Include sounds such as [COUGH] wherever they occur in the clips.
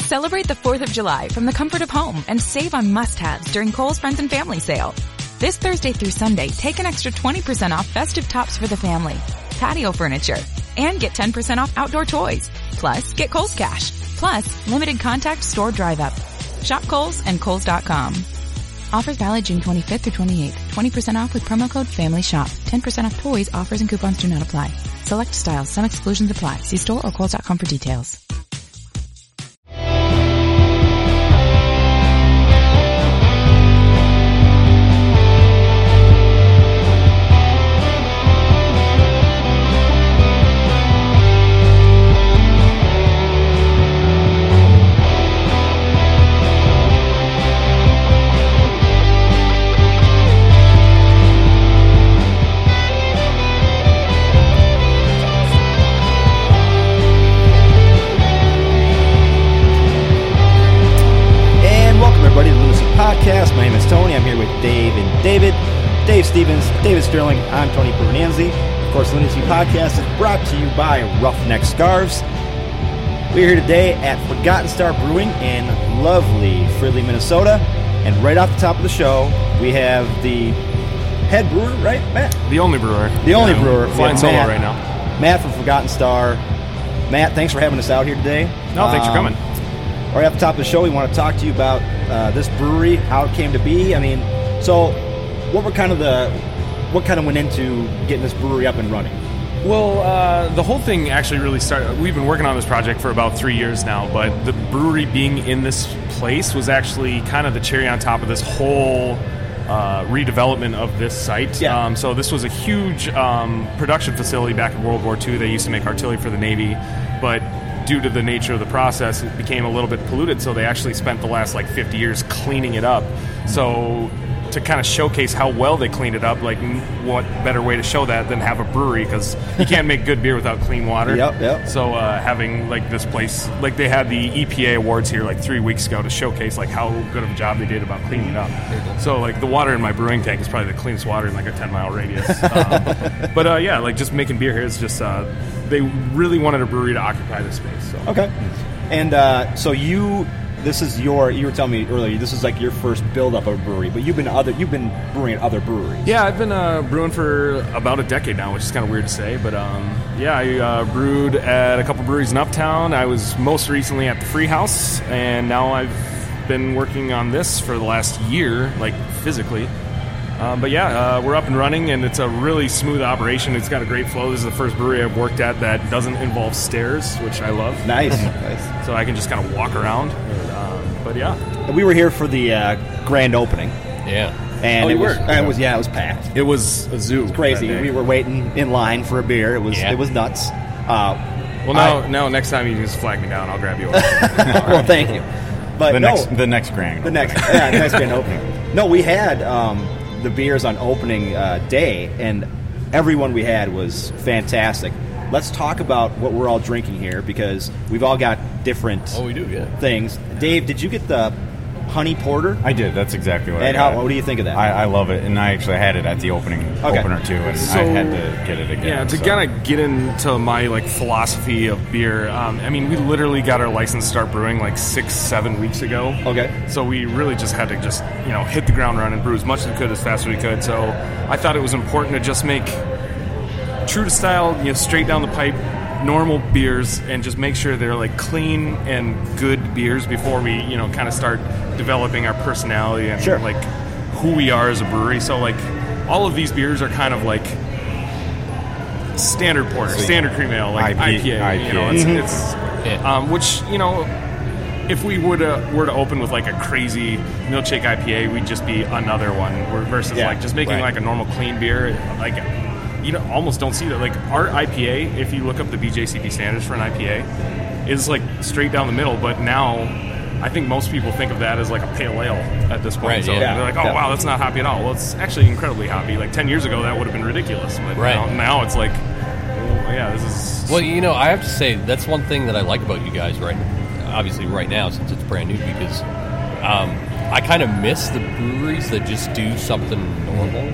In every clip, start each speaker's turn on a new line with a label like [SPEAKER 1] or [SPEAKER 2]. [SPEAKER 1] Celebrate the 4th of July from the comfort of home and save on must-haves during Kohl's Friends and Family Sale. This Thursday through Sunday, take an extra 20% off festive tops for the family, patio furniture, and get 10% off outdoor toys. Plus, get Kohl's Cash. Plus, limited contact store drive up. Shop Kohl's and Kohl's.com. Offers valid June 25th through 28th. 20% off with promo code FAMILYSHOP. 10% off toys, offers, and coupons do not apply. Select styles. Some exclusions apply. See store or Kohl's.com for details.
[SPEAKER 2] And welcome everybody to the Lunacy Podcast. My name is Tony. I'm here with Dave and David, Dave Stevens, David Sterling. I'm Tony Perunanzi. Of course, Lunacy Podcast is brought to you by Roughneck Scarves. We're here today at Forgotten Star Brewing in lovely Fridley, Minnesota. And right off the top of the show, we have the head brewer, right, Matt?
[SPEAKER 3] The only brewer.
[SPEAKER 2] The only
[SPEAKER 3] Yeah,
[SPEAKER 2] brewer. We
[SPEAKER 3] Flying
[SPEAKER 2] have
[SPEAKER 3] solo
[SPEAKER 2] Matt.
[SPEAKER 3] right now.
[SPEAKER 2] Matt from Forgotten Star. Matt, thanks for having us out here today.
[SPEAKER 3] No, thanks for
[SPEAKER 2] Um,
[SPEAKER 3] coming.
[SPEAKER 2] right off the top of the show, we want to talk to you about uh, this brewery, how it came to be. I mean, so what were kind of the what kind of went into getting this brewery up and running?
[SPEAKER 3] Well, uh, the whole thing actually really started. We've been working on this project for about three years now, but the brewery being in this place was actually kind of the cherry on top of this whole uh, redevelopment of this site.
[SPEAKER 2] Yeah.
[SPEAKER 3] Um, so this was a huge um, production facility back in World War II. They used to make artillery for the Navy, but due to the nature of the process, it became a little bit polluted. So they actually spent the last like 50 years cleaning it up. So to kind of showcase how well they cleaned it up, like m- what better way to show that than have a brewery? Because you can't make good beer without clean
[SPEAKER 2] [LAUGHS]
[SPEAKER 3] water.
[SPEAKER 2] Yep, yep.
[SPEAKER 3] So uh, having like this place, like they had the EPA awards here like three weeks ago to showcase like how good of a job they did about cleaning it up. So like the water in my brewing tank is probably the cleanest water in like a ten mile radius. Um, but uh, yeah, like just making beer here is just uh, they really wanted a brewery to occupy this space. So.
[SPEAKER 2] Okay, and uh, so you. This is your. You were telling me earlier. This is like your first build up of a brewery, but you've been other. You've been brewing at other breweries.
[SPEAKER 3] Yeah, I've been uh, brewing for about a decade now, which is kind of weird to say, but um, yeah, I uh, brewed at a couple breweries in Uptown. I was most recently at the Free House, and now I've been working on this for the last year, like physically. Um, but yeah, uh, we're up and running, and it's a really smooth operation. It's got a great flow. This is the first brewery I've worked at that doesn't involve stairs, which I love.
[SPEAKER 2] Nice. nice.
[SPEAKER 3] So I can just kind of walk around. Um, but yeah,
[SPEAKER 2] We were here for the uh, grand opening,
[SPEAKER 4] Yeah.
[SPEAKER 2] and
[SPEAKER 4] Oh,
[SPEAKER 2] it
[SPEAKER 4] you
[SPEAKER 2] was.
[SPEAKER 4] were?
[SPEAKER 2] It was yeah, it was packed.
[SPEAKER 3] it was a zoo.
[SPEAKER 2] Crazy.
[SPEAKER 3] that day.
[SPEAKER 2] We were waiting in line for a beer. It was.
[SPEAKER 4] Yeah.
[SPEAKER 2] It was nuts. Uh, [LAUGHS]
[SPEAKER 3] well, now, now next time you can just flag me down, I'll grab
[SPEAKER 2] [LAUGHS]
[SPEAKER 3] you. One.
[SPEAKER 2] well, thank you. But
[SPEAKER 5] the
[SPEAKER 2] Uh, no,
[SPEAKER 5] next the next grand
[SPEAKER 2] The next, yeah, the next grand opening. No, we had um, the beers on opening uh, day, and everyone we had was fantastic. Let's talk about what we're all drinking here because we've all got different
[SPEAKER 4] Oh, we do, yeah.
[SPEAKER 2] things. Dave, did you get the honey porter?
[SPEAKER 5] i did that's exactly what
[SPEAKER 2] And
[SPEAKER 5] i got.
[SPEAKER 2] how, what do you think of that?
[SPEAKER 5] I, I love it and i actually had it at the opening
[SPEAKER 2] Okay.
[SPEAKER 5] opener too and i had to get it again
[SPEAKER 3] Yeah, to
[SPEAKER 5] so.
[SPEAKER 3] kind of get into my like philosophy of beer. Um, I mean, we literally got our license to start brewing like six, seven weeks ago.
[SPEAKER 5] Oh,
[SPEAKER 2] Okay.
[SPEAKER 3] So we really just had to just you know hit the ground running, brew as much as we could, as fast as we could. So I thought it was important to just make true to style, you know, straight down the pipe, normal beers, and just make sure they're like clean and good beers before we, you know, kind of start developing our personality and
[SPEAKER 2] Sure.
[SPEAKER 3] like who we are as a brewery. So like all of these beers are kind of like standard porter, standard cream ale, like
[SPEAKER 5] IP,
[SPEAKER 3] IPA, you know,
[SPEAKER 5] IPA.
[SPEAKER 3] it's, it's
[SPEAKER 4] Yeah.
[SPEAKER 3] um, which you know. If we were to, were to open with like a crazy milkshake IPA, we'd just be another one. Where- Versus
[SPEAKER 2] Yeah,
[SPEAKER 3] like just making
[SPEAKER 2] right.
[SPEAKER 3] like a normal clean beer, like you know, almost don't see that. Like our IPA, if you look up the BJCP standards for an IPA, is like straight down the middle. But now, I think most people think of that as like a pale ale at this point.
[SPEAKER 4] Right,
[SPEAKER 3] so
[SPEAKER 4] yeah.
[SPEAKER 3] they're like, oh
[SPEAKER 2] Yeah.
[SPEAKER 3] wow, that's not hoppy at all. Well, it's actually incredibly hoppy. Like ten years ago, that would have been ridiculous. But
[SPEAKER 4] Right.
[SPEAKER 3] now, now it's like, well, yeah, this is
[SPEAKER 4] Well, you know, I have to say that's one thing that I like about you guys, right? Obviously, right now since it's brand new, because um, I kind of miss the breweries that just do something normal.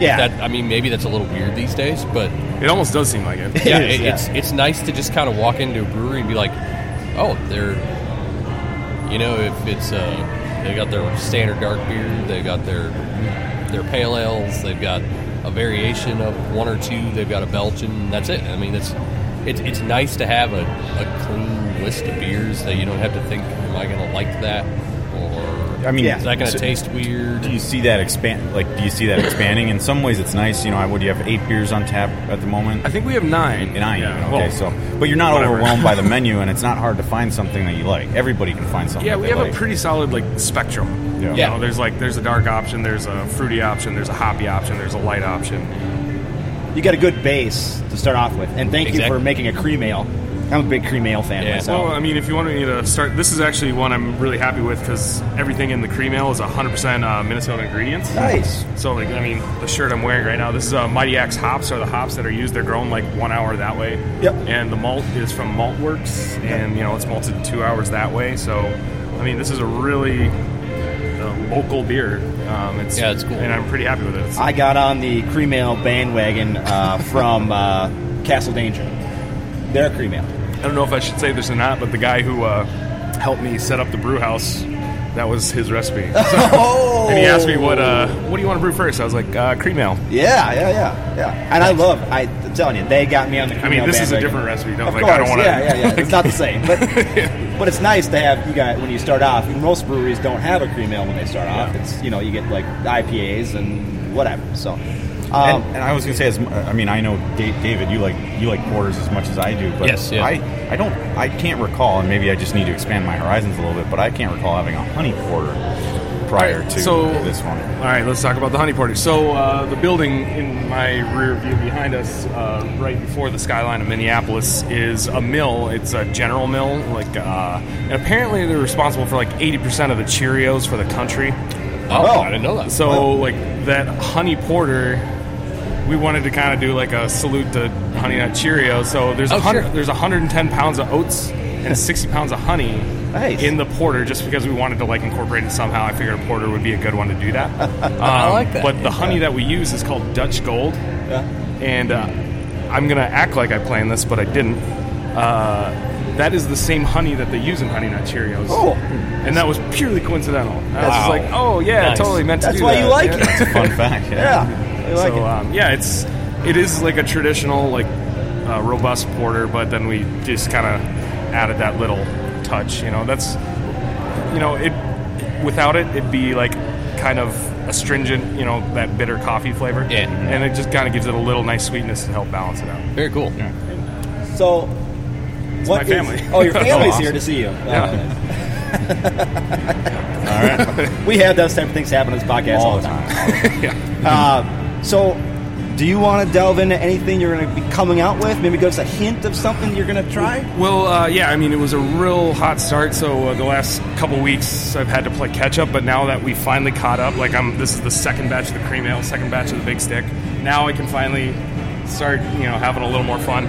[SPEAKER 2] yeah,
[SPEAKER 4] That I mean, maybe that's a little weird these days, but
[SPEAKER 3] it almost does seem like it.
[SPEAKER 4] yeah,
[SPEAKER 2] is,
[SPEAKER 4] it,
[SPEAKER 2] yeah.
[SPEAKER 4] it's it's nice to just kind of walk into a brewery and be like, oh, they're You know, if it's uh, they got their standard dark beer, they've got their their pale ales, they've got a variation of one or two, they've got a Belgian. That's it. I mean, that's it's it's nice to have a, a clean list of beers that you don't have to think, am I going to like that or
[SPEAKER 5] I mean,
[SPEAKER 2] Yeah.
[SPEAKER 4] is that going to
[SPEAKER 5] so-
[SPEAKER 4] taste weird?
[SPEAKER 5] Do you see that expand? Like, do you see that expanding? In some ways, it's nice. You know, I would. You have eight beers on tap at the moment.
[SPEAKER 3] I think we have nine.
[SPEAKER 5] And I
[SPEAKER 3] Yeah,
[SPEAKER 5] even,
[SPEAKER 3] well,
[SPEAKER 5] okay, so but you're not
[SPEAKER 3] whatever.
[SPEAKER 5] overwhelmed by the
[SPEAKER 3] [LAUGHS]
[SPEAKER 5] menu, and it's not hard to find something that you like. Everybody can find something.
[SPEAKER 3] Yeah,
[SPEAKER 5] that
[SPEAKER 3] we
[SPEAKER 5] they
[SPEAKER 3] have a
[SPEAKER 5] like.
[SPEAKER 3] pretty solid like spectrum.
[SPEAKER 5] Yeah.
[SPEAKER 3] You
[SPEAKER 4] Yeah.
[SPEAKER 3] know, there's like there's a dark option, there's a fruity option, there's a hoppy option, there's a light option.
[SPEAKER 2] You got a good base to start off with, and thank you
[SPEAKER 4] Exactly.
[SPEAKER 2] for making a cream ale. I'm a big cream ale fan
[SPEAKER 4] Yeah.
[SPEAKER 2] myself.
[SPEAKER 3] Well, I mean, if you want me to start, this is actually one I'm really happy with because everything in the cream ale is 100% uh, Minnesota ingredients.
[SPEAKER 4] uh,
[SPEAKER 2] nice.
[SPEAKER 3] So, like, I mean, the shirt I'm wearing right now, this is uh, Mighty Axe hops are the hops that are used. They're grown like one hour that way.
[SPEAKER 2] Yep.
[SPEAKER 3] And the malt is from Malt Works, and you know it's malted two hours that way. So, I mean, this is a really uh, local beer. Um, it's,
[SPEAKER 4] Yeah, it's cool.
[SPEAKER 3] and I'm pretty happy with it. It's,
[SPEAKER 2] I got on the cream ale bandwagon uh, from uh, Castle Danger. Their cream ale.
[SPEAKER 3] I don't know if I should say this or not, but the guy who uh, helped me set up the brew house, that was his recipe. So,
[SPEAKER 2] Oh!
[SPEAKER 3] [LAUGHS] and he asked me what uh, what do you want to brew first? I was like uh, cream ale.
[SPEAKER 2] Yeah, yeah, yeah, yeah. And I love. I, I'm telling you, they got me on the. Cream
[SPEAKER 3] I mean,
[SPEAKER 2] ale
[SPEAKER 3] this is a
[SPEAKER 2] bandwagon.
[SPEAKER 3] different recipe. Don't
[SPEAKER 2] Of
[SPEAKER 3] like
[SPEAKER 2] course,
[SPEAKER 3] I don't want to.
[SPEAKER 2] yeah, yeah, yeah. It's not the same,
[SPEAKER 3] [LAUGHS]
[SPEAKER 2] but but it's nice to have you guys when you start off. and Most breweries don't have a cream ale when they start off. It's you know you get like IPAs and whatever. So, um,
[SPEAKER 5] and, and I was gonna say, as mu- I mean, I know Da- David, you like you like porters as much as I do, but
[SPEAKER 4] Yes, yeah.
[SPEAKER 5] I I don't I can't recall, and maybe I just need to expand my horizons a little bit, but I can't recall having a honey porter prior
[SPEAKER 3] Alright,
[SPEAKER 5] to
[SPEAKER 3] so-
[SPEAKER 5] this one.
[SPEAKER 3] All right, let's talk about the honey party. So uh, the building in my rear view behind us, uh, right before the skyline of Minneapolis, is a mill. It's a general mill. Like, uh, and apparently they're responsible for like eighty percent of the Cheerios for the country.
[SPEAKER 4] oh, I didn't know that.
[SPEAKER 3] So like that honey porter, we wanted to kind of do like a salute to Honey Nut Cheerios. So there's a
[SPEAKER 4] Oh,
[SPEAKER 3] hundred,
[SPEAKER 4] sure.
[SPEAKER 3] there's 110 pounds of oats
[SPEAKER 4] [LAUGHS]
[SPEAKER 3] and 60 pounds of honey
[SPEAKER 2] Nice.
[SPEAKER 3] in the porter, just because we wanted to like incorporate it somehow. I figured a porter would be a good one to do
[SPEAKER 4] [LAUGHS]
[SPEAKER 3] that. I
[SPEAKER 4] like that.
[SPEAKER 3] But the honey that we use is called Dutch Gold, and uh, I'm gonna act like I planned this, but I didn't. Uh, that is the same honey that they use in Honey Nut Cheerios.
[SPEAKER 2] Oh.
[SPEAKER 3] And that was purely coincidental. I was just
[SPEAKER 4] Wow.
[SPEAKER 3] like, oh, yeah,
[SPEAKER 4] Nice.
[SPEAKER 3] totally meant to
[SPEAKER 2] That's
[SPEAKER 3] do
[SPEAKER 2] why
[SPEAKER 3] that.
[SPEAKER 2] you like
[SPEAKER 3] Yeah.
[SPEAKER 2] it.
[SPEAKER 5] It's a fun fact.
[SPEAKER 2] yeah, I like
[SPEAKER 3] so
[SPEAKER 2] it.
[SPEAKER 3] um, yeah, it's it is like a traditional like uh, robust porter, but then we just kind of added that little touch. You know, that's you know it without it, it'd be like kind of astringent. You know, that bitter coffee flavor.
[SPEAKER 4] Yeah.
[SPEAKER 3] and it just kind of gives it a little nice sweetness to help balance it out.
[SPEAKER 4] Very cool.
[SPEAKER 2] So, what
[SPEAKER 3] uh, my
[SPEAKER 2] is-
[SPEAKER 3] family.
[SPEAKER 2] oh,
[SPEAKER 3] [LAUGHS]
[SPEAKER 2] your
[SPEAKER 3] Oh,
[SPEAKER 2] family's
[SPEAKER 3] awesome.
[SPEAKER 2] here to see you.
[SPEAKER 3] Yeah.
[SPEAKER 2] [LAUGHS] Uh, we have those type of things happen on this podcast all,
[SPEAKER 5] All
[SPEAKER 2] the
[SPEAKER 5] the
[SPEAKER 2] time.
[SPEAKER 5] time.
[SPEAKER 2] Uh, so, do you want to delve into anything you're going to be coming out with? Maybe give us a hint of something you're going to try.
[SPEAKER 3] Well, uh, yeah, I mean, it was a real hot start. So uh, the last couple weeks, I've had to play catch up. But now that we finally caught up, like I'm, this is the second batch of the cream ale, second batch of the big stick. Now I can finally start, you know, having a little more fun.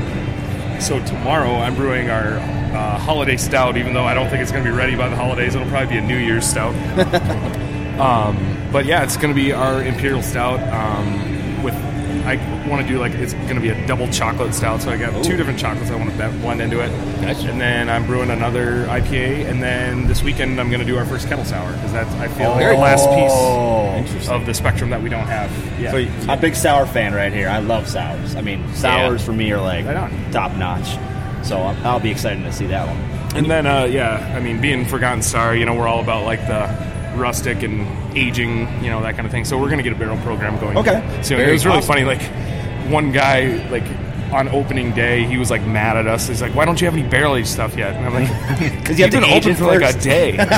[SPEAKER 3] So tomorrow, I'm brewing our uh, holiday stout. Even though I don't think it's going to be ready by the holidays, it'll probably be a New Year's stout. Um, But yeah, it's going to be our imperial stout. Um, with I want to do like it's going to be a double chocolate stout. So I got two different chocolates I want to blend into it.
[SPEAKER 4] Nice.
[SPEAKER 3] And then I'm brewing another IPA. And then this weekend I'm going to do our first kettle sour because that's I feel like
[SPEAKER 4] Very
[SPEAKER 3] the last
[SPEAKER 2] Oh.
[SPEAKER 3] piece of the spectrum that we don't have. Yeah.
[SPEAKER 5] So you-
[SPEAKER 2] I'm a big sour fan right here. I love sours. I mean, sours
[SPEAKER 4] Yeah.
[SPEAKER 2] for me are like
[SPEAKER 3] Right on.
[SPEAKER 2] top notch. So I'll, I'll be excited to see that one.
[SPEAKER 3] And then, uh, yeah, I mean, being Forgotten Star, you know, we're all about like the rustic and aging, you know, that kind of thing. So we're gonna get a barrel program going.
[SPEAKER 2] Okay.
[SPEAKER 3] So
[SPEAKER 4] Very
[SPEAKER 3] it was really
[SPEAKER 4] awesome.
[SPEAKER 3] funny. Like one guy, like on opening day, he was like mad at us. He's like, "Why don't you have any barrel aged stuff yet?" And I'm like,
[SPEAKER 2] Because you have to
[SPEAKER 3] "You've been
[SPEAKER 2] age
[SPEAKER 3] open
[SPEAKER 2] it
[SPEAKER 3] for like a
[SPEAKER 2] first.
[SPEAKER 3] day." You know? [LAUGHS]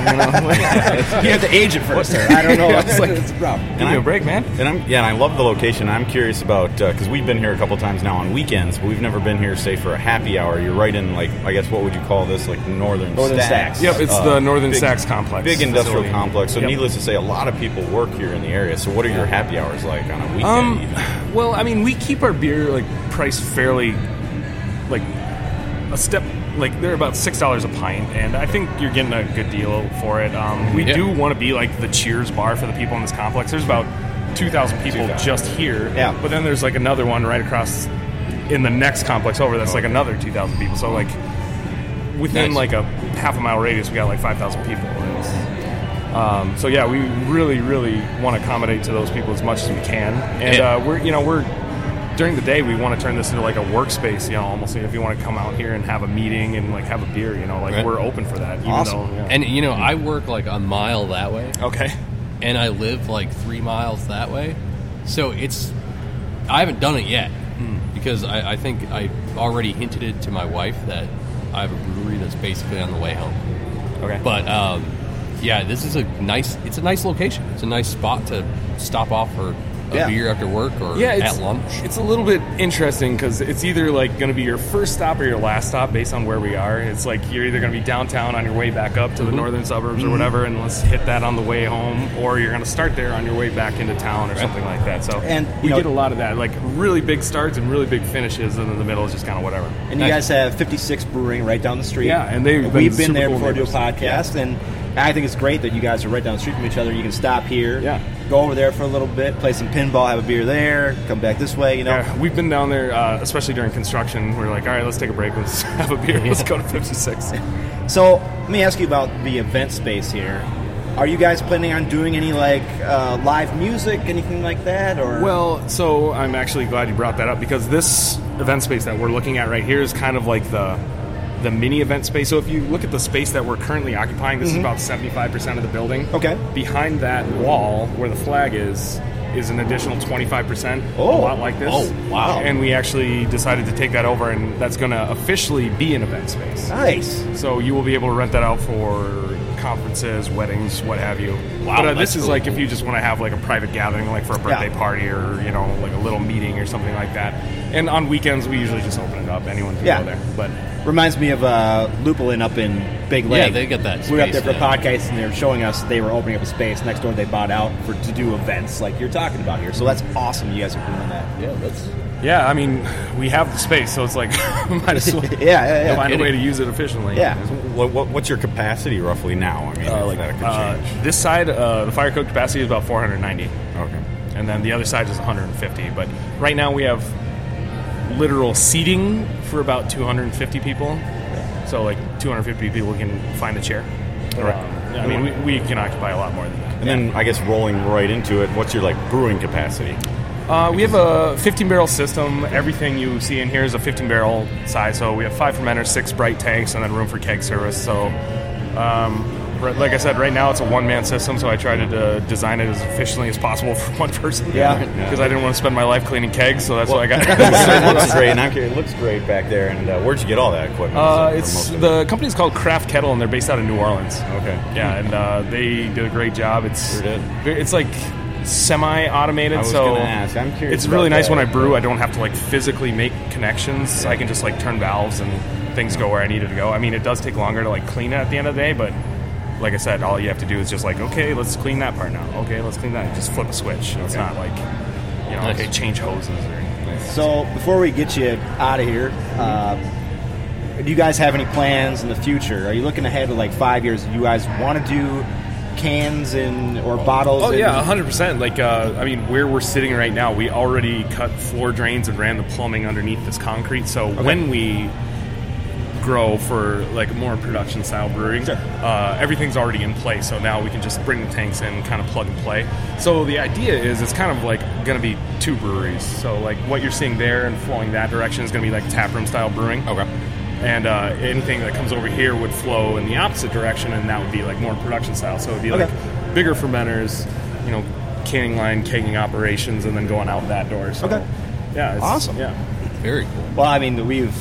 [SPEAKER 2] you have to age it first, sir. I [LAUGHS] don't know.
[SPEAKER 3] Yeah, it's like-
[SPEAKER 2] That's the problem.
[SPEAKER 3] Give me a break, man.
[SPEAKER 5] And I'm yeah, and I love the location. I'm curious about because we've been here a couple times now on weekends, but we've never been here, say, for a happy hour. You're right in like I guess what would you call this like northern
[SPEAKER 2] Northern
[SPEAKER 5] stacks.
[SPEAKER 2] Stacks.
[SPEAKER 3] Yep, it's
[SPEAKER 5] Uh,
[SPEAKER 3] the Northern
[SPEAKER 5] big-
[SPEAKER 3] Sachs complex,
[SPEAKER 5] big industrial
[SPEAKER 3] facility.
[SPEAKER 5] complex. So
[SPEAKER 3] Yep.
[SPEAKER 5] needless to say, a lot of people work here in the area. So what are your happy hours like on a weekend?
[SPEAKER 3] Um,
[SPEAKER 5] even?
[SPEAKER 3] well, I mean, we keep our beer like priced fairly, like a step. Like they're about six dollars a pint, and I think you're getting a good deal for it. Um, we
[SPEAKER 4] Yeah.
[SPEAKER 3] do want to be like the Cheers bar for the people in this complex. There's about two thousand people
[SPEAKER 5] 2,000.
[SPEAKER 3] just here.
[SPEAKER 2] Yeah.
[SPEAKER 3] But then there's like another one right across in the next complex over. That's like another two thousand people. So like within like
[SPEAKER 4] Nice.
[SPEAKER 3] a half a mile radius, we got like 5,000 people. It's- um, so yeah, we really, really want to accommodate to those people as much as we can, and
[SPEAKER 4] Yeah.
[SPEAKER 3] uh, we're you know we're during the day we want to turn this into like a workspace, you know, almost like if you want to come out here and have a meeting and like have a beer, you know, like
[SPEAKER 5] Right.
[SPEAKER 3] we're open for that. Even
[SPEAKER 5] Awesome.
[SPEAKER 3] Though, yeah.
[SPEAKER 4] And you know, I work like a mile that way,
[SPEAKER 3] [SIGHS] okay,
[SPEAKER 4] and I live like three miles that way. So it's I haven't done it yet because I, I think I already hinted it to my wife that I have a brewery that's basically on the way home.
[SPEAKER 3] okay,
[SPEAKER 4] But um, yeah, this is a nice. It's a nice location. It's a nice spot to stop off for a
[SPEAKER 2] Yeah.
[SPEAKER 4] beer after work or
[SPEAKER 3] yeah, it's,
[SPEAKER 4] at lunch.
[SPEAKER 3] It's a little bit interesting because it's either like going to be your first stop or your last stop based on where we are. It's like you're either going to be downtown on your way back up to the northern suburbs or whatever, and let's hit that on the way home, or you're going to start there on your way back into town or something like that. So
[SPEAKER 2] And, you
[SPEAKER 3] we
[SPEAKER 2] know-
[SPEAKER 3] get a lot of that, like really big starts and really big finishes, and in the middle is just kind of whatever.
[SPEAKER 2] And you guys have 56 Brewing right down the street.
[SPEAKER 3] Yeah, and they've been
[SPEAKER 2] we've been
[SPEAKER 3] super
[SPEAKER 2] there
[SPEAKER 3] cool
[SPEAKER 2] before to do a
[SPEAKER 3] neighbors.
[SPEAKER 2] podcast, and I think it's great that you guys are right down the street from each other. You can stop here,
[SPEAKER 3] Yeah.
[SPEAKER 2] go over there for a little bit, play some pinball, have a beer there, come back this way. You know,
[SPEAKER 3] Yeah, we've been down there, uh, especially during construction. We're like, all right, let's take a break, let's [LAUGHS] have a beer, let's go to 56.
[SPEAKER 2] So let me ask you about the event space here. Are you guys planning on doing any like uh, live music, anything like that, or
[SPEAKER 3] Well, so I'm actually glad you brought that up because this event space that we're looking at right here is kind of like the the mini event space. So if you look at the space that we're currently occupying, this is about 75% of the building.
[SPEAKER 2] Mm-hmm. Okay.
[SPEAKER 3] Behind that wall where the flag is is an additional 25%,
[SPEAKER 2] Oh.
[SPEAKER 3] a lot like this.
[SPEAKER 2] Oh, wow.
[SPEAKER 3] And we actually decided to take that over and that's going to officially be an event space.
[SPEAKER 2] nice?
[SPEAKER 3] So you will be able to rent that out for conferences, weddings, what have you.
[SPEAKER 4] Wow,
[SPEAKER 3] but uh,
[SPEAKER 4] that's
[SPEAKER 3] this is
[SPEAKER 4] really
[SPEAKER 3] like if you just want to have like a private gathering, like for a birthday party or you know like a little meeting or something like that. And on weekends we usually just open it up. Anyone can
[SPEAKER 2] Yeah.
[SPEAKER 3] go there. But
[SPEAKER 2] Reminds me of uh, Lupulin up in Big Lake.
[SPEAKER 4] they got that
[SPEAKER 2] We were up there
[SPEAKER 4] space
[SPEAKER 2] for a
[SPEAKER 4] now.
[SPEAKER 2] podcast, and they were showing us they were opening up a space next door. They bought out for to do events like you're talking about here. So that's awesome. You guys are doing that.
[SPEAKER 4] Yeah, that's
[SPEAKER 3] yeah, I mean we have the space, so it's like [LAUGHS] might as
[SPEAKER 2] [LAUGHS]
[SPEAKER 3] well
[SPEAKER 2] Yeah, yeah, yeah.
[SPEAKER 3] find a way
[SPEAKER 4] kidding.
[SPEAKER 3] to use it efficiently.
[SPEAKER 2] Yeah.
[SPEAKER 5] What, what, what's your capacity roughly now? I mean,
[SPEAKER 3] Uh,
[SPEAKER 5] if
[SPEAKER 3] like
[SPEAKER 5] that could
[SPEAKER 3] uh, this side, uh, the fire cook capacity is about 490.
[SPEAKER 5] change. okay.
[SPEAKER 3] and then the other side is 150. But right now we have literal seating for about 250 people. So like 250 people can find a chair.
[SPEAKER 5] Right.
[SPEAKER 3] Um, I mean, we, we can occupy a lot more than that.
[SPEAKER 5] And then I guess rolling right into it, what's your like brewing
[SPEAKER 3] [LAUGHS]
[SPEAKER 5] capacity?
[SPEAKER 3] Uh, we have a 15 barrel system. Everything you see in here is a 15 barrel size. So we have five fermenters, six bright tanks, and then room for keg service. So, um, ri- like I said, right now it's a one man system. So I tried to uh, design it as efficiently as possible [LAUGHS] for one person. [LAUGHS]
[SPEAKER 2] Yeah.
[SPEAKER 3] Because I didn't want to spend my life cleaning kegs. So that's why I
[SPEAKER 5] it
[SPEAKER 3] got.
[SPEAKER 5] looks great, and I'm curious, it looks great back there. And uh, where'd you get all that equipment?
[SPEAKER 3] Uh,
[SPEAKER 5] Is it
[SPEAKER 3] it's
[SPEAKER 5] remote?
[SPEAKER 3] the company's called Craft Kettle, and they're based out of New Orleans.
[SPEAKER 5] okay.
[SPEAKER 3] Yeah, and uh, they did a great job. It's
[SPEAKER 5] Sure did.
[SPEAKER 3] it's like semi-automated,
[SPEAKER 5] I was
[SPEAKER 3] so
[SPEAKER 5] gonna ask, I'm curious
[SPEAKER 3] it's really
[SPEAKER 5] about
[SPEAKER 3] nice when I
[SPEAKER 5] that.
[SPEAKER 3] brew. I don't have to like physically make connections. I can just like turn valves and things go where I need it to go. I mean, it does take longer to like clean it at the end of the day, but like I said, all you have to do is just like, okay, let's clean that part now. Okay, let's clean that. And just flip a switch. It's not like you know,
[SPEAKER 4] Nice.
[SPEAKER 3] okay, change hoses or anything.
[SPEAKER 2] So before we get you out of here, uh, do you guys have any plans in the future? Are you looking ahead to like five years? Do you guys want to do cans and or bottles?
[SPEAKER 3] Oh
[SPEAKER 2] and-
[SPEAKER 3] yeah, hundred percent. Like uh, I mean, where we're sitting right now, we already cut floor drains and ran the plumbing underneath this concrete. So when we grow for like more production style brewing,
[SPEAKER 2] Sure.
[SPEAKER 3] uh, everything's already in place. So now we can just bring the tanks in, kind of plug and play. So the idea is it's kind of like going to be two breweries. So like what you're seeing there and flowing that direction is going to be like tap room style brewing.
[SPEAKER 4] okay.
[SPEAKER 3] And uh, anything that comes over here would flow in the opposite direction, and that would be like more production style. So it'd be
[SPEAKER 2] Okay.
[SPEAKER 3] like bigger fermenters, you know, canning line, kegging operations, and then going out that door. So,
[SPEAKER 2] Okay.
[SPEAKER 3] Yeah. It's,
[SPEAKER 2] Awesome.
[SPEAKER 3] Yeah.
[SPEAKER 4] Very cool.
[SPEAKER 2] Well, I mean, we've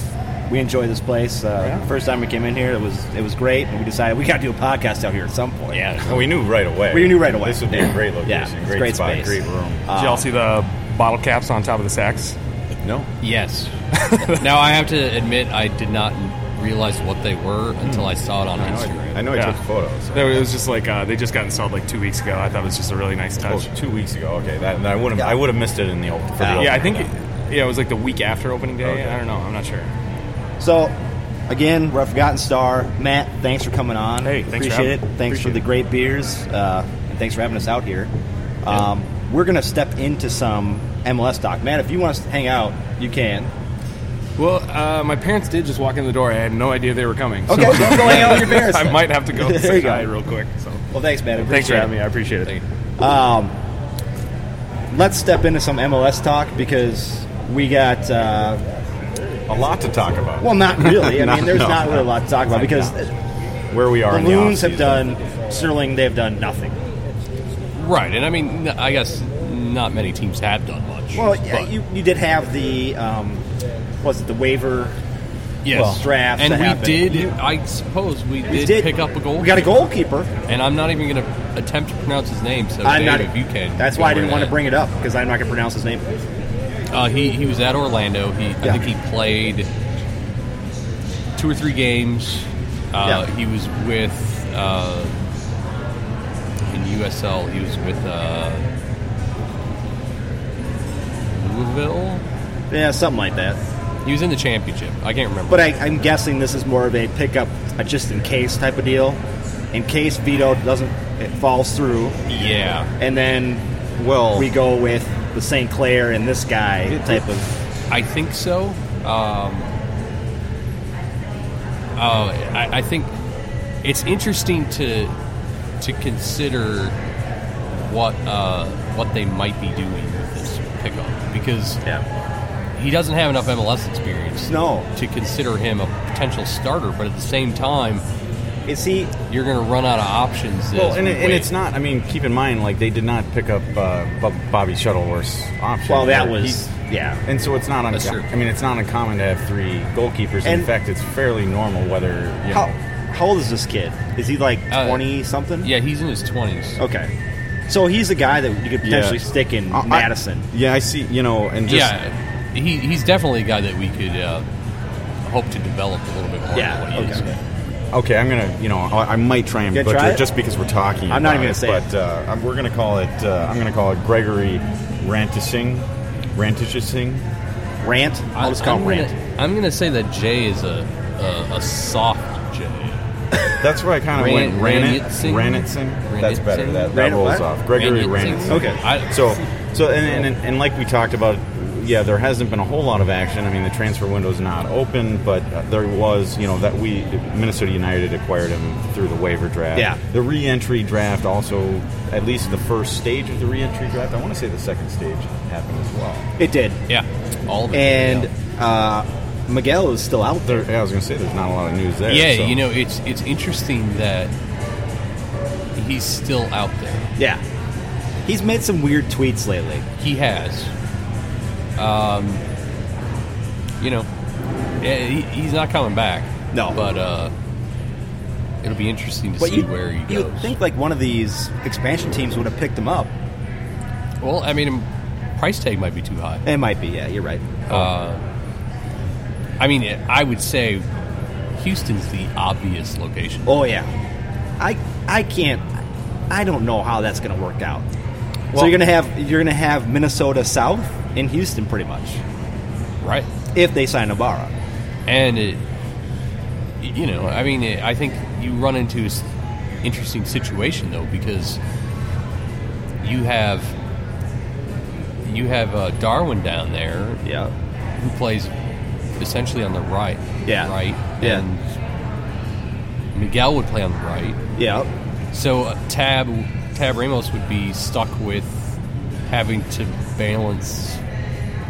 [SPEAKER 2] we enjoy this place. Uh,
[SPEAKER 3] Yeah.
[SPEAKER 2] First time we came in here, it was it was great, and we decided we got to do a podcast out here at some point.
[SPEAKER 4] Yeah.
[SPEAKER 5] Well, [LAUGHS] we knew right away.
[SPEAKER 2] We knew right away.
[SPEAKER 5] This would be
[SPEAKER 2] Yeah.
[SPEAKER 3] [CLEARS THROAT]
[SPEAKER 5] a great location.
[SPEAKER 2] Yeah, it's
[SPEAKER 5] Great,
[SPEAKER 2] great
[SPEAKER 5] spot.
[SPEAKER 2] space.
[SPEAKER 5] Great room.
[SPEAKER 3] Did y'all see the bottle caps on top of the sacks?
[SPEAKER 5] no.
[SPEAKER 4] Yes. now I have to admit I did not realize what they were until I saw it on Instagram.
[SPEAKER 5] I know I
[SPEAKER 3] Yeah.
[SPEAKER 5] took photos.
[SPEAKER 3] No, it was just like uh, they just got installed like two weeks ago. I thought it was just a really nice
[SPEAKER 5] Oh,
[SPEAKER 3] touch.
[SPEAKER 5] two weeks ago. Okay, that, that I would have. I would have missed it in the old. For the
[SPEAKER 3] Yeah, I
[SPEAKER 5] opening.
[SPEAKER 3] think. It, yeah, it was like the week after opening day. I don't know. I'm not sure.
[SPEAKER 2] So, again, we're a Forgotten Star. Matt, thanks for coming on.
[SPEAKER 3] Hey, thanks for
[SPEAKER 2] appreciate
[SPEAKER 3] having-
[SPEAKER 2] it. Thanks for
[SPEAKER 3] appreciate
[SPEAKER 2] the
[SPEAKER 3] it.
[SPEAKER 2] great beers, uh, and thanks for having us out here. Um,
[SPEAKER 3] [LAUGHS]
[SPEAKER 2] We're gonna step into some MLS talk, Matt. If you want us to hang out, you can.
[SPEAKER 3] Well, uh, my parents did just walk in the door. I had no idea they were coming.
[SPEAKER 2] Okay,
[SPEAKER 3] so
[SPEAKER 2] don't go hang out with your parents.
[SPEAKER 3] [LAUGHS] I
[SPEAKER 2] then.
[SPEAKER 3] might have to
[SPEAKER 2] [LAUGHS]
[SPEAKER 3] go
[SPEAKER 2] There
[SPEAKER 3] say
[SPEAKER 2] you go.
[SPEAKER 3] hi real quick. So
[SPEAKER 2] Well, thanks, man. I
[SPEAKER 3] thanks for
[SPEAKER 2] appreciate it.
[SPEAKER 3] having me. I appreciate it.
[SPEAKER 2] Let's step into some MLS talk because we got uh,
[SPEAKER 5] A lot to talk about.
[SPEAKER 2] well, not
[SPEAKER 3] [LAUGHS]
[SPEAKER 2] really. I
[SPEAKER 5] No,
[SPEAKER 2] mean, there's
[SPEAKER 5] no,
[SPEAKER 2] not really a
[SPEAKER 5] no.
[SPEAKER 2] lot to talk about because
[SPEAKER 5] Where we are
[SPEAKER 2] the
[SPEAKER 5] in the
[SPEAKER 2] Loons have
[SPEAKER 5] offseason.
[SPEAKER 2] done Sterling. They have done nothing.
[SPEAKER 4] Right, and I mean, n- I guess not many teams have done much.
[SPEAKER 2] Well, yeah,
[SPEAKER 4] but-
[SPEAKER 2] you, you did have the um, was it the waiver?
[SPEAKER 4] yes,
[SPEAKER 2] well, drafts
[SPEAKER 4] and
[SPEAKER 2] that
[SPEAKER 4] we
[SPEAKER 2] happen.
[SPEAKER 4] did.
[SPEAKER 2] You-
[SPEAKER 4] I suppose we did,
[SPEAKER 2] We
[SPEAKER 4] pick up a goal.
[SPEAKER 2] We got a goalkeeper.
[SPEAKER 4] and I'm not even going to attempt to pronounce his name. So
[SPEAKER 2] I'm
[SPEAKER 4] Dave,
[SPEAKER 2] not. e-
[SPEAKER 4] if you can,
[SPEAKER 2] that's why I
[SPEAKER 4] go
[SPEAKER 2] didn't
[SPEAKER 4] over
[SPEAKER 2] want to
[SPEAKER 4] that.
[SPEAKER 2] bring it up because I'm not going to pronounce his name.
[SPEAKER 4] Uh, he he was at Orlando. He
[SPEAKER 2] Yeah.
[SPEAKER 4] I think he played two or three games. Uh,
[SPEAKER 2] Yeah.
[SPEAKER 4] He was with uh, in USL. He was with uh, Louisville.
[SPEAKER 2] Yeah, something like that.
[SPEAKER 4] He was in the championship. I can't remember.
[SPEAKER 2] But I, I'm guessing this is more of a pickup, a just in case type of deal. In case Vito doesn't, it falls through,
[SPEAKER 4] yeah,
[SPEAKER 2] and then
[SPEAKER 5] well.
[SPEAKER 2] we go with the St. Clair and this guy type of.
[SPEAKER 4] I think so. Um, uh, I, I think it's interesting to to consider what uh, what they might be doing with this pickup because
[SPEAKER 2] Yeah.
[SPEAKER 4] he doesn't have enough MLS experience
[SPEAKER 2] No.
[SPEAKER 4] to consider him a potential starter. But at the same time,
[SPEAKER 2] Is he?
[SPEAKER 4] you're going to run out of options.
[SPEAKER 5] Well,
[SPEAKER 4] as
[SPEAKER 5] and,
[SPEAKER 4] we
[SPEAKER 5] it, and
[SPEAKER 4] wait.
[SPEAKER 5] it's not. I mean, keep in mind, like they did not pick up uh, Bob- Bobby Shuttleworth's option.
[SPEAKER 2] Well, that
[SPEAKER 5] He-
[SPEAKER 2] was yeah.
[SPEAKER 5] and so it's not
[SPEAKER 4] That's true.
[SPEAKER 5] uncommon. I mean, it's not uncommon to have three goalkeepers.
[SPEAKER 2] And-
[SPEAKER 5] in fact, it's fairly normal whether you
[SPEAKER 2] How
[SPEAKER 5] know,
[SPEAKER 2] how old is this kid? Is he like
[SPEAKER 4] Uh,
[SPEAKER 2] twenty something?
[SPEAKER 4] Yeah, he's in his twenties.
[SPEAKER 2] Okay. So he's a guy that you could potentially stick in
[SPEAKER 5] I- I-
[SPEAKER 2] Madison.
[SPEAKER 5] yeah, I see. You know, and just
[SPEAKER 4] yeah, he, he's definitely a guy that we could uh, hope to develop a little bit more.
[SPEAKER 2] Yeah,
[SPEAKER 4] than what he is.
[SPEAKER 2] okay.
[SPEAKER 5] okay, I'm gonna. You know, I, I might try and
[SPEAKER 2] Yeah,
[SPEAKER 5] butcher
[SPEAKER 2] try it.
[SPEAKER 5] it just because we're talking.
[SPEAKER 2] I'm not
[SPEAKER 5] about
[SPEAKER 2] even gonna
[SPEAKER 5] it,
[SPEAKER 2] say
[SPEAKER 5] but uh, I'm- we're gonna call it. Uh, I'm gonna call it Gregory Rantising. Rantising.
[SPEAKER 2] Rant. I'll just call
[SPEAKER 4] I'm
[SPEAKER 2] him
[SPEAKER 4] gonna,
[SPEAKER 2] Rant.
[SPEAKER 4] I'm gonna say that J is a a, a soft J.
[SPEAKER 5] That's where I kind of went. Ranit.
[SPEAKER 4] Ranitsing?
[SPEAKER 5] Ranitsing. That's better. That, that
[SPEAKER 2] Ranit
[SPEAKER 5] rolls
[SPEAKER 2] what?
[SPEAKER 5] off. Gregory
[SPEAKER 4] Ranitsing?
[SPEAKER 5] Ranitsing.
[SPEAKER 2] Okay.
[SPEAKER 4] I-
[SPEAKER 5] So, so, and, and, and like we talked about, yeah, there hasn't been a whole lot of action. I mean, the transfer window's not open, but uh, there was, you know, that we Minnesota United acquired him through the waiver draft.
[SPEAKER 2] Yeah.
[SPEAKER 5] the re-entry draft also, at least the first stage of the re-entry draft. I want to say the second stage happened as well.
[SPEAKER 2] It did.
[SPEAKER 4] yeah, all of it.
[SPEAKER 2] And
[SPEAKER 4] yeah.
[SPEAKER 2] uh, Miguel is still out there.
[SPEAKER 5] There, yeah, I was going to say there's not a lot of news there.
[SPEAKER 4] yeah,
[SPEAKER 5] so.
[SPEAKER 4] you know, it's it's interesting that he's still out there.
[SPEAKER 2] Yeah. He's made some weird tweets lately.
[SPEAKER 4] He has, um, you know, yeah, he, he's not coming back.
[SPEAKER 2] No.
[SPEAKER 4] but uh, it'll be interesting to
[SPEAKER 2] But
[SPEAKER 4] see
[SPEAKER 2] you,
[SPEAKER 4] where he
[SPEAKER 2] you
[SPEAKER 4] goes.
[SPEAKER 2] would think like one of these expansion teams would have picked him up.
[SPEAKER 4] well, I mean, price tag might be too high.
[SPEAKER 2] It might be. Yeah, you're right.
[SPEAKER 4] I mean, I would say Houston's the obvious location.
[SPEAKER 2] Oh yeah. I I can't. I don't know how that's going to work out. so
[SPEAKER 4] Well-
[SPEAKER 2] you're gonna have you're gonna have Minnesota South in Houston pretty much
[SPEAKER 4] Right.
[SPEAKER 2] if they sign Ibarra.
[SPEAKER 4] And it, you know, I mean, it, I think you run into an interesting situation though because you have you have uh, Darwin down there
[SPEAKER 2] Yeah.
[SPEAKER 4] who plays essentially on the right.
[SPEAKER 2] Yeah.
[SPEAKER 4] Right.
[SPEAKER 2] Yeah.
[SPEAKER 4] And Miguel would play on the right.
[SPEAKER 2] Yeah.
[SPEAKER 4] So uh, Tab Tab Ramos would be stuck with having to balance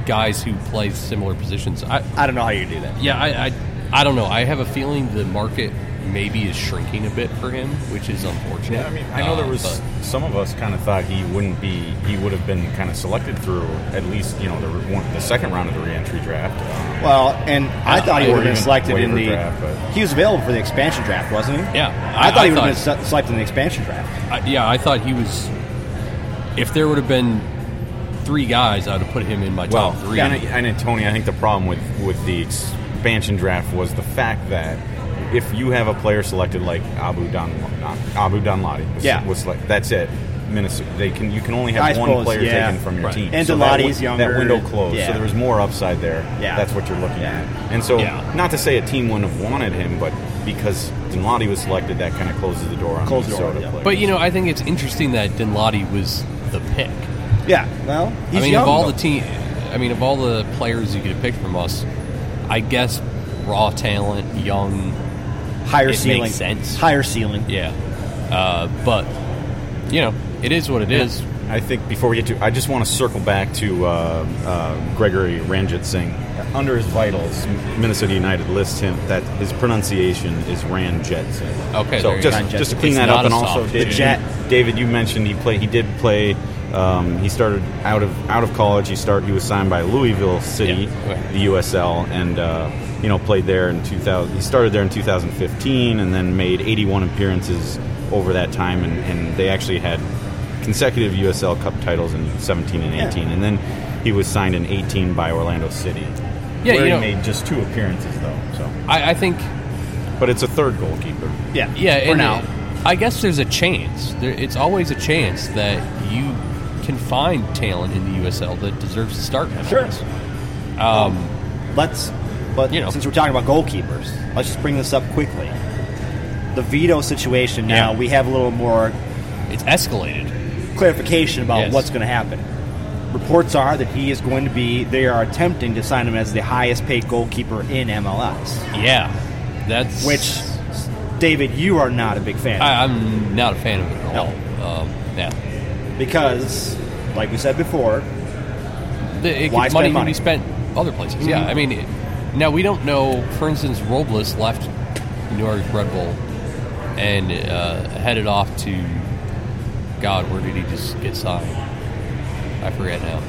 [SPEAKER 4] guys who play similar positions. I
[SPEAKER 2] I don't know how you do that.
[SPEAKER 4] yeah, I, I I don't know. I have a feeling the market maybe is shrinking a bit for him, which is unfortunate.
[SPEAKER 5] Yeah, I mean, I know
[SPEAKER 4] Uh,
[SPEAKER 5] there was
[SPEAKER 4] but-
[SPEAKER 5] some of us kind of thought he wouldn't be. He would have been kind of selected through at least you know the re- one, the second round of the reentry draft.
[SPEAKER 2] Well, and I thought he
[SPEAKER 5] I
[SPEAKER 2] would have been
[SPEAKER 5] would've
[SPEAKER 2] selected in
[SPEAKER 5] waiver
[SPEAKER 2] the.
[SPEAKER 5] draft, but-
[SPEAKER 2] He was available for the expansion draft, wasn't he?
[SPEAKER 4] Yeah,
[SPEAKER 2] I,
[SPEAKER 4] I-
[SPEAKER 2] thought
[SPEAKER 4] I
[SPEAKER 2] he would have
[SPEAKER 4] thought-
[SPEAKER 2] been se- selected in the expansion draft.
[SPEAKER 4] I, yeah, I thought he was. If there would have been three guys, I'd have put him in my
[SPEAKER 5] Well,
[SPEAKER 4] top three.
[SPEAKER 5] and, and Tony, I think the problem with with the expansion draft was the fact that if you have a player selected like Abu Don Abu Donladi, was,
[SPEAKER 2] Yeah.
[SPEAKER 5] was like that's it. Minnesota, they can you can only have
[SPEAKER 2] I
[SPEAKER 5] one
[SPEAKER 2] suppose,
[SPEAKER 5] player
[SPEAKER 2] yeah.
[SPEAKER 5] taken from your
[SPEAKER 4] Right.
[SPEAKER 5] team.
[SPEAKER 2] And
[SPEAKER 5] that
[SPEAKER 2] Donladi's
[SPEAKER 5] win-
[SPEAKER 2] younger,
[SPEAKER 5] That window closed,
[SPEAKER 2] yeah.
[SPEAKER 5] so there was more upside there.
[SPEAKER 2] Yeah.
[SPEAKER 5] that's what you're looking
[SPEAKER 2] Yeah.
[SPEAKER 5] at. And so,
[SPEAKER 4] Yeah.
[SPEAKER 5] not to say a team wouldn't have wanted him, but because Donladi was selected, that kind of closes the door on
[SPEAKER 2] Closed the door,
[SPEAKER 5] Minnesota
[SPEAKER 2] yeah.
[SPEAKER 5] players.
[SPEAKER 4] but you know, I think it's interesting that Dinladi was the pick.
[SPEAKER 2] Yeah. Well, he's
[SPEAKER 4] I mean,
[SPEAKER 2] young.
[SPEAKER 4] of all
[SPEAKER 2] though.
[SPEAKER 4] the team, I mean, of all the players you could have picked from us, I guess raw talent, young.
[SPEAKER 2] Higher
[SPEAKER 4] It makes
[SPEAKER 2] ceiling.
[SPEAKER 4] sense.
[SPEAKER 2] Higher ceiling.
[SPEAKER 4] Yeah. Uh, but, you know, it is what it is.
[SPEAKER 5] I think before we get to, I just want to circle back to uh, uh, Gregory Ranjit Singh. Under his vitals, Minnesota United lists him that his pronunciation is Ranjit Singh.
[SPEAKER 4] Okay,
[SPEAKER 5] so
[SPEAKER 4] there you
[SPEAKER 5] just
[SPEAKER 4] go.
[SPEAKER 5] just to clean
[SPEAKER 4] It's
[SPEAKER 5] that
[SPEAKER 4] not
[SPEAKER 5] up, and
[SPEAKER 4] a
[SPEAKER 5] also
[SPEAKER 4] soft
[SPEAKER 5] did
[SPEAKER 4] G.
[SPEAKER 5] Jet, David, you mentioned he played. He did play. Um, he started out of out of college. He started. He was signed by Louisville City,
[SPEAKER 4] Yeah, right.
[SPEAKER 5] the USL, and uh, you know played there in 2000. He started there in 2015, and then made 81 appearances over that time, and, and they actually had consecutive USL Cup titles in 17 and 18, and then he was signed in 18 by Orlando City. where
[SPEAKER 4] Yeah, you
[SPEAKER 5] he
[SPEAKER 4] know-
[SPEAKER 5] made just two appearances though. So,
[SPEAKER 4] I, I think,
[SPEAKER 5] but it's a third goalkeeper.
[SPEAKER 2] Yeah.
[SPEAKER 4] yeah.
[SPEAKER 2] For
[SPEAKER 4] and
[SPEAKER 2] now.
[SPEAKER 4] I guess there's a chance. There, it's always a chance that you can find talent in the USL that deserves to start.
[SPEAKER 2] Sure.
[SPEAKER 4] Um,
[SPEAKER 2] Let's, but
[SPEAKER 4] You know.
[SPEAKER 2] since we're talking about goalkeepers, let's just bring this up quickly. The veto situation now,
[SPEAKER 4] Yeah.
[SPEAKER 2] we have a little more
[SPEAKER 4] it's escalated.
[SPEAKER 2] clarification about
[SPEAKER 4] Yes.
[SPEAKER 2] what's going to happen. Reports are that he is going to be, they are attempting to sign him as the highest paid goalkeeper in MLS,
[SPEAKER 4] Yeah. That's.
[SPEAKER 2] which, David, you are not a big fan of
[SPEAKER 4] I, I'm not a fan of it at all. Um, yeah.
[SPEAKER 2] because, like we said before,
[SPEAKER 4] The, it
[SPEAKER 2] Why
[SPEAKER 4] could,
[SPEAKER 2] spend money?
[SPEAKER 4] money, can
[SPEAKER 2] Mm-hmm.
[SPEAKER 4] be spent other places. Yeah, I mean, it, now we don't know. For instance, Robles left New York Red Bull and uh, headed off to God. Where did he just get signed? I forget now.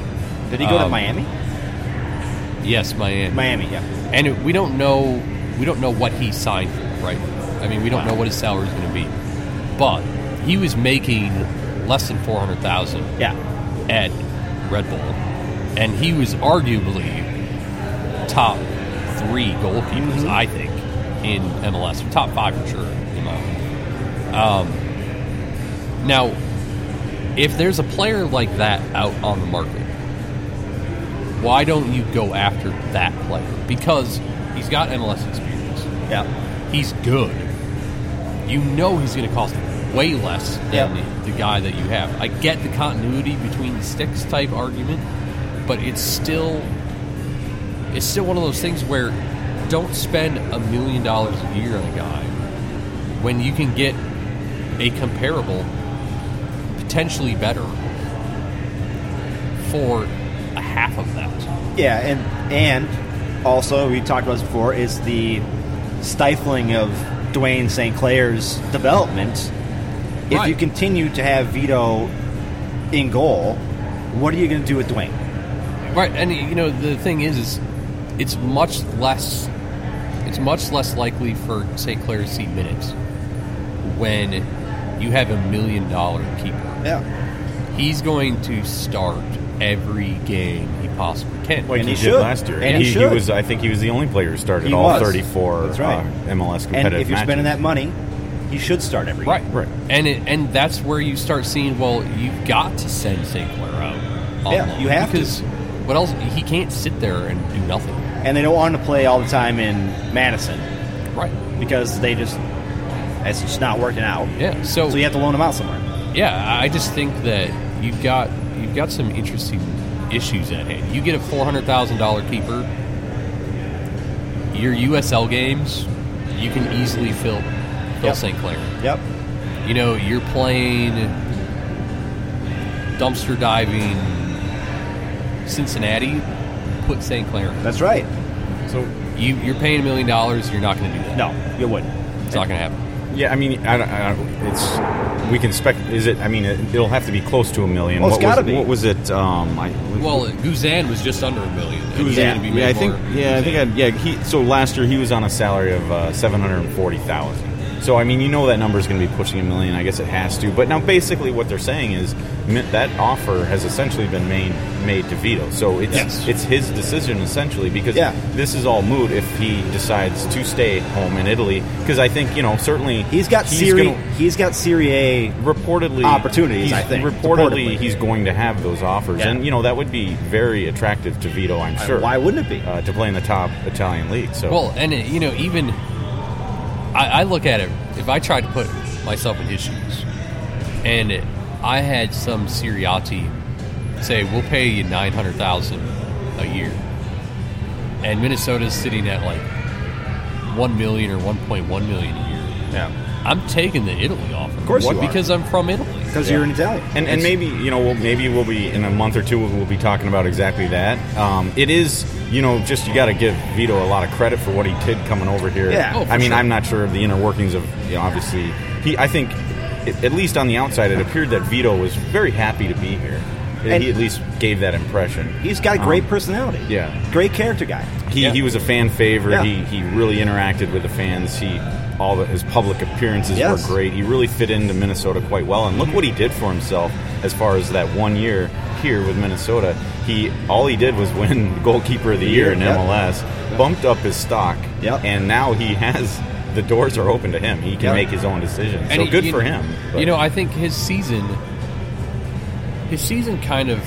[SPEAKER 2] did he go to
[SPEAKER 4] Um,
[SPEAKER 2] Miami?
[SPEAKER 4] Yes, Miami.
[SPEAKER 2] Miami, yeah.
[SPEAKER 4] And it, we don't know. We don't know what he signed for, right? I mean, we don't know what his salary is going to be. But he was making less than four hundred thousand.
[SPEAKER 2] Yeah.
[SPEAKER 4] at Red Bull, and he was arguably top three goalkeepers, I think, in MLS, top five for sure. You know, um, now if there's a player like that out on the market, why don't you go after that player? Because he's got MLS experience,
[SPEAKER 2] Yeah.
[SPEAKER 4] he's good. You know he's going to cost way less than
[SPEAKER 2] Yep.
[SPEAKER 4] the, the guy that you have. I get the continuity between the sticks type argument, but it's still it's still one of those things where don't spend a million dollars a year on a guy when you can get a comparable, potentially better, for a half of that.
[SPEAKER 2] Yeah, and and also we talked about this before is the stifling of Dwayne St. Clair's development. If you
[SPEAKER 4] Right.
[SPEAKER 2] continue to have Vito in goal, what are you going to do with Dwayne?
[SPEAKER 4] Right, and you know the thing is, is it's much less, it's much less likely for St. Clair to see minutes when you have a million dollar keeper.
[SPEAKER 2] Yeah,
[SPEAKER 4] He's going to start every game he possibly can.
[SPEAKER 5] Like
[SPEAKER 2] And
[SPEAKER 5] he,
[SPEAKER 2] he
[SPEAKER 5] did
[SPEAKER 2] should.
[SPEAKER 5] last year.
[SPEAKER 2] And he should.
[SPEAKER 5] was. I think he was the only player who started
[SPEAKER 2] He
[SPEAKER 5] all
[SPEAKER 2] was.
[SPEAKER 5] 34
[SPEAKER 2] That's right.
[SPEAKER 5] uh, MLS competitive
[SPEAKER 2] and if you're
[SPEAKER 5] matches.
[SPEAKER 2] spending that money, you should start every
[SPEAKER 4] Right,
[SPEAKER 2] game.
[SPEAKER 5] Right.
[SPEAKER 4] and it, and that's where you start seeing. Well, you've got to send St. Clair out. on
[SPEAKER 2] Yeah,
[SPEAKER 4] loan
[SPEAKER 2] you have to.
[SPEAKER 4] because what else? He can't sit there and do nothing.
[SPEAKER 2] And they don't want to play all the time in Madison
[SPEAKER 4] Right.
[SPEAKER 2] because they just it's just not working out.
[SPEAKER 4] Yeah. So
[SPEAKER 2] So you have to loan them out somewhere.
[SPEAKER 4] Yeah, I just think that you've got you've got some interesting issues at hand. You get a four hundred thousand dollar keeper. Your USL games, you can easily fill fill
[SPEAKER 2] Yep.
[SPEAKER 4] St. Clair.
[SPEAKER 2] Yep.
[SPEAKER 4] You know, you're playing dumpster diving Cincinnati. Put St. Clair. in.
[SPEAKER 2] That's right.
[SPEAKER 5] So
[SPEAKER 4] You, you're paying a million dollars. You're not going to do that.
[SPEAKER 2] No, you wouldn't.
[SPEAKER 4] it's not going to happen.
[SPEAKER 5] yeah, I mean, I don't, I don't, it's we can spec. Is it? I mean, it, it'll have to be close to a million.
[SPEAKER 2] Well, it's
[SPEAKER 5] what was,
[SPEAKER 2] gotta be.
[SPEAKER 5] What was it? Um, I,
[SPEAKER 4] Well, Guzan was just under a million. and he's
[SPEAKER 5] yeah,
[SPEAKER 4] gonna be
[SPEAKER 5] yeah, I
[SPEAKER 4] made
[SPEAKER 5] think.
[SPEAKER 4] more.
[SPEAKER 5] Yeah, I think.
[SPEAKER 4] Guzan.
[SPEAKER 5] I'd, yeah, he. So last year he was on a salary of uh, seven hundred and forty thousand. So I mean, you know that number is going to be pushing a million. I guess it has to. But now, basically, what they're saying is mi- that offer has essentially been made made to Vito. So it's
[SPEAKER 4] Yes.
[SPEAKER 5] it's his decision essentially because
[SPEAKER 2] Yeah.
[SPEAKER 5] this is all moot if he decides to stay home in Italy. Because I think you know certainly
[SPEAKER 2] He's got
[SPEAKER 5] he's
[SPEAKER 2] Serie.
[SPEAKER 5] gonna-
[SPEAKER 2] he's got Serie A.
[SPEAKER 5] reportedly
[SPEAKER 2] Opportunities,
[SPEAKER 5] he's-
[SPEAKER 2] I think,
[SPEAKER 5] reportedly,
[SPEAKER 2] reportedly.
[SPEAKER 5] he's going to have those offers,
[SPEAKER 2] Yeah.
[SPEAKER 5] and you know that would be very attractive to Vito, I'm sure.
[SPEAKER 2] Why wouldn't it be?
[SPEAKER 5] uh, to play in the top Italian league? So
[SPEAKER 4] Well, and uh, you know, even I, I look at it. If I tried to put myself in his shoes, and it, I had some Siriati say, "We'll pay you nine hundred thousand a year," and Minnesota's sitting at like one million or one point one million a year.
[SPEAKER 3] Yeah.
[SPEAKER 4] I'm taking the Italy offer. Of
[SPEAKER 5] course you are.
[SPEAKER 4] because I'm from Italy.
[SPEAKER 2] because you're an Italian.
[SPEAKER 5] And, and maybe you know, we'll, maybe we'll be in a month or two. We'll, we'll be talking about exactly that. Um, it is, you know, just you got to give Vito a lot of credit for what he did coming over here.
[SPEAKER 2] Yeah. Oh,
[SPEAKER 4] for
[SPEAKER 5] I mean,
[SPEAKER 4] sure.
[SPEAKER 5] I'm not sure of the inner workings of you know, obviously. He, I think, at at least on the outside, it appeared that Vito was very happy to be here.
[SPEAKER 2] And-
[SPEAKER 5] he at least gave that impression.
[SPEAKER 2] He's got a great
[SPEAKER 5] Um,
[SPEAKER 2] personality.
[SPEAKER 5] yeah.
[SPEAKER 2] Great character guy.
[SPEAKER 5] He,
[SPEAKER 4] Yeah.
[SPEAKER 5] he was a fan favorite.
[SPEAKER 2] Yeah.
[SPEAKER 5] He, he really interacted with the fans. He all the, his public appearances
[SPEAKER 2] Yes. Mm-hmm.
[SPEAKER 5] were great. He really fit into Minnesota quite well. And look what he did for himself as far as that one year here with Minnesota. He all he did was win [LAUGHS] goalkeeper of the year in
[SPEAKER 2] yeah.
[SPEAKER 5] MLS, bumped up his stock,
[SPEAKER 2] Yep.
[SPEAKER 5] and now he [LAUGHS] has the doors are open to him. He can
[SPEAKER 2] Yeah.
[SPEAKER 5] make his own decisions.
[SPEAKER 4] And
[SPEAKER 5] so
[SPEAKER 4] he-
[SPEAKER 5] good
[SPEAKER 4] you-
[SPEAKER 5] for him. But-
[SPEAKER 4] You know, I think his season, his season kind of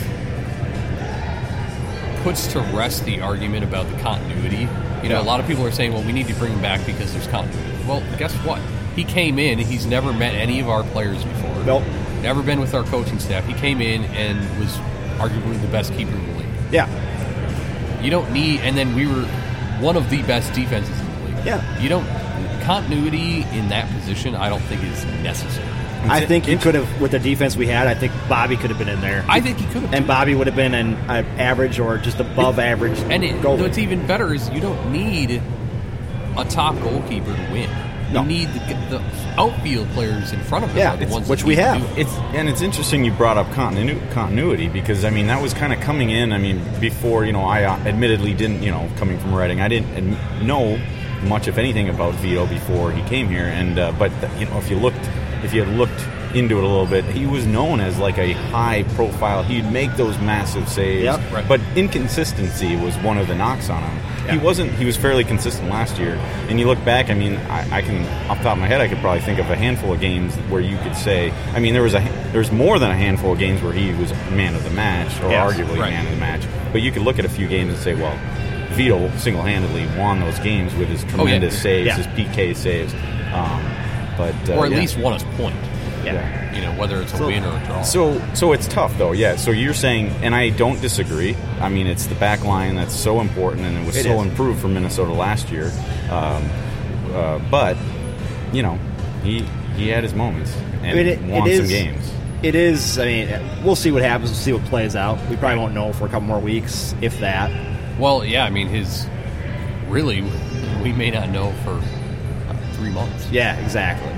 [SPEAKER 4] puts to rest the argument about the continuity. You know, a lot of people are saying, "Well, we need to bring him back because there's continuity." Well, guess what? He came in. He's never met any of our players before.
[SPEAKER 2] Nope.
[SPEAKER 4] Never been with our coaching staff. He came in and was arguably the best keeper in the league.
[SPEAKER 2] Yeah.
[SPEAKER 4] You don't need, and then we were one of the best defenses in the league.
[SPEAKER 2] Yeah.
[SPEAKER 4] You don't continuity in that position. I don't think is necessary.
[SPEAKER 2] I think he could have, with the defense we had, I think Bobby could have been in there.
[SPEAKER 4] I think he could have.
[SPEAKER 2] and Bobby would have been an uh, average or just above average
[SPEAKER 4] And it,
[SPEAKER 2] goalie.
[SPEAKER 4] what's even better is you don't need a top goalkeeper to win.
[SPEAKER 2] No.
[SPEAKER 4] You need the, the outfield players in front of him,
[SPEAKER 2] Yeah,
[SPEAKER 4] are the
[SPEAKER 2] it's-
[SPEAKER 4] ones
[SPEAKER 2] which
[SPEAKER 4] that
[SPEAKER 2] we
[SPEAKER 4] need to
[SPEAKER 2] have.
[SPEAKER 4] do it.
[SPEAKER 5] Um, It's and it's interesting you brought up continu- continuity because I mean that was kind of coming in. I mean before you know I uh, admittedly didn't you know coming from Reading I didn't ad- know much if anything about Vito before he came here. And uh, but you know if you looked if you had looked into it a little bit, he was known as like a high profile. He'd make those massive saves,
[SPEAKER 2] Yep.
[SPEAKER 4] Right.
[SPEAKER 5] but inconsistency was one of the knocks on him. He wasn't. He was fairly consistent last year. And you look back. I mean, I, I can off the top of my head, I could probably think of a handful of games where you could say. I mean, there was a there was more than a handful of games where he was man of the match or
[SPEAKER 2] Yes.
[SPEAKER 5] arguably
[SPEAKER 4] Right.
[SPEAKER 5] man of the match. But you could look at a few games and say, well, Vito single handedly won those games with his
[SPEAKER 4] Oh, yeah.
[SPEAKER 5] tremendous saves,
[SPEAKER 2] Yeah.
[SPEAKER 5] his PK saves. Um, but uh,
[SPEAKER 4] or at
[SPEAKER 5] yeah.
[SPEAKER 4] least won us point.
[SPEAKER 2] Yeah.
[SPEAKER 4] You know, whether it's a win or a draw.
[SPEAKER 5] So, so it's tough though, yeah. So you're saying, and I don't disagree. I mean, it's the back line that's so important, and it was
[SPEAKER 2] It
[SPEAKER 5] so
[SPEAKER 2] is.
[SPEAKER 5] improved for Minnesota last year. Um, uh, but you know, he he had his moments and
[SPEAKER 2] I mean, it,
[SPEAKER 5] won
[SPEAKER 2] it
[SPEAKER 5] some
[SPEAKER 2] is-
[SPEAKER 5] games.
[SPEAKER 2] It is. I mean, we'll see what happens. We'll see what plays out. We probably won't know for a couple more weeks, if that.
[SPEAKER 4] well, yeah, I mean, his really, we may not know for uh, three months.
[SPEAKER 2] Yeah, exactly.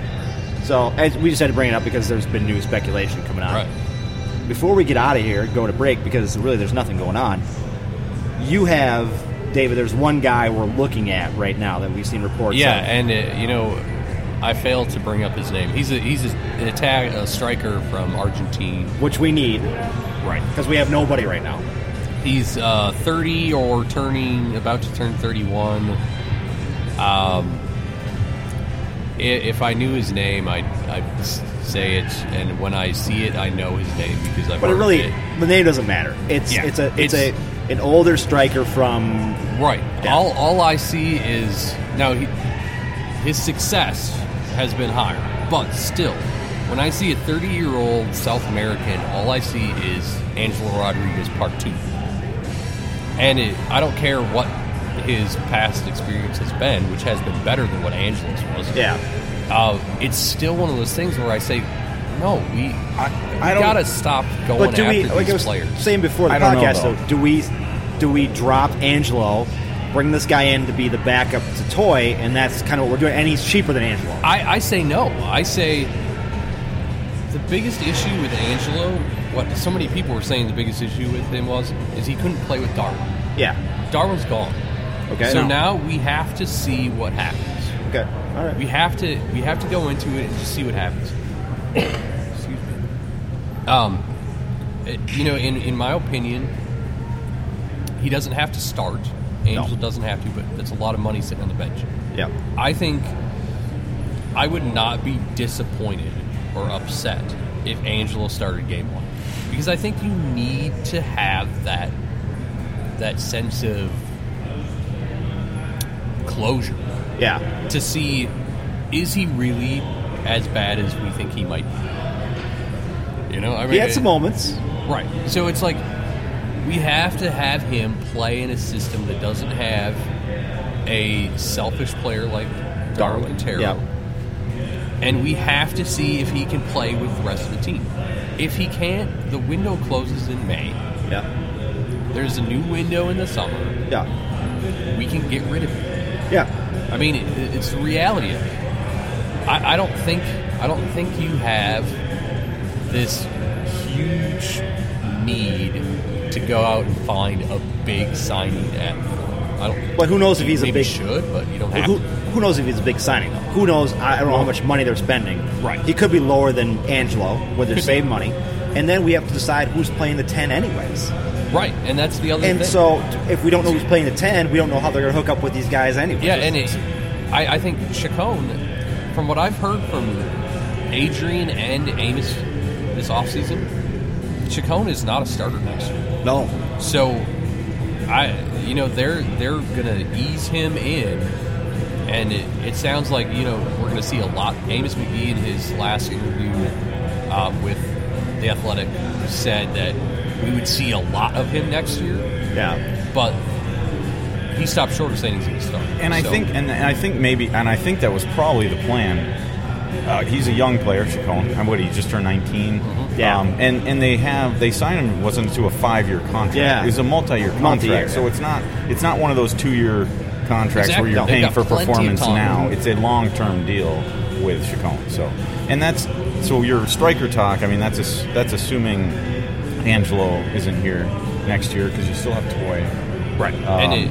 [SPEAKER 2] So as we just had to bring it up because there's been new speculation coming out.
[SPEAKER 4] Right.
[SPEAKER 2] Before we get out of here, go to break because really there's nothing going on. You have David. There's one guy we're looking at right now that we've seen reports.
[SPEAKER 4] Yeah,
[SPEAKER 2] of.
[SPEAKER 4] and uh, you know, I failed to bring up his name. He's a he's a, an attack a striker from Argentina.
[SPEAKER 2] which we need
[SPEAKER 4] Right.
[SPEAKER 2] because we have nobody right now.
[SPEAKER 4] He's uh, 30 or turning, about to turn 31. Um, i- if I knew his name, I'd, I'd s- say it, and when I see it, I know his name because I've
[SPEAKER 2] But it
[SPEAKER 4] heard of
[SPEAKER 2] really, the name doesn't matter. It's
[SPEAKER 4] Yeah.
[SPEAKER 2] it's a it's,
[SPEAKER 4] It's-
[SPEAKER 2] a an older striker from
[SPEAKER 4] Right.
[SPEAKER 2] Yeah.
[SPEAKER 4] All, all I see is now he, his success has been higher, but still, when I see a 30 year old South American, all I see is Angelo Rodriguez Part Two, and it, I don't care what his past experience has been, which has been better than what Angelo's was.
[SPEAKER 2] yeah.
[SPEAKER 4] Uh, it's still one of those things where I say, no, we,
[SPEAKER 5] I,
[SPEAKER 4] we gotta stop going
[SPEAKER 2] But do
[SPEAKER 4] after
[SPEAKER 2] we?
[SPEAKER 4] these
[SPEAKER 2] Like I was
[SPEAKER 4] players.
[SPEAKER 2] saying before the
[SPEAKER 5] I don't know,
[SPEAKER 2] podcast,
[SPEAKER 5] though.
[SPEAKER 2] though, do we do we drop Angelo, bring this guy in to be the backup to Toy, and that's kind of what we're doing? And he's cheaper than Angelo.
[SPEAKER 4] I, I say no. I say the biggest issue with Angelo, what so many people were saying the biggest issue with him was, is he couldn't play with Darwin.
[SPEAKER 2] yeah.
[SPEAKER 4] Darwin's gone.
[SPEAKER 2] Okay.
[SPEAKER 4] So
[SPEAKER 2] No.
[SPEAKER 4] now we have to see what happens.
[SPEAKER 2] Okay. All right.
[SPEAKER 4] We have to we have to go into it and just see what happens. Excuse me. Um, it- you know, in in my opinion, he doesn't have to start. Angel doesn't have to, but that's a lot of money sitting on the bench.
[SPEAKER 2] Yeah.
[SPEAKER 4] I think I would not be disappointed or upset if Angelo started game one because I think you need to have that that sense of closure
[SPEAKER 2] Yeah.
[SPEAKER 4] to see is he really as bad as we think he might be. You know, I mean,
[SPEAKER 2] He had some moments.
[SPEAKER 4] right? So it's like we have to have him play in a system that doesn't have a selfish player like Darwin Quintero.
[SPEAKER 2] Yeah.
[SPEAKER 4] And we have to see if he can play with the rest of the team. If he can't, the window closes in May.
[SPEAKER 2] Yeah.
[SPEAKER 4] There's a new window in the summer.
[SPEAKER 2] Yeah.
[SPEAKER 4] We can get rid of him.
[SPEAKER 2] Yeah.
[SPEAKER 4] I mean, it, it's the reality of it. I, I don't think I don't think you have this huge need to go out and find a big signing at. I don't.
[SPEAKER 2] But who knows if he's a
[SPEAKER 4] maybe
[SPEAKER 2] big-
[SPEAKER 4] should, but you don't have.
[SPEAKER 2] Who,
[SPEAKER 4] to.
[SPEAKER 2] who knows if it's a big signing though? Who knows? I I don't know how much money they're spending.
[SPEAKER 3] Right.
[SPEAKER 2] He could be lower than Angelo, where they're saving money, and then we have to decide who's playing the ten anyways.
[SPEAKER 4] Right, and that's the other
[SPEAKER 2] And
[SPEAKER 4] thing.
[SPEAKER 2] so, if we don't know who's playing the ten, we don't know how they're going to hook up with these guys anyway.
[SPEAKER 4] Yeah, and it, I, I think Chacon, from what I've heard from Adrian and Amos this offseason, Chacon is not a starter next year.
[SPEAKER 2] No.
[SPEAKER 4] So, I, you know, they're they're gonna ease him in, and it, it sounds like you know we're gonna see a lot. Amos McGee in his last interview uh, with the Athletic said that we would see a lot of him next year,
[SPEAKER 2] Yeah.
[SPEAKER 4] but he stopped short of saying he's gonna start.
[SPEAKER 5] and I
[SPEAKER 4] So-
[SPEAKER 5] think and, and I think maybe and I think that was probably the plan. Uh, he's a young player, Chacon. And What he just turned 19
[SPEAKER 4] Mm-hmm.
[SPEAKER 2] Yeah.
[SPEAKER 5] Um, and and they have they signed him wasn't to a five year contract.
[SPEAKER 2] Yeah.
[SPEAKER 5] it was a multi year contract.
[SPEAKER 2] Multi-year,
[SPEAKER 5] So
[SPEAKER 2] yeah.
[SPEAKER 5] it's not it's not one of those two year contracts
[SPEAKER 4] Exactly.
[SPEAKER 5] where you're
[SPEAKER 4] No.
[SPEAKER 5] paying
[SPEAKER 4] They've
[SPEAKER 5] for
[SPEAKER 4] got plenty of
[SPEAKER 5] performance
[SPEAKER 4] time. Mm-hmm.
[SPEAKER 5] now. It's a long term deal with Chacon. So and that's so your striker talk. I mean that's ass- that's assuming Angelo isn't here next year because you still have Toy.
[SPEAKER 3] Right.
[SPEAKER 4] and it,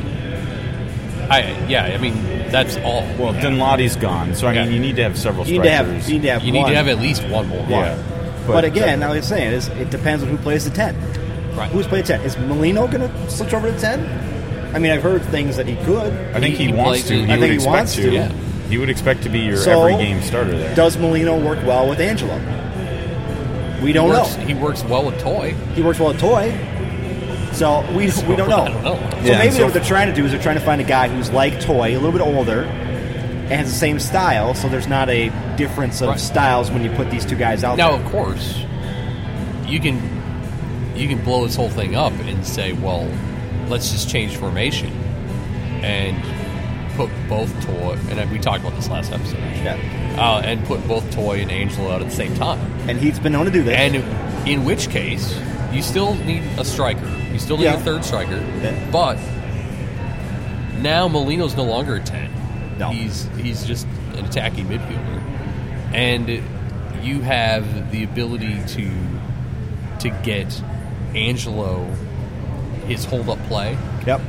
[SPEAKER 5] um,
[SPEAKER 4] I yeah, I mean that's all.
[SPEAKER 5] Well, Dinladi's gone, so I mean
[SPEAKER 4] Yeah.
[SPEAKER 5] you need to have several
[SPEAKER 2] You need to
[SPEAKER 5] strikers.
[SPEAKER 2] have. You need to have.
[SPEAKER 4] you need
[SPEAKER 2] one.
[SPEAKER 4] to have at least one more.
[SPEAKER 5] Yeah. uh,
[SPEAKER 2] But, again, I was saying is it depends on who plays the ten.
[SPEAKER 4] Right.
[SPEAKER 2] Who's playing ten? Is Molino going to switch over to ten? I mean, I've heard things that he could.
[SPEAKER 5] I think he,
[SPEAKER 4] He- he
[SPEAKER 5] wants
[SPEAKER 4] plays
[SPEAKER 5] to. He
[SPEAKER 4] it. I
[SPEAKER 5] would
[SPEAKER 2] think he
[SPEAKER 5] expect
[SPEAKER 2] wants
[SPEAKER 5] to.
[SPEAKER 2] to.
[SPEAKER 4] Yeah.
[SPEAKER 5] He would expect to be your
[SPEAKER 2] So-
[SPEAKER 5] every game starter there.
[SPEAKER 2] Does Molino work well with Angelo? We
[SPEAKER 4] He
[SPEAKER 2] don't
[SPEAKER 4] works,
[SPEAKER 2] know.
[SPEAKER 4] he works well with Toy.
[SPEAKER 2] He works well with Toy, so we we don't know.
[SPEAKER 4] I don't know.
[SPEAKER 2] So
[SPEAKER 5] Yeah,
[SPEAKER 2] maybe
[SPEAKER 5] and so-
[SPEAKER 2] what they're trying to do is they're trying to find a guy who's like Toy, a little bit older, and has the same style. So there's not a difference of
[SPEAKER 4] Right.
[SPEAKER 2] styles when you put these two guys out.
[SPEAKER 4] Now,
[SPEAKER 2] there.
[SPEAKER 4] of course, you can you can blow this whole thing up and say, well, let's just change formation and put both Toy and we talked about this last episode. actually.
[SPEAKER 2] Yeah.
[SPEAKER 4] Uh, and put both Toy and Angelo out at the same time.
[SPEAKER 2] and he's been known to do this.
[SPEAKER 4] And in which case, you still need a striker. You still need
[SPEAKER 2] Yeah.
[SPEAKER 4] a third striker.
[SPEAKER 2] Yeah.
[SPEAKER 4] But now Molino's no longer a ten.
[SPEAKER 2] No.
[SPEAKER 4] He's he's just an attacking midfielder. And you have the ability to to get Angelo his hold up play
[SPEAKER 2] yep.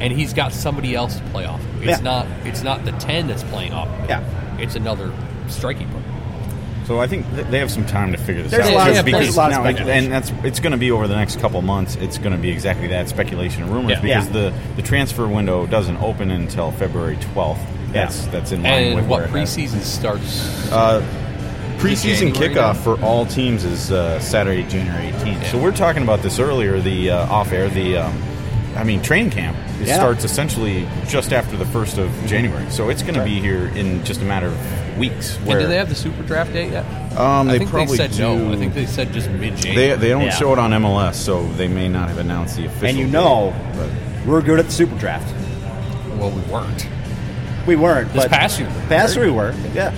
[SPEAKER 4] and he's got somebody else to play off of. It's
[SPEAKER 2] Yeah.
[SPEAKER 4] not it's not the ten that's playing off of.
[SPEAKER 2] Yeah.
[SPEAKER 4] It's another striking player.
[SPEAKER 5] so I think th- they have some time to figure this
[SPEAKER 2] There's
[SPEAKER 5] out.
[SPEAKER 4] a lot
[SPEAKER 5] Because-
[SPEAKER 4] of-
[SPEAKER 5] because
[SPEAKER 4] there's a
[SPEAKER 2] lot of
[SPEAKER 5] now-
[SPEAKER 2] speculation.
[SPEAKER 5] and that's it's going to be over the next couple months. It's going to be exactly that speculation and rumors
[SPEAKER 4] Yeah.
[SPEAKER 5] because
[SPEAKER 2] Yeah.
[SPEAKER 5] the the transfer window doesn't open until February twelfth. That's that's in line with
[SPEAKER 4] And what
[SPEAKER 5] where it has-
[SPEAKER 4] preseason starts
[SPEAKER 5] preseason
[SPEAKER 4] January
[SPEAKER 5] kickoff
[SPEAKER 4] now?
[SPEAKER 5] for all teams is uh, Saturday, January 18th. So we're talking about this earlier. The uh, off air, the um, I mean, train camp it
[SPEAKER 2] Yeah.
[SPEAKER 5] starts essentially just after the first of January. So it's going to be here in just a matter of weeks. Where
[SPEAKER 4] And do they have the super draft date yet?
[SPEAKER 5] Um,
[SPEAKER 4] I
[SPEAKER 5] they
[SPEAKER 4] think
[SPEAKER 5] probably
[SPEAKER 4] they said no.
[SPEAKER 5] do.
[SPEAKER 4] I think they said just mid
[SPEAKER 5] they,
[SPEAKER 4] January.
[SPEAKER 5] they don't
[SPEAKER 2] Yeah.
[SPEAKER 5] show it on MLS, so they may not have announced the official.
[SPEAKER 2] And you
[SPEAKER 5] date,
[SPEAKER 2] know,
[SPEAKER 5] but-
[SPEAKER 2] we're good at the super draft.
[SPEAKER 4] Well, we weren't.
[SPEAKER 2] We weren't.
[SPEAKER 4] This
[SPEAKER 2] but
[SPEAKER 4] past year.
[SPEAKER 2] Past year we were. Yeah.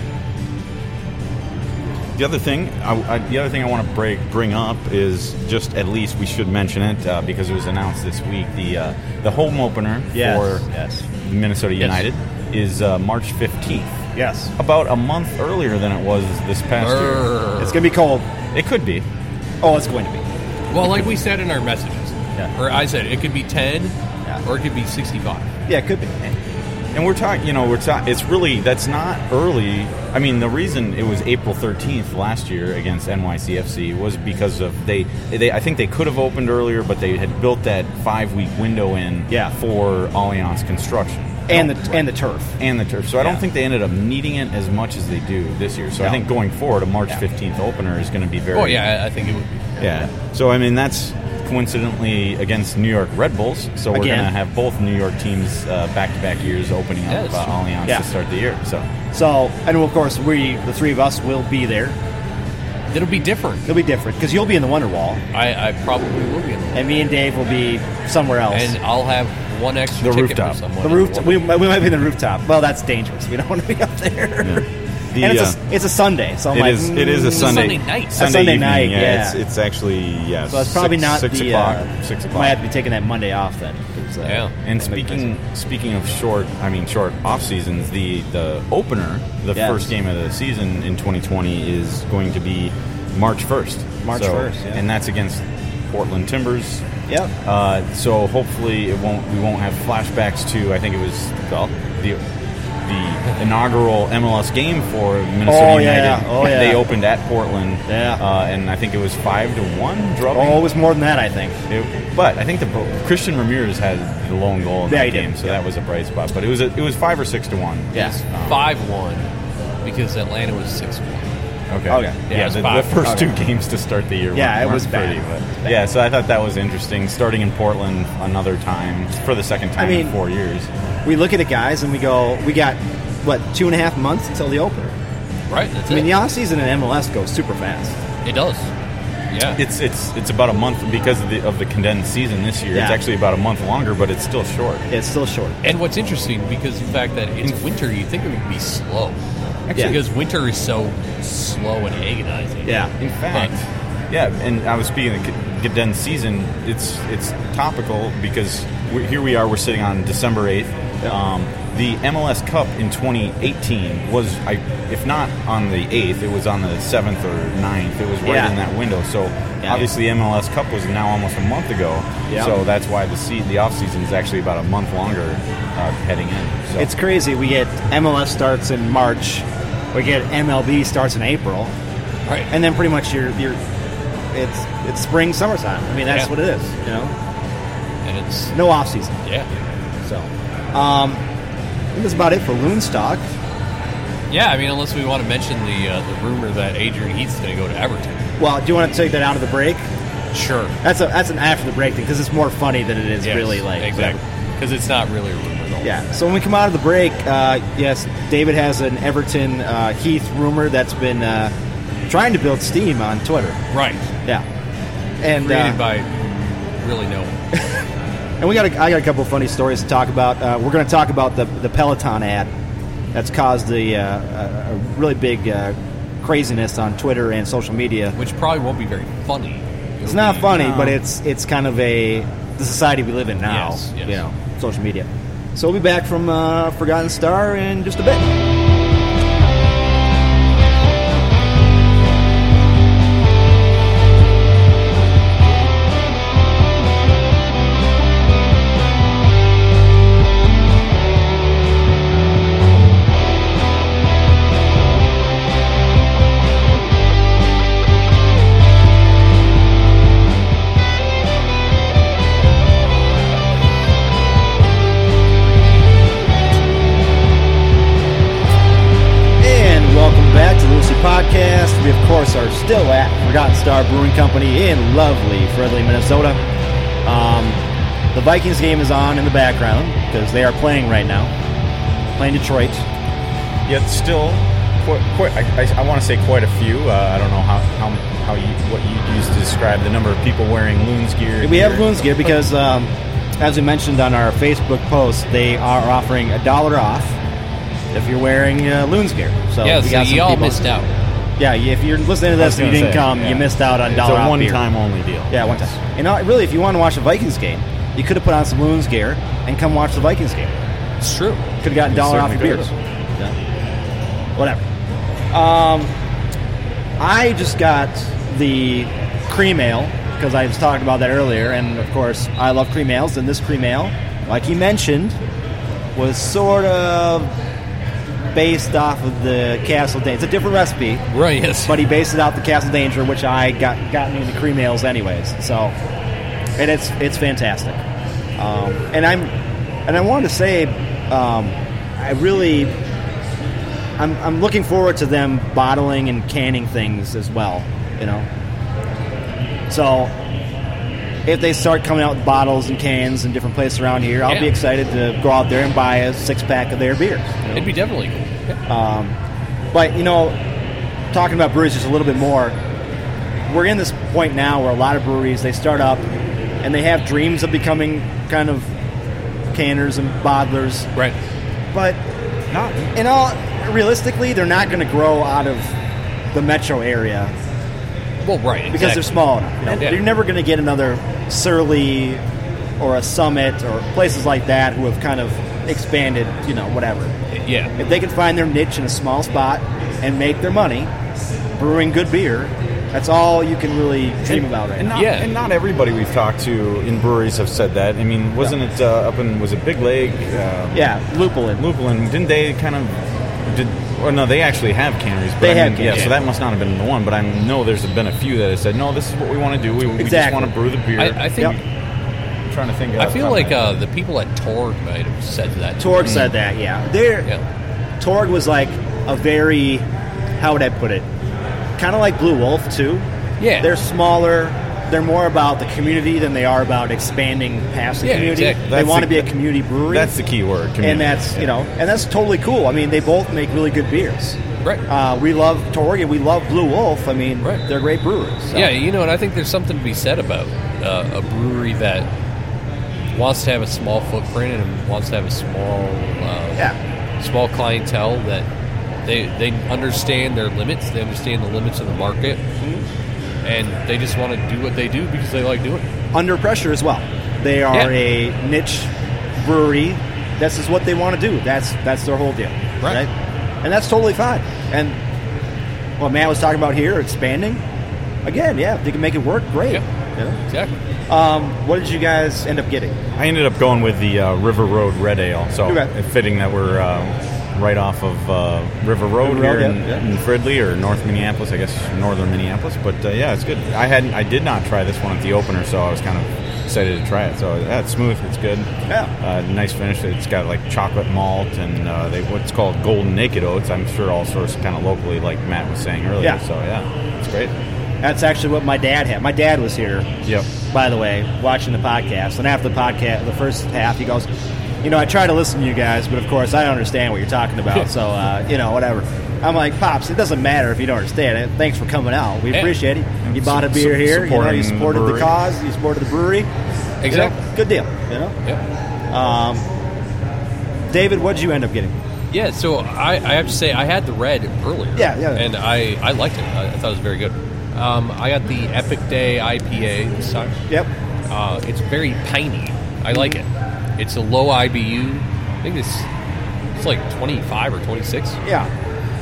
[SPEAKER 5] The other thing, I, I, the other thing I want to break, bring up is just at least we should mention it uh, because it was announced this week. The uh, the home opener
[SPEAKER 2] Yes.
[SPEAKER 5] for
[SPEAKER 2] yes.
[SPEAKER 5] Minnesota
[SPEAKER 4] Yes.
[SPEAKER 5] United is uh, March fifteenth.
[SPEAKER 2] Yes.
[SPEAKER 5] About a month earlier than it was this past
[SPEAKER 4] Brr.
[SPEAKER 2] It's gonna be cold.
[SPEAKER 5] year. It could be.
[SPEAKER 2] Oh, it's going to be.
[SPEAKER 4] Well, like we said in our messages,
[SPEAKER 2] Yeah.
[SPEAKER 4] or I said, it could be 10
[SPEAKER 2] Yeah.
[SPEAKER 4] or it could be 65.
[SPEAKER 2] Yeah, it could be.
[SPEAKER 5] And we're talking, you know, we're talking. It's really that's not early. I mean, the reason it was April thirteenth last year against NYCFC was because of they. They I think they could have opened earlier, but they had built that five week window in
[SPEAKER 2] Yeah.
[SPEAKER 5] for Allianz construction
[SPEAKER 2] And the and the turf.
[SPEAKER 5] and the turf. So I don't
[SPEAKER 2] Yeah.
[SPEAKER 5] think they ended up needing it as much as they do this year. So I
[SPEAKER 2] No.
[SPEAKER 5] think going forward, a March
[SPEAKER 2] Yeah.
[SPEAKER 5] fifteenth opener is going to be very.
[SPEAKER 4] Oh, yeah, I- I think it would be.
[SPEAKER 5] Yeah. So I mean, that's coincidentally against New York Red Bulls. So we're
[SPEAKER 2] Again.
[SPEAKER 5] going to have both New York teams back to back years opening
[SPEAKER 4] Yeah,
[SPEAKER 5] up
[SPEAKER 4] that's
[SPEAKER 5] uh,
[SPEAKER 4] true.
[SPEAKER 5] Allianz
[SPEAKER 2] Yeah.
[SPEAKER 5] to start the year. So
[SPEAKER 2] So and of course we the three of us will be there.
[SPEAKER 4] it'll be different.
[SPEAKER 2] It'll be different because you'll be in the Wonderwall,
[SPEAKER 4] I, I probably will be in the
[SPEAKER 2] and me and Dave will be somewhere else.
[SPEAKER 4] and I'll have one extra
[SPEAKER 5] The
[SPEAKER 4] ticket
[SPEAKER 5] rooftop.
[SPEAKER 4] for someone.
[SPEAKER 2] the roof. We, we might be in the rooftop. Well, that's dangerous. We don't [LAUGHS] want to be up there.
[SPEAKER 5] The,
[SPEAKER 2] [LAUGHS] and it's,
[SPEAKER 5] uh,
[SPEAKER 2] a, it's a Sunday, so I'm
[SPEAKER 5] It
[SPEAKER 2] like,
[SPEAKER 5] is. It is
[SPEAKER 2] mm,
[SPEAKER 5] a Sunday,
[SPEAKER 4] Sunday night. A
[SPEAKER 5] Sunday,
[SPEAKER 2] Sunday
[SPEAKER 5] evening,
[SPEAKER 2] night, yeah.
[SPEAKER 5] It's, it's actually yes.
[SPEAKER 2] So that's probably
[SPEAKER 5] six,
[SPEAKER 2] not
[SPEAKER 5] six
[SPEAKER 2] the
[SPEAKER 5] o'clock.
[SPEAKER 2] Uh,
[SPEAKER 5] six
[SPEAKER 2] Might have
[SPEAKER 5] o'clock.
[SPEAKER 2] to be taking that Monday off then. 'cause, uh,
[SPEAKER 4] Yeah.
[SPEAKER 5] And
[SPEAKER 2] that makes
[SPEAKER 5] speaking speaking of short, I mean short off seasons, the the opener, the
[SPEAKER 2] Yes.
[SPEAKER 5] first game of the season in 2020 is going to be March 1st.
[SPEAKER 2] March
[SPEAKER 5] So-
[SPEAKER 2] 1st, yeah.
[SPEAKER 5] and that's against Portland Timbers.
[SPEAKER 2] Yep.
[SPEAKER 5] Uh, so hopefully it won't we won't have flashbacks to I think it was the the, the inaugural MLS game for Minnesota
[SPEAKER 2] Oh,
[SPEAKER 5] United.
[SPEAKER 2] yeah. Oh, yeah.
[SPEAKER 5] [LAUGHS] They opened at Portland.
[SPEAKER 2] Yeah.
[SPEAKER 5] Uh, and I think it was five to one drubbing.
[SPEAKER 2] Oh, it was more than that, I think.
[SPEAKER 5] It, but I think the Christian Ramirez had the lone goal in
[SPEAKER 2] Yeah,
[SPEAKER 5] that
[SPEAKER 2] he did.
[SPEAKER 5] game, so that was a bright spot. But it was a, it was five or six to one.
[SPEAKER 2] Yeah.
[SPEAKER 4] five one because Atlanta was six one.
[SPEAKER 5] Um, Okay.
[SPEAKER 2] Okay.
[SPEAKER 5] Yeah.
[SPEAKER 4] Yeah, it's
[SPEAKER 5] the,
[SPEAKER 4] five.
[SPEAKER 5] the first
[SPEAKER 2] Okay.
[SPEAKER 5] two games to start the year.
[SPEAKER 2] Yeah,
[SPEAKER 5] weren't-
[SPEAKER 2] it was
[SPEAKER 5] weren't pretty,
[SPEAKER 2] bad.
[SPEAKER 5] but-
[SPEAKER 2] It was bad.
[SPEAKER 5] Yeah. So I thought that was interesting. Starting in Portland another time for the second time
[SPEAKER 2] mean-
[SPEAKER 5] in four years.
[SPEAKER 2] We look at it, guys, and we go, we got, what, two and a half months until the opener?
[SPEAKER 4] Right. That's
[SPEAKER 2] I mean,
[SPEAKER 4] it.
[SPEAKER 2] the offseason in MLS goes super fast.
[SPEAKER 4] It does. Yeah.
[SPEAKER 5] It's it's it's about a month because of the of the condensed season this year. It's
[SPEAKER 2] Yeah.
[SPEAKER 5] actually about a month longer, but it's still short.
[SPEAKER 2] It's still short.
[SPEAKER 4] and what's interesting because the fact that
[SPEAKER 2] Mm.
[SPEAKER 4] it's winter, you think it would be slow.
[SPEAKER 2] Yeah.
[SPEAKER 4] Because winter is so slow and agonizing.
[SPEAKER 2] Yeah.
[SPEAKER 5] In fact, yeah, and I was speaking of c- condensed season. It's it's topical because we here we are. We're sitting on December eighth. Um, the MLS Cup in 2018 was, I, if not on the 8th, it was on the 7th or 9th. It was right
[SPEAKER 2] Yeah.
[SPEAKER 5] in that window. So
[SPEAKER 2] Yeah.
[SPEAKER 5] obviously MLS Cup was now almost a month ago.
[SPEAKER 2] Yeah.
[SPEAKER 5] So that's why the se- the offseason is actually about a month longer uh, heading in. So.
[SPEAKER 2] It's crazy. We get MLS starts in March, we get MLB starts in April,
[SPEAKER 4] Right.
[SPEAKER 2] and then pretty much you're, you're it's it's spring, summertime. I mean, that's
[SPEAKER 4] Yeah.
[SPEAKER 2] what it is, you know?
[SPEAKER 4] and it's
[SPEAKER 2] No offseason.
[SPEAKER 4] yeah.
[SPEAKER 2] So, um, I think that's about it for Loonstock.
[SPEAKER 4] Yeah, I mean, unless we want to mention the uh, the rumor that Adrian Heath's going to go to Everton.
[SPEAKER 2] Well, do you want to take that out of the break?
[SPEAKER 4] Sure.
[SPEAKER 2] That's a that's an after the break thing because it's more funny than it is really like
[SPEAKER 4] exactly because it's not really a rumor. Though.
[SPEAKER 2] Yeah. So when we come out of the break, uh, yes, David has an Everton uh, Heath rumor that's been uh, trying to build steam on Twitter.
[SPEAKER 4] Right.
[SPEAKER 2] Yeah. And
[SPEAKER 4] Created
[SPEAKER 2] uh,
[SPEAKER 4] by really no. one.
[SPEAKER 2] and we got a, I got a couple of funny stories to talk about. Uh, we're going to talk about the the Peloton ad that's caused the, uh, a, a really big uh, craziness on Twitter and social media.
[SPEAKER 4] which probably won't be very funny.
[SPEAKER 2] It's not funny, but it's it's kind of a the society we live in now.
[SPEAKER 4] Yes, yes.
[SPEAKER 2] You know, social media. So we'll be back from uh, Forgotten Star in just a bit. And welcome back to the Lucy Podcast. We of course are still at Forgotten Star Brewing Company in lovely Fredley, Minnesota. Um, the Vikings game is on in the background because they are playing right now, playing Detroit.
[SPEAKER 5] yet still quite, quite I, I, I want to say quite a few. Uh, I don't know how, how, how you, what you use to describe the number of people wearing loons gear.
[SPEAKER 2] We have
[SPEAKER 5] here.
[SPEAKER 2] Loons gear because, um, as we mentioned on our Facebook post, they are offering a dollar off if you're wearing uh, Loons gear. So
[SPEAKER 4] yeah,
[SPEAKER 2] we
[SPEAKER 4] so
[SPEAKER 2] got some
[SPEAKER 4] y'all
[SPEAKER 2] people-
[SPEAKER 4] missed out.
[SPEAKER 2] Yeah, if you're listening to
[SPEAKER 5] I was
[SPEAKER 2] this and you
[SPEAKER 5] gonna
[SPEAKER 2] didn't
[SPEAKER 5] say,
[SPEAKER 2] come,
[SPEAKER 5] yeah.
[SPEAKER 2] you missed out on
[SPEAKER 5] It's
[SPEAKER 2] dollar
[SPEAKER 5] a
[SPEAKER 2] off beer.
[SPEAKER 5] one-time only deal.
[SPEAKER 2] Yeah, one time. And uh, really, if you want to watch a Vikings game, you could have put on some Loons gear and come watch the Vikings game.
[SPEAKER 4] It's true.
[SPEAKER 2] Could have gotten
[SPEAKER 5] You
[SPEAKER 2] dollar off your
[SPEAKER 5] certainly
[SPEAKER 2] beers. Yeah. Whatever. Um, I just got the cream ale because I was talking about that earlier, and of course, I love cream ales. And this cream ale, like you mentioned, was sort of based off of the Castle Day. It's a different recipe,
[SPEAKER 4] Right. Yes.
[SPEAKER 2] but he based it off the Castle Danger, which I got got me into cream ales anyways. So, and it's it's fantastic. Um, and I'm and I wanted to say, um, I really I'm I'm looking forward to them bottling and canning things as well. You know, so. If they start coming out with bottles and cans in different places around here, I'll be
[SPEAKER 4] Yeah.
[SPEAKER 2] excited to go out there and buy a six pack of their beers.
[SPEAKER 4] It'd be definitely cool.
[SPEAKER 2] But you know, talking about breweries just a little bit more. we're in this point now where a lot of breweries they start up and they have dreams of becoming kind of canners and bottlers,
[SPEAKER 4] Right.
[SPEAKER 2] but
[SPEAKER 5] Not
[SPEAKER 2] in all realistically, they're not going to grow out of the metro area
[SPEAKER 4] Well, right.
[SPEAKER 2] because
[SPEAKER 4] exactly.
[SPEAKER 2] they're small enough. You know?
[SPEAKER 4] Yeah.
[SPEAKER 2] You're never going to get another Surly or a Summit or places like that who have kind of expanded, you know, whatever.
[SPEAKER 4] Yeah.
[SPEAKER 2] If they can find their niche in a small spot and make their money brewing good beer, that's all you can really dream about right
[SPEAKER 5] and
[SPEAKER 2] now.
[SPEAKER 5] not,
[SPEAKER 4] Yeah.
[SPEAKER 5] and not everybody we've talked to in breweries have said that. I mean, wasn't it uh, up in was it Big Lake? Uh,
[SPEAKER 2] Yeah, Lupulin.
[SPEAKER 5] Lupulin, didn't they kind of did? Or no, they actually have canneries. But
[SPEAKER 2] They
[SPEAKER 5] I
[SPEAKER 2] have
[SPEAKER 5] mean, yeah.
[SPEAKER 2] canneries.
[SPEAKER 5] So that must not have been the one. But I know there's been a few that have said, no, this is what we want to do. We, we just
[SPEAKER 2] Exactly.
[SPEAKER 5] want to brew the beer.
[SPEAKER 4] I, I think.
[SPEAKER 2] Yep.
[SPEAKER 5] I'm trying to think.
[SPEAKER 4] I feel like
[SPEAKER 5] uh,
[SPEAKER 4] uh, the people at Torg might have said that.
[SPEAKER 2] Torg said that, yeah. There,
[SPEAKER 4] Yeah.
[SPEAKER 2] Torg was like a very, how would I put it? Kind of like Blue Wolf too.
[SPEAKER 4] Yeah.
[SPEAKER 2] they're smaller. They're more about the community than they are about expanding past the
[SPEAKER 4] Yeah,
[SPEAKER 2] community.
[SPEAKER 4] exactly.
[SPEAKER 2] They
[SPEAKER 5] That's
[SPEAKER 2] want to
[SPEAKER 5] the-
[SPEAKER 2] be a community brewery.
[SPEAKER 5] that's the key word.
[SPEAKER 2] and
[SPEAKER 5] community.
[SPEAKER 2] that's you know, and that's totally cool. I mean, they both make really good beers.
[SPEAKER 4] Right.
[SPEAKER 2] Uh, we love Torg and we love Blue Wolf. I mean,
[SPEAKER 4] Right.
[SPEAKER 2] they're great brewers. so.
[SPEAKER 4] Yeah, you know, and I think there's something to be said about uh, a brewery that wants to have a small footprint and wants to have a small, uh,
[SPEAKER 2] Yeah.
[SPEAKER 4] small clientele that they they understand their limits, they understand the limits of the market,
[SPEAKER 2] Mm-hmm.
[SPEAKER 4] and they just want to do what they do because they like doing it.
[SPEAKER 2] under pressure as well. They are
[SPEAKER 4] Yeah.
[SPEAKER 2] a niche brewery. This is what they want to do. That's that's their whole deal,
[SPEAKER 4] Right.
[SPEAKER 2] And that's totally fine. And what Matt was talking about here, expanding. Again, yeah, if they can make it work, great.
[SPEAKER 4] Yeah.
[SPEAKER 2] You know?
[SPEAKER 4] Exactly.
[SPEAKER 2] Um, what did you guys end up getting?
[SPEAKER 5] I ended up going with the uh, River Road Red Ale, so
[SPEAKER 2] Okay.
[SPEAKER 5] fitting that we're uh, right off of uh, River Road
[SPEAKER 2] River
[SPEAKER 5] here
[SPEAKER 2] Road,
[SPEAKER 5] in,
[SPEAKER 2] yeah, yeah.
[SPEAKER 5] in Fridley or North Minneapolis, I guess Northern Minneapolis. But uh, yeah, it's good. I hadn't, I did not try this one at the opener, so I was kind of excited to try it. So yeah, it's smooth, it's good.
[SPEAKER 2] Yeah.
[SPEAKER 5] uh, nice finish. It's got like chocolate malt and uh, they what's called golden naked oats. I'm sure all sorts kind of locally, like Matt was saying earlier.
[SPEAKER 2] Yeah.
[SPEAKER 5] So yeah, it's great.
[SPEAKER 2] That's actually what my dad had. My dad was here
[SPEAKER 5] Yep.
[SPEAKER 2] by the way, watching the podcast. And after the podcast, the first half, he goes, You know, I try to listen to you guys, but of course, I don't understand what you're talking
[SPEAKER 5] [LAUGHS]
[SPEAKER 2] about. so, uh, you know, whatever. I'm like, Pops, it doesn't matter if you don't understand it. Thanks for coming out. We
[SPEAKER 4] Yeah.
[SPEAKER 2] appreciate it. You
[SPEAKER 5] Su-
[SPEAKER 2] bought a beer
[SPEAKER 5] su-
[SPEAKER 2] here. You, know,
[SPEAKER 5] supporting
[SPEAKER 2] you
[SPEAKER 5] the
[SPEAKER 2] supported the,
[SPEAKER 5] brewery.
[SPEAKER 2] cause. You supported the brewery. You know,
[SPEAKER 4] Exactly.
[SPEAKER 2] good deal. You know?
[SPEAKER 4] Yep.
[SPEAKER 2] David, what did you end up getting?
[SPEAKER 4] Yeah, so I, I have to say I had the red earlier.
[SPEAKER 2] Yeah, yeah.
[SPEAKER 4] And I, I liked it. I, I thought it was very good. Um, I got the Epic Day IPA this time.
[SPEAKER 2] Yep.
[SPEAKER 4] Uh, it's very piney. I like it. It's a low IBU. I think it's it's like 25 or 26.
[SPEAKER 2] Yeah.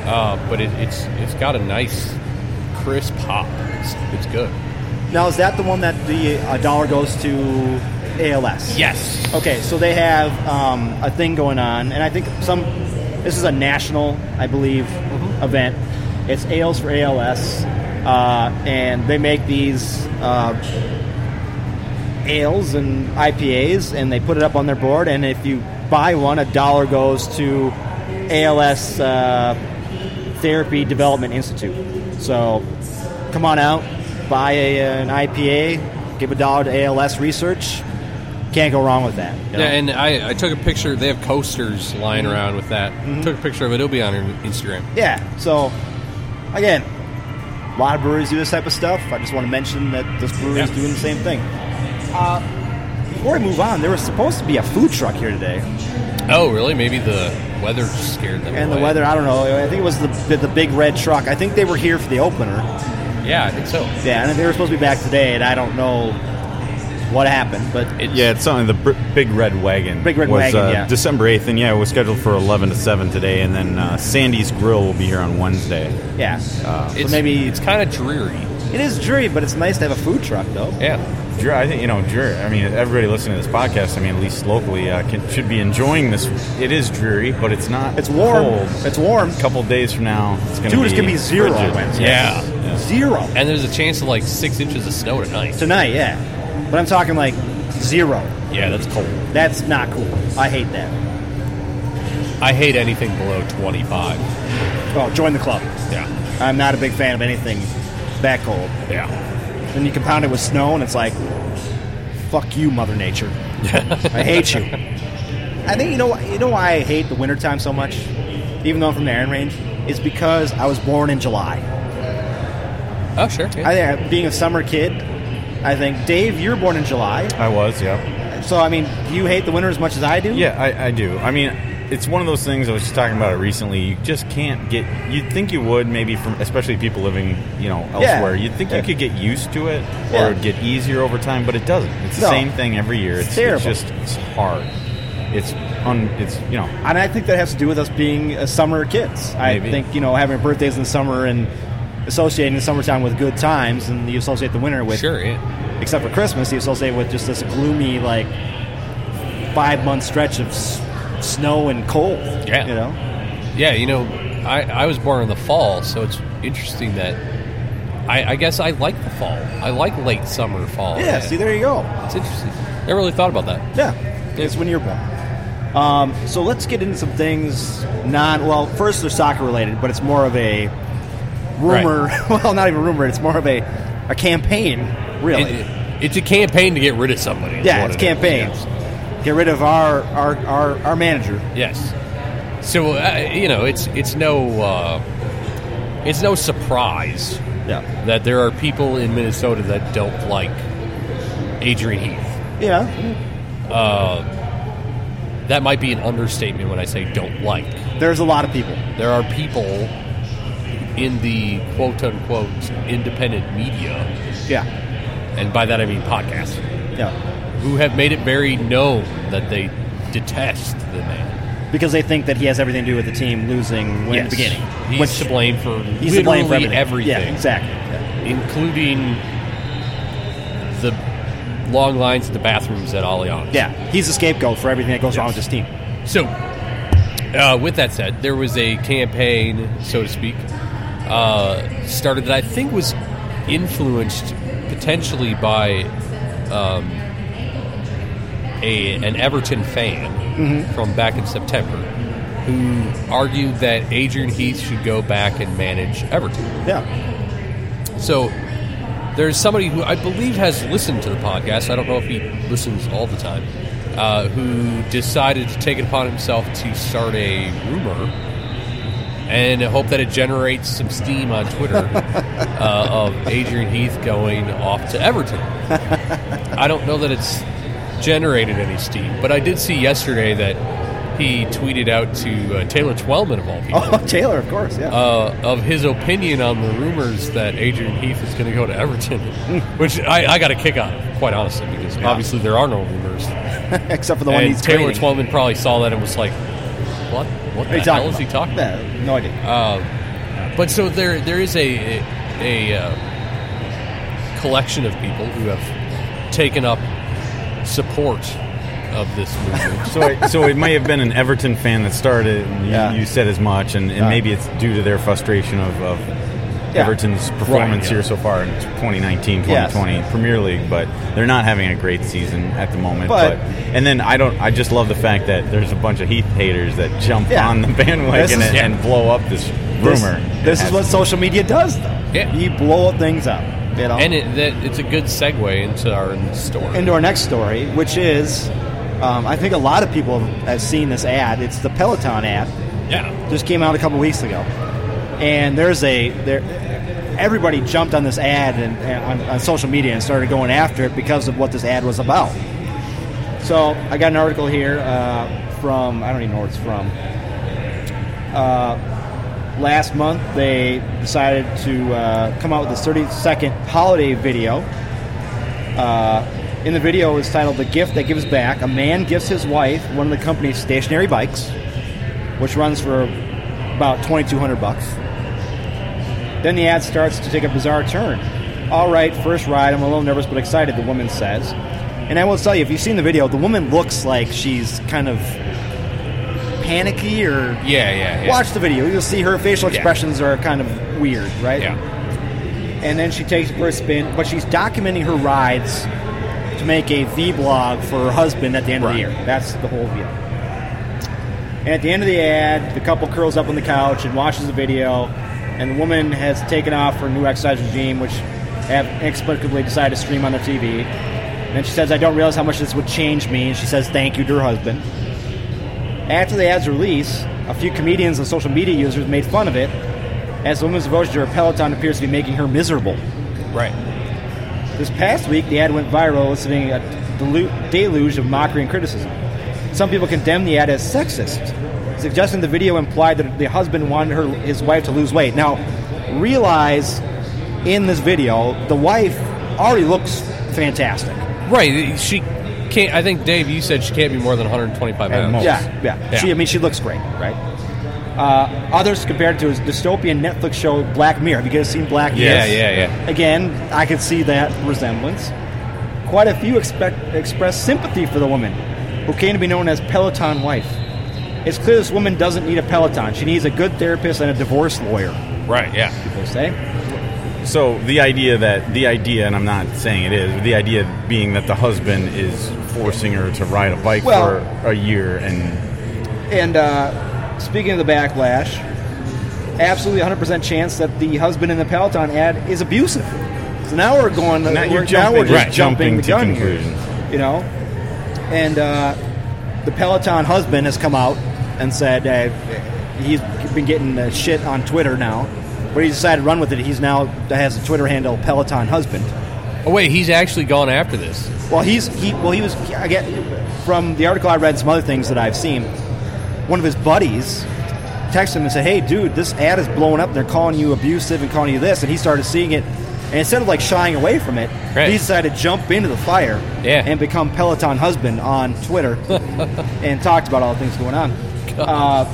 [SPEAKER 4] Uh, but it, it's it's got a nice crisp hop. It's, it's good.
[SPEAKER 2] Now, is that the one that the uh, dollar goes to ALS?
[SPEAKER 4] Yes.
[SPEAKER 2] Okay, so they have um, a thing going on, and I think some. This is a national, I believe, event. It's ales for ALS, uh, and they make these uh, ales and IPAs, and they put it up on their board. And if you buy one, a dollar goes to ALS uh, Therapy Development Institute. So come on out, buy a, an IPA, give a dollar to ALS research. Can't go wrong with that. you know?
[SPEAKER 4] Yeah, and I, I took a picture. They have coasters lying around with that.
[SPEAKER 2] Mm-hmm.
[SPEAKER 4] Took a picture of it. It'll be on our Instagram.
[SPEAKER 2] yeah. So again, a lot of breweries do this type of stuff. I just want to mention that this brewery is
[SPEAKER 4] Yeah.
[SPEAKER 2] doing the same thing. Uh, before we move on, there was supposed to be a food truck here today,
[SPEAKER 4] Oh, really? Maybe the weather scared them.
[SPEAKER 2] and the
[SPEAKER 4] away.
[SPEAKER 2] weather. I don't know. I think it was the the, the big red truck. I think they were here for the opener.
[SPEAKER 4] Yeah, I think so.
[SPEAKER 2] Yeah, and they were supposed to be back today, and I don't know what happened, but
[SPEAKER 4] It's,
[SPEAKER 5] Yeah, it's something. The br- Big Red Wagon.
[SPEAKER 2] Big Red
[SPEAKER 5] was,
[SPEAKER 2] Wagon,
[SPEAKER 5] uh,
[SPEAKER 2] yeah.
[SPEAKER 5] December 8th, and yeah, it was scheduled for 11 to 7 today, and then uh, Sandy's Grill will be here on Wednesday.
[SPEAKER 2] yeah. Uh,
[SPEAKER 4] it's
[SPEAKER 2] so maybe
[SPEAKER 4] it's kind of dreary.
[SPEAKER 2] It is dreary, but it's nice to have a food truck, though.
[SPEAKER 4] Yeah,
[SPEAKER 5] Drew, I think, you know, Drew, I mean, everybody listening to this podcast, I mean, at least locally, uh, can, should be enjoying this. It is dreary, but it's not.
[SPEAKER 2] It's warm.
[SPEAKER 5] Cold.
[SPEAKER 2] It's warm.
[SPEAKER 5] A couple days from now, it's going to
[SPEAKER 2] Dude,
[SPEAKER 5] be.
[SPEAKER 2] it's gonna be zero on
[SPEAKER 5] frigid.
[SPEAKER 2] Wednesday.
[SPEAKER 4] yeah.
[SPEAKER 2] Zero
[SPEAKER 4] And there's a chance of like six inches of snow tonight.
[SPEAKER 2] tonight, yeah. But I'm talking like zero.
[SPEAKER 4] Yeah, that's cold.
[SPEAKER 2] That's not cool. I hate that.
[SPEAKER 4] I hate anything below 25.
[SPEAKER 2] Oh, join the club.
[SPEAKER 4] Yeah,
[SPEAKER 2] I'm not a big fan of anything that cold.
[SPEAKER 4] yeah.
[SPEAKER 2] Then you compound it with snow, and it's like, fuck you, Mother
[SPEAKER 4] [LAUGHS]
[SPEAKER 2] Nature. I hate you. I think you know why- you know why I hate the wintertime so much, even though I'm from the Iron Range, is because I was born in July.
[SPEAKER 4] Oh, sure. yeah.
[SPEAKER 2] I think being a summer kid, I think Dave, you're born in July,
[SPEAKER 5] I was, yeah.
[SPEAKER 2] so I mean, do you hate the winter as much as I do?
[SPEAKER 5] Yeah, I, I do. I mean, it's one of those things. I was just talking about it recently. You just can't get. You'd think you would, maybe from especially people living, you know,
[SPEAKER 2] Yeah.
[SPEAKER 5] elsewhere. You'd think
[SPEAKER 2] Yeah.
[SPEAKER 5] you could get used to it, or
[SPEAKER 2] Yeah.
[SPEAKER 5] it would get easier over time, but it doesn't. It's the
[SPEAKER 2] No.
[SPEAKER 5] same thing every year.
[SPEAKER 2] It's
[SPEAKER 5] It's,
[SPEAKER 2] terrible.
[SPEAKER 5] it's just it's hard. It's un. It's you know.
[SPEAKER 2] And I think that has to do with us being uh, summer kids. I
[SPEAKER 5] Maybe.
[SPEAKER 2] think, you know, having birthdays in the summer and associating the summertime with good times, and you associate the winter with,
[SPEAKER 4] sure. Yeah.
[SPEAKER 2] except for Christmas, you associate with just this gloomy, like, five month stretch of s- snow and cold.
[SPEAKER 4] Yeah.
[SPEAKER 2] You know?
[SPEAKER 4] Yeah, you know, I, I was born in the fall, so it's interesting that I, I guess I like the fall. I like late summer fall.
[SPEAKER 2] Yeah, see, there you go.
[SPEAKER 4] it's interesting. Never really thought about that.
[SPEAKER 2] Yeah, it's when you're born. Um, so let's get into some things non. Well, first they're soccer related, but it's more of a rumor. [LAUGHS] Well, not even rumor. It's more of a a campaign, really.
[SPEAKER 4] It- it's a campaign to get rid of somebody. is
[SPEAKER 2] yeah,
[SPEAKER 4] what
[SPEAKER 2] it's
[SPEAKER 4] it is.
[SPEAKER 2] campaign. Get rid of our our our, our manager.
[SPEAKER 4] Yes. So uh, you know, it's it's no uh, it's no surprise
[SPEAKER 2] Yeah.
[SPEAKER 4] that there are people in Minnesota that don't like Adrian Heath.
[SPEAKER 2] Yeah.
[SPEAKER 4] That might be an understatement when I say don't like.
[SPEAKER 2] There's a lot of people.
[SPEAKER 4] There are people in the quote unquote independent media,
[SPEAKER 2] Yeah.
[SPEAKER 4] and by that I mean podcasts,
[SPEAKER 2] Yeah.
[SPEAKER 4] who have made it very known that they detest the man.
[SPEAKER 2] Because they think that he has everything to do with the team losing when
[SPEAKER 4] Yes.
[SPEAKER 2] in the beginning.
[SPEAKER 4] He's
[SPEAKER 2] which
[SPEAKER 4] to blame for
[SPEAKER 2] he's
[SPEAKER 4] literally
[SPEAKER 2] to blame for everything. Yeah,
[SPEAKER 4] everything.
[SPEAKER 2] exactly. Yeah.
[SPEAKER 4] including the long lines at the bathrooms at Allianz.
[SPEAKER 2] Yeah, he's a scapegoat for everything that goes wrong with this team.
[SPEAKER 4] So, uh, with that said, there was a campaign, so to speak, uh, started that I think was influenced potentially by um, a, an Everton fan from back in September who argued that Adrian Heath should go back and manage Everton.
[SPEAKER 2] Yeah. [LAUGHS]
[SPEAKER 4] So there's somebody who I believe has listened to the podcast. I don't know if he listens all the time. Uh, who decided to take it upon himself to start a rumor and hope that it generates some steam on Twitter uh, of Adrian Heath going off to Everton. I don't know that it's generated any steam, but I did see yesterday that he tweeted out to uh, Taylor Twelman of all people
[SPEAKER 2] Oh, Taylor, of course. Yeah.
[SPEAKER 4] uh, of his opinion on the rumors that Adrian Heath is going to go
[SPEAKER 2] [LAUGHS]
[SPEAKER 4] to Everton, which I, I got a kick out of, quite honestly, because obviously there are no rumors.
[SPEAKER 2] [LAUGHS] except for the one
[SPEAKER 4] Uh, and
[SPEAKER 2] he's
[SPEAKER 4] Taylor
[SPEAKER 2] creating.
[SPEAKER 4] Twelman probably saw that and was like, "What? uh, What
[SPEAKER 2] What are
[SPEAKER 4] the
[SPEAKER 2] you
[SPEAKER 4] hell
[SPEAKER 2] talking
[SPEAKER 4] is he
[SPEAKER 2] about?
[SPEAKER 4] talking?" about? Uh,
[SPEAKER 2] Yeah, no idea.
[SPEAKER 4] But so there, there is a a, a uh, collection of people who have taken up support of this movement.
[SPEAKER 2] [LAUGHS]
[SPEAKER 5] So, it, so it might have been an Everton fan that started. it, And you,
[SPEAKER 2] Yeah.
[SPEAKER 5] you said as much, and, and
[SPEAKER 2] Yeah.
[SPEAKER 5] maybe it's due to their frustration of, of
[SPEAKER 2] Yeah.
[SPEAKER 5] Everton's performance
[SPEAKER 4] yeah.
[SPEAKER 5] here so far in 2019,
[SPEAKER 2] Yes.
[SPEAKER 5] 2020 Premier League. But they're not having a great season at the moment.
[SPEAKER 2] But-
[SPEAKER 5] and then I don't. I just love the fact that there's a bunch of Heath haters that jump
[SPEAKER 2] Yeah.
[SPEAKER 5] on the [LAUGHS]
[SPEAKER 2] This
[SPEAKER 5] bandwagon
[SPEAKER 2] is-
[SPEAKER 5] and, and blow up this
[SPEAKER 2] This-
[SPEAKER 5] rumor.
[SPEAKER 2] This, is
[SPEAKER 5] It has-
[SPEAKER 2] what social media does, though.
[SPEAKER 4] Yeah.
[SPEAKER 2] You blow things up. You know?
[SPEAKER 4] and it, that, it's a good segue into our story.
[SPEAKER 2] into our next story, which is, um, I think a lot of people have seen this ad. It's the Peloton ad.
[SPEAKER 4] yeah,
[SPEAKER 2] Just came out a couple weeks ago, and there's a there. Everybody jumped on this ad and, and on, on social media and started going after it because of what this ad was about. So I got an article here uh, from I don't even know where it's from. Uh, last month they decided to uh, come out with this 30 second holiday video. Uh, in the video is titled "The Gift That Gives Back." A man gives his wife one of the company's stationary bikes, which runs for about 2,200 bucks. Then the ad starts to take a bizarre turn. All right, first ride. I'm a little nervous but excited. The woman says, and I will tell you, if you've seen the video, the woman looks like she's kind of panicky or
[SPEAKER 4] yeah, yeah. yeah.
[SPEAKER 2] Watch the video. You'll see her facial
[SPEAKER 4] Yeah.
[SPEAKER 2] expressions are kind of weird, right?
[SPEAKER 4] Yeah,
[SPEAKER 2] And then she takes it for a spin, but she's documenting her rides to make a vlog for her husband at the end of the
[SPEAKER 4] Right.
[SPEAKER 2] year. That's the whole deal. And at the end of the ad, the couple curls up on the couch and watches the video, and the woman has taken off her new exercise regime, which have inexplicably decided to stream on their TV. And then she says, I don't realize how much this would change me, and she says thank you to her husband. After the ad's release, a few comedians and social media users made fun of it, As the women's devotion to her Peloton appears to be making her miserable.
[SPEAKER 4] Right.
[SPEAKER 2] This past week, the ad went viral, eliciting a delu- deluge of mockery and criticism. Some people condemned the ad as sexist, suggesting the video implied that the husband wanted her, his wife to lose weight. Now, realize in this video, the wife already looks fantastic.
[SPEAKER 4] Right. She can't. I think Dave, you said she can't be more than 125
[SPEAKER 5] At
[SPEAKER 4] pounds.
[SPEAKER 5] most.
[SPEAKER 2] Yeah, yeah,
[SPEAKER 4] Yeah.
[SPEAKER 2] She, I mean, she looks great, right? Uh, others compared to his dystopian Netflix show Black Mirror. Have you guys seen Black Mirror?
[SPEAKER 4] Yeah, yeah, yeah.
[SPEAKER 2] Again, I could see that resemblance. Quite a few expect, expressed sympathy for the woman, who came to be known as Peloton Wife. It's clear this woman doesn't need a Peloton. She needs a good therapist and a divorce lawyer,
[SPEAKER 4] Right. Yeah.
[SPEAKER 2] people say.
[SPEAKER 5] So the idea that the idea, and I'm not saying it is, but the idea being that the husband is forcing her to ride a bike
[SPEAKER 2] Well-
[SPEAKER 5] for a year, and
[SPEAKER 2] And uh, speaking of the backlash, absolutely 100% chance that the husband in the Peloton ad is abusive. So now we're going.
[SPEAKER 5] Now you're
[SPEAKER 2] we're, now we're
[SPEAKER 5] jumping-
[SPEAKER 2] just
[SPEAKER 5] right,
[SPEAKER 2] jumping,
[SPEAKER 5] jumping
[SPEAKER 2] the
[SPEAKER 5] to
[SPEAKER 2] gun here,
[SPEAKER 5] conclusions.
[SPEAKER 2] you know. And uh, the Peloton husband has come out and said uh, he's been getting uh, shit on Twitter now, but he decided to run with it. He's now has a Twitter handle Peloton husband.
[SPEAKER 4] Oh wait, he's actually gone after this.
[SPEAKER 2] Well, he's he well he was I get from the article I read and some other things that I've seen. One of his buddies texted him and said, "Hey, dude, this ad is blowing up. They're calling you abusive and calling you this." And he started seeing it, and instead of like shying away from it,
[SPEAKER 4] Right.
[SPEAKER 2] he decided to jump into the fire
[SPEAKER 4] Yeah.
[SPEAKER 2] and become Peloton husband on
[SPEAKER 4] [LAUGHS]
[SPEAKER 2] Twitter and talked about all the things going on. Uh,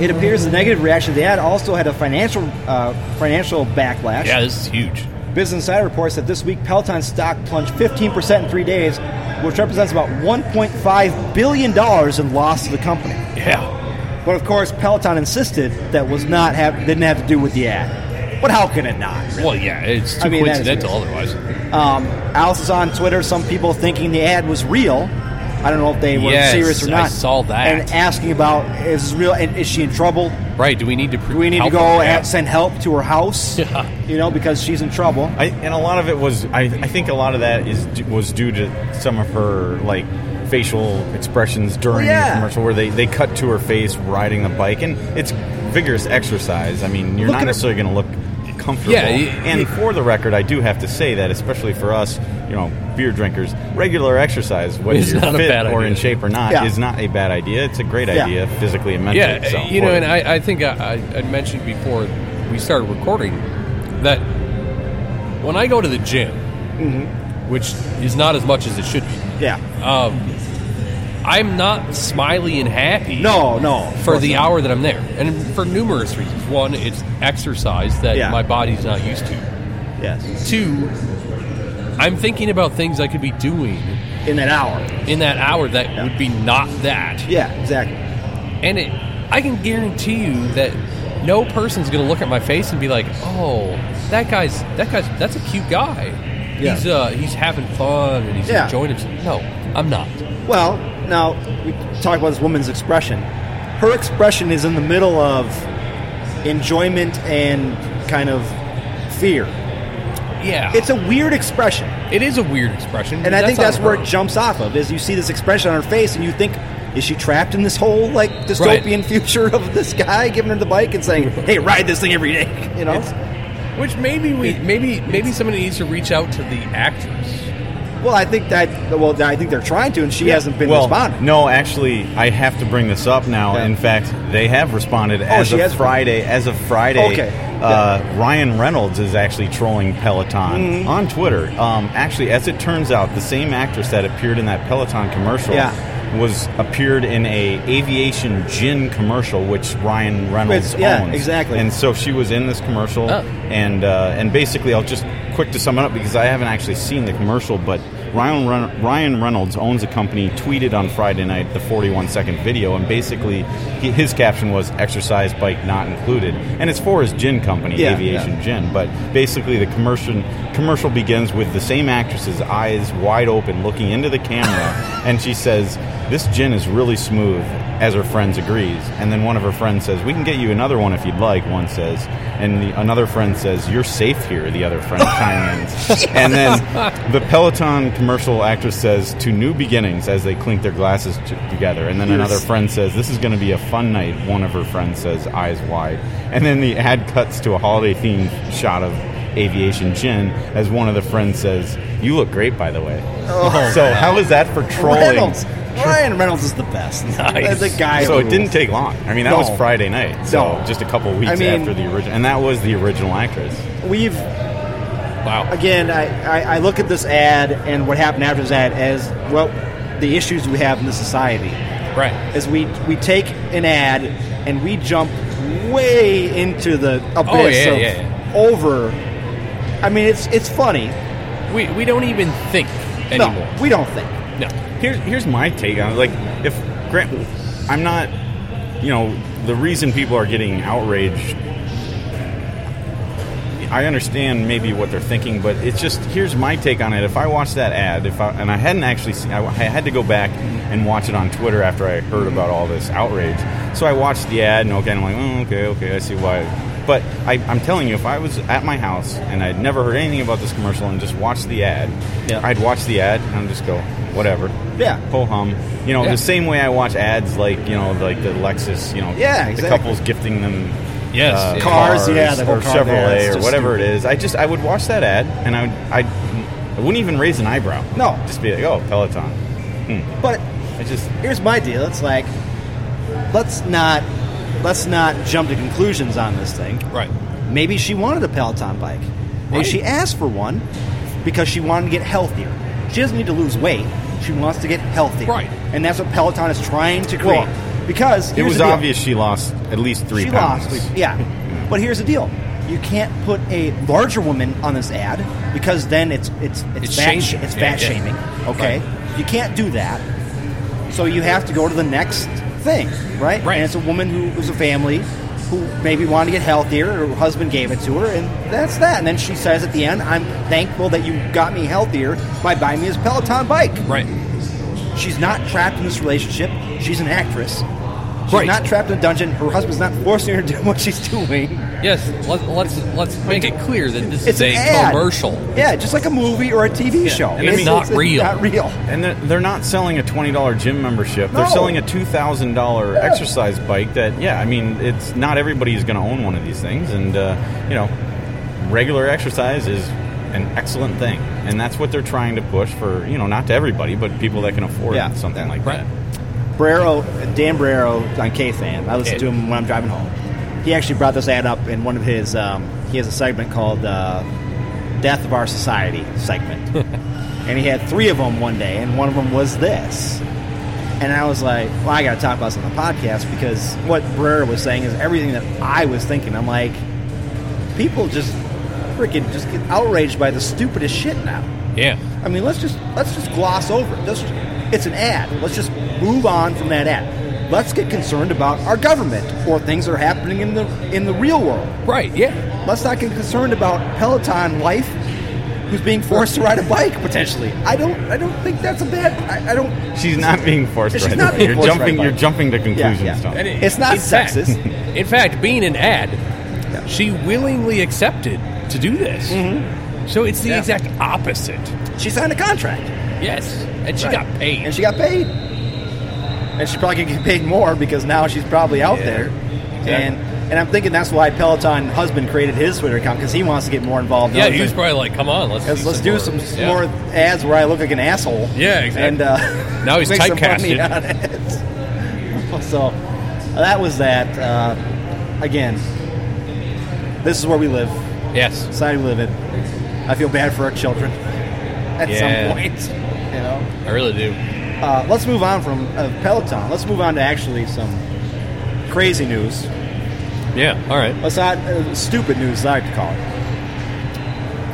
[SPEAKER 2] it appears the negative reaction to the ad also had a financial uh, financial backlash.
[SPEAKER 4] Yeah, this is huge.
[SPEAKER 2] Business Insider reports that this week Peloton stock plunged 15% in three days, which represents about $1.5 billion in loss to the company.
[SPEAKER 4] Yeah.
[SPEAKER 2] But of course, Peloton insisted that was not have, didn't have to do with the ad. But how can it not?
[SPEAKER 4] Well, yeah, it's too
[SPEAKER 2] I mean, that is-
[SPEAKER 4] coincidental otherwise.
[SPEAKER 2] Um, Alice is on Twitter. Some people thinking the ad was real. I don't know if they were
[SPEAKER 4] Yes,
[SPEAKER 2] serious or
[SPEAKER 4] I
[SPEAKER 2] not.
[SPEAKER 4] saw that.
[SPEAKER 2] And asking about is this real? And is she in trouble?
[SPEAKER 4] Right? Do we need to? Pr-
[SPEAKER 2] Do we need
[SPEAKER 4] help
[SPEAKER 2] to go
[SPEAKER 4] her? Yeah.
[SPEAKER 2] and send help to her house?
[SPEAKER 4] [LAUGHS] Yeah.
[SPEAKER 2] You know, because she's in trouble.
[SPEAKER 5] I, and a lot of it was. I, I think a lot of that is d- was due to some of her like facial expressions during
[SPEAKER 2] Well, yeah.
[SPEAKER 5] the commercial, where they they cut to her face riding the bike, and it's vigorous exercise. I mean, you're
[SPEAKER 2] Look at her-
[SPEAKER 5] not necessarily going to look comfortable.
[SPEAKER 4] Yeah, y-
[SPEAKER 5] and for the record, I do have to say that, especially for us, you know, beer drinkers, regular exercise, whether
[SPEAKER 4] It's
[SPEAKER 5] you're
[SPEAKER 4] not a
[SPEAKER 5] fit
[SPEAKER 4] bad
[SPEAKER 5] or
[SPEAKER 4] idea.
[SPEAKER 5] in shape or not,
[SPEAKER 2] Yeah.
[SPEAKER 5] is not a bad idea. It's a great
[SPEAKER 2] Yeah.
[SPEAKER 5] idea, physically and mentally.
[SPEAKER 4] Yeah,
[SPEAKER 5] so,
[SPEAKER 4] you know,
[SPEAKER 5] whatever.
[SPEAKER 4] and I, I think I, I I mentioned before we started recording that when I go to the gym,
[SPEAKER 2] Mm-hmm.
[SPEAKER 4] which is not as much as it should be,
[SPEAKER 2] Yeah.
[SPEAKER 4] um, I'm not smiley and happy.
[SPEAKER 2] No, no. of
[SPEAKER 4] For
[SPEAKER 2] course
[SPEAKER 4] the
[SPEAKER 2] not.
[SPEAKER 4] hour that I'm there, and for numerous reasons. One, it's exercise that
[SPEAKER 2] Yeah.
[SPEAKER 4] my body's not used to.
[SPEAKER 2] Yes.
[SPEAKER 4] Two, I'm thinking about things I could be doing
[SPEAKER 2] In an hour.
[SPEAKER 4] in that hour that
[SPEAKER 2] Yeah.
[SPEAKER 4] would be not that.
[SPEAKER 2] Yeah, exactly.
[SPEAKER 4] And it, I can guarantee you that no person's going to look at my face and be like, "Oh, that guy's that guy's that's a cute guy.
[SPEAKER 2] Yeah.
[SPEAKER 4] He's uh, he's having fun and he's
[SPEAKER 2] Yeah.
[SPEAKER 4] enjoying himself." No, I'm not.
[SPEAKER 2] Well, now we talk about this woman's expression. Her expression is in the middle of enjoyment and kind of fear.
[SPEAKER 4] Yeah,
[SPEAKER 2] It's a weird expression,
[SPEAKER 4] it is a weird expression,
[SPEAKER 2] and I think
[SPEAKER 4] not
[SPEAKER 2] that's where it
[SPEAKER 4] her.
[SPEAKER 2] jumps off of. Is you see this expression on her face, and you think, is she trapped in this whole like dystopian future of this guy giving her the bike and
[SPEAKER 5] [LAUGHS]
[SPEAKER 2] saying, "Hey, ride this thing every day," [LAUGHS] you know?
[SPEAKER 4] Which maybe we maybe maybe somebody needs to reach out to the actress.
[SPEAKER 2] well, I think that well, I think they're trying to, and she hasn't been
[SPEAKER 5] well,
[SPEAKER 2] [LAUGHS] responding.
[SPEAKER 5] No, actually, I have to bring this up now.
[SPEAKER 2] Yeah. Oh,
[SPEAKER 5] In fact, they have responded as
[SPEAKER 2] she
[SPEAKER 5] of
[SPEAKER 2] has-
[SPEAKER 5] Friday. As of Friday,
[SPEAKER 2] Okay.
[SPEAKER 5] uh, Ryan Reynolds is actually trolling Peloton
[SPEAKER 2] Mm-hmm.
[SPEAKER 5] on Twitter. Um, actually, as it turns out, the same actress that appeared in that Peloton commercial.
[SPEAKER 2] Yeah.
[SPEAKER 5] Was appeared in a aviation gin commercial, which Ryan Reynolds
[SPEAKER 2] It's- yeah,
[SPEAKER 5] owns.
[SPEAKER 2] exactly.
[SPEAKER 5] And so she was in this commercial,
[SPEAKER 4] Oh.
[SPEAKER 5] and uh, and basically, I'll just quick to sum it up because I haven't actually seen the commercial, but Ryan Ren- Ryan Reynolds owns a company. Tweeted on Friday night the 41 second video, and basically, he, his caption was "exercise bike not included," and it's for his gin company,
[SPEAKER 2] Yeah,
[SPEAKER 5] Aviation
[SPEAKER 2] yeah.
[SPEAKER 5] Gin. But basically, the commercial commercial begins with the same actress's eyes wide open, looking into the camera, and she says. this gin is really smooth, as her friends agrees. And then one of her friends says, we can get you another one if you'd like, one says. And the, another friend says, you're safe here, the other friend chimes in. And then the Peloton commercial actress says, to new beginnings, as they clink their glasses t- together. And then another friend says, this is going to be a fun night, one of her friends says, eyes wide. And then the ad cuts to a holiday-themed shot of aviation gin as one of the friends says you look great by the way [LAUGHS] so how is Oh. that for trolling
[SPEAKER 2] Reynolds. Ryan Reynolds is the best. [LAUGHS] Nice. The guy.
[SPEAKER 5] so
[SPEAKER 2] who
[SPEAKER 5] it
[SPEAKER 2] rules.
[SPEAKER 5] didn't take long i mean that
[SPEAKER 2] No.
[SPEAKER 5] was friday night so
[SPEAKER 2] No.
[SPEAKER 5] just a couple weeks
[SPEAKER 2] I mean-
[SPEAKER 5] after the original and that was the original actress
[SPEAKER 2] We've
[SPEAKER 4] Wow.
[SPEAKER 2] again. I, I I look at this ad and what happened after this ad as well. The issues we have in the society.
[SPEAKER 4] Right.
[SPEAKER 2] is we we take an ad and we jump way into the abyss
[SPEAKER 4] Oh, yeah,
[SPEAKER 2] of
[SPEAKER 4] yeah, yeah.
[SPEAKER 2] over. I mean, it's it's funny.
[SPEAKER 4] We, we don't even think anymore.
[SPEAKER 2] No, we don't think.
[SPEAKER 4] No.
[SPEAKER 5] here's here's my take on it. Like, if Grant, I'm not, you know, the reason people are getting outraged. I understand maybe what they're thinking, but it's just here's my take on it. If I watched that ad, if I, and I hadn't actually seen, I, I had to go back and watch it on Twitter after I heard about all this outrage. So I watched the ad, and okay, I'm like, oh, okay, okay, I see why. But I, I'm telling you, if I was at my house and I'd never heard anything about this commercial and just watched the ad,
[SPEAKER 2] Yeah.
[SPEAKER 5] I'd watch the ad and I'd just go, whatever
[SPEAKER 2] Yeah.
[SPEAKER 5] ho hum. You know,
[SPEAKER 4] Yeah.
[SPEAKER 5] the same way I watch ads like you know, like the Lexus. You know,
[SPEAKER 2] Yeah,
[SPEAKER 5] the
[SPEAKER 2] exactly.
[SPEAKER 5] couples gifting them
[SPEAKER 4] Yes.
[SPEAKER 5] uh,
[SPEAKER 4] yeah.
[SPEAKER 2] Cars, yeah, the whole
[SPEAKER 5] or
[SPEAKER 2] car ad, it's
[SPEAKER 5] Chevrolet or
[SPEAKER 2] just
[SPEAKER 5] whatever it is. I just I would watch that ad and I would I, I wouldn't even raise an eyebrow.
[SPEAKER 2] No.
[SPEAKER 5] just be like, oh, Peloton.
[SPEAKER 2] But
[SPEAKER 5] I just
[SPEAKER 2] here's my deal. It's like let's not let's not jump to conclusions on this thing.
[SPEAKER 4] Right.
[SPEAKER 2] Maybe she wanted a Peloton bike. Maybe
[SPEAKER 4] Right.
[SPEAKER 2] she asked for one because she wanted to get healthier. She doesn't need to lose weight. She wants to get healthy.
[SPEAKER 4] Right.
[SPEAKER 2] And that's what Peloton is trying to create.
[SPEAKER 5] Well,
[SPEAKER 2] because
[SPEAKER 5] it
[SPEAKER 2] here's
[SPEAKER 5] was
[SPEAKER 2] the deal.
[SPEAKER 5] obvious she lost at least three
[SPEAKER 2] she
[SPEAKER 5] pounds.
[SPEAKER 2] lost. Yeah. But here's the deal. You can't put a larger woman on this ad because then it's it's it's,
[SPEAKER 4] It's
[SPEAKER 2] fat,
[SPEAKER 4] shaming.
[SPEAKER 2] sh- it's
[SPEAKER 4] Yeah,
[SPEAKER 2] fat
[SPEAKER 4] yeah.
[SPEAKER 2] shaming. Okay. You can't do that. So you have to go to the next thing, right?
[SPEAKER 4] Right.
[SPEAKER 2] And it's a woman who was a family who maybe wanted to get healthier, or her husband gave it to her, and that's that. And then she says at the end, I'm thankful that you got me healthier by buying me this Peloton bike.
[SPEAKER 4] Right.
[SPEAKER 2] She's not trapped in this relationship. She's an actress. She's
[SPEAKER 4] Right.
[SPEAKER 2] not trapped in a dungeon. Her husband's not forcing her to do [LAUGHS] what she's doing.
[SPEAKER 4] Yes. Let, let's let's make it clear that this
[SPEAKER 2] It's
[SPEAKER 4] is a
[SPEAKER 2] an ad.
[SPEAKER 4] commercial.
[SPEAKER 2] Yeah, just like a movie or a TV show.
[SPEAKER 4] and it's not real.
[SPEAKER 2] Not real.
[SPEAKER 5] And they're, they're not selling a twenty dollar gym membership. They're
[SPEAKER 2] No.
[SPEAKER 5] selling a two thousand dollar exercise bike. That yeah, I mean, it's not everybody is going to own one of these things, and uh, you know, regular exercise is an excellent thing, and that's what they're trying to push for. You know, not to everybody, but people that can afford
[SPEAKER 2] Yeah.
[SPEAKER 5] something like
[SPEAKER 4] Right.
[SPEAKER 2] Brero, Dan Brero on K Fan. I listen
[SPEAKER 4] Yeah.
[SPEAKER 2] to him when I'm driving home. He actually brought this ad up in one of his. Um, he has a segment called uh, "Death of Our Society" segment, and he had three of them one day, and one of them was this. And I was like, "Well, I got to talk about this on the podcast because what Brero was saying is everything that I was thinking." I'm like, people just freaking just get outraged by the stupidest shit now.
[SPEAKER 4] Yeah.
[SPEAKER 2] I mean, let's just let's just gloss over it. Let's- it's an ad. Let's just move on from that ad. Let's get concerned about our government or things that are happening in the in the real world.
[SPEAKER 4] Right. Yeah.
[SPEAKER 2] Let's not get concerned about Peloton life, who's being forced to ride a bike potentially. I don't I don't think that's a bad. I, I don't.
[SPEAKER 5] that. She's not being forced.
[SPEAKER 2] She's
[SPEAKER 5] right
[SPEAKER 2] not
[SPEAKER 5] away.
[SPEAKER 2] being
[SPEAKER 5] you're
[SPEAKER 2] forced
[SPEAKER 5] jumping.
[SPEAKER 2] right
[SPEAKER 5] you're
[SPEAKER 2] away.
[SPEAKER 5] jumping to conclusions.
[SPEAKER 2] yeah.
[SPEAKER 5] Tom.
[SPEAKER 4] And it-
[SPEAKER 2] It's not
[SPEAKER 4] in fact-
[SPEAKER 2] sexist.
[SPEAKER 4] in fact, being an ad, she willingly accepted to do this. So it's
[SPEAKER 2] Mm-hmm.
[SPEAKER 4] the
[SPEAKER 2] Yeah.
[SPEAKER 4] exact opposite.
[SPEAKER 2] She signed a contract
[SPEAKER 4] Yes, and she got paid.
[SPEAKER 2] and she got paid, and she probably can get paid more because now she's probably out
[SPEAKER 4] Yeah.
[SPEAKER 2] there.
[SPEAKER 4] Exactly.
[SPEAKER 2] And and I'm thinking that's why Peloton husband created his Twitter account because he wants to get more involved. in
[SPEAKER 4] yeah,
[SPEAKER 2] other
[SPEAKER 4] he was
[SPEAKER 2] things.
[SPEAKER 4] probably like, "Come on, let's
[SPEAKER 2] Let's, let's do some
[SPEAKER 4] more.
[SPEAKER 2] some
[SPEAKER 4] Yeah.
[SPEAKER 2] more ads where I look like an asshole.
[SPEAKER 4] Yeah, exactly.
[SPEAKER 2] And uh,
[SPEAKER 4] Now [LAUGHS]
[SPEAKER 2] [LAUGHS]
[SPEAKER 4] he's
[SPEAKER 2] make some money
[SPEAKER 4] typecasted.
[SPEAKER 2] on it. [LAUGHS] so that was that. Uh, again, this is where we live.
[SPEAKER 4] Yes,
[SPEAKER 2] Society we live in. I feel bad for our children at
[SPEAKER 4] Yeah.
[SPEAKER 2] some point. [LAUGHS] You know.
[SPEAKER 4] I really do.
[SPEAKER 2] Uh, let's move on from uh, Peloton. Let's move on to actually some crazy news.
[SPEAKER 4] Yeah, all right.
[SPEAKER 2] Let's not uh, stupid news, as I like to call it.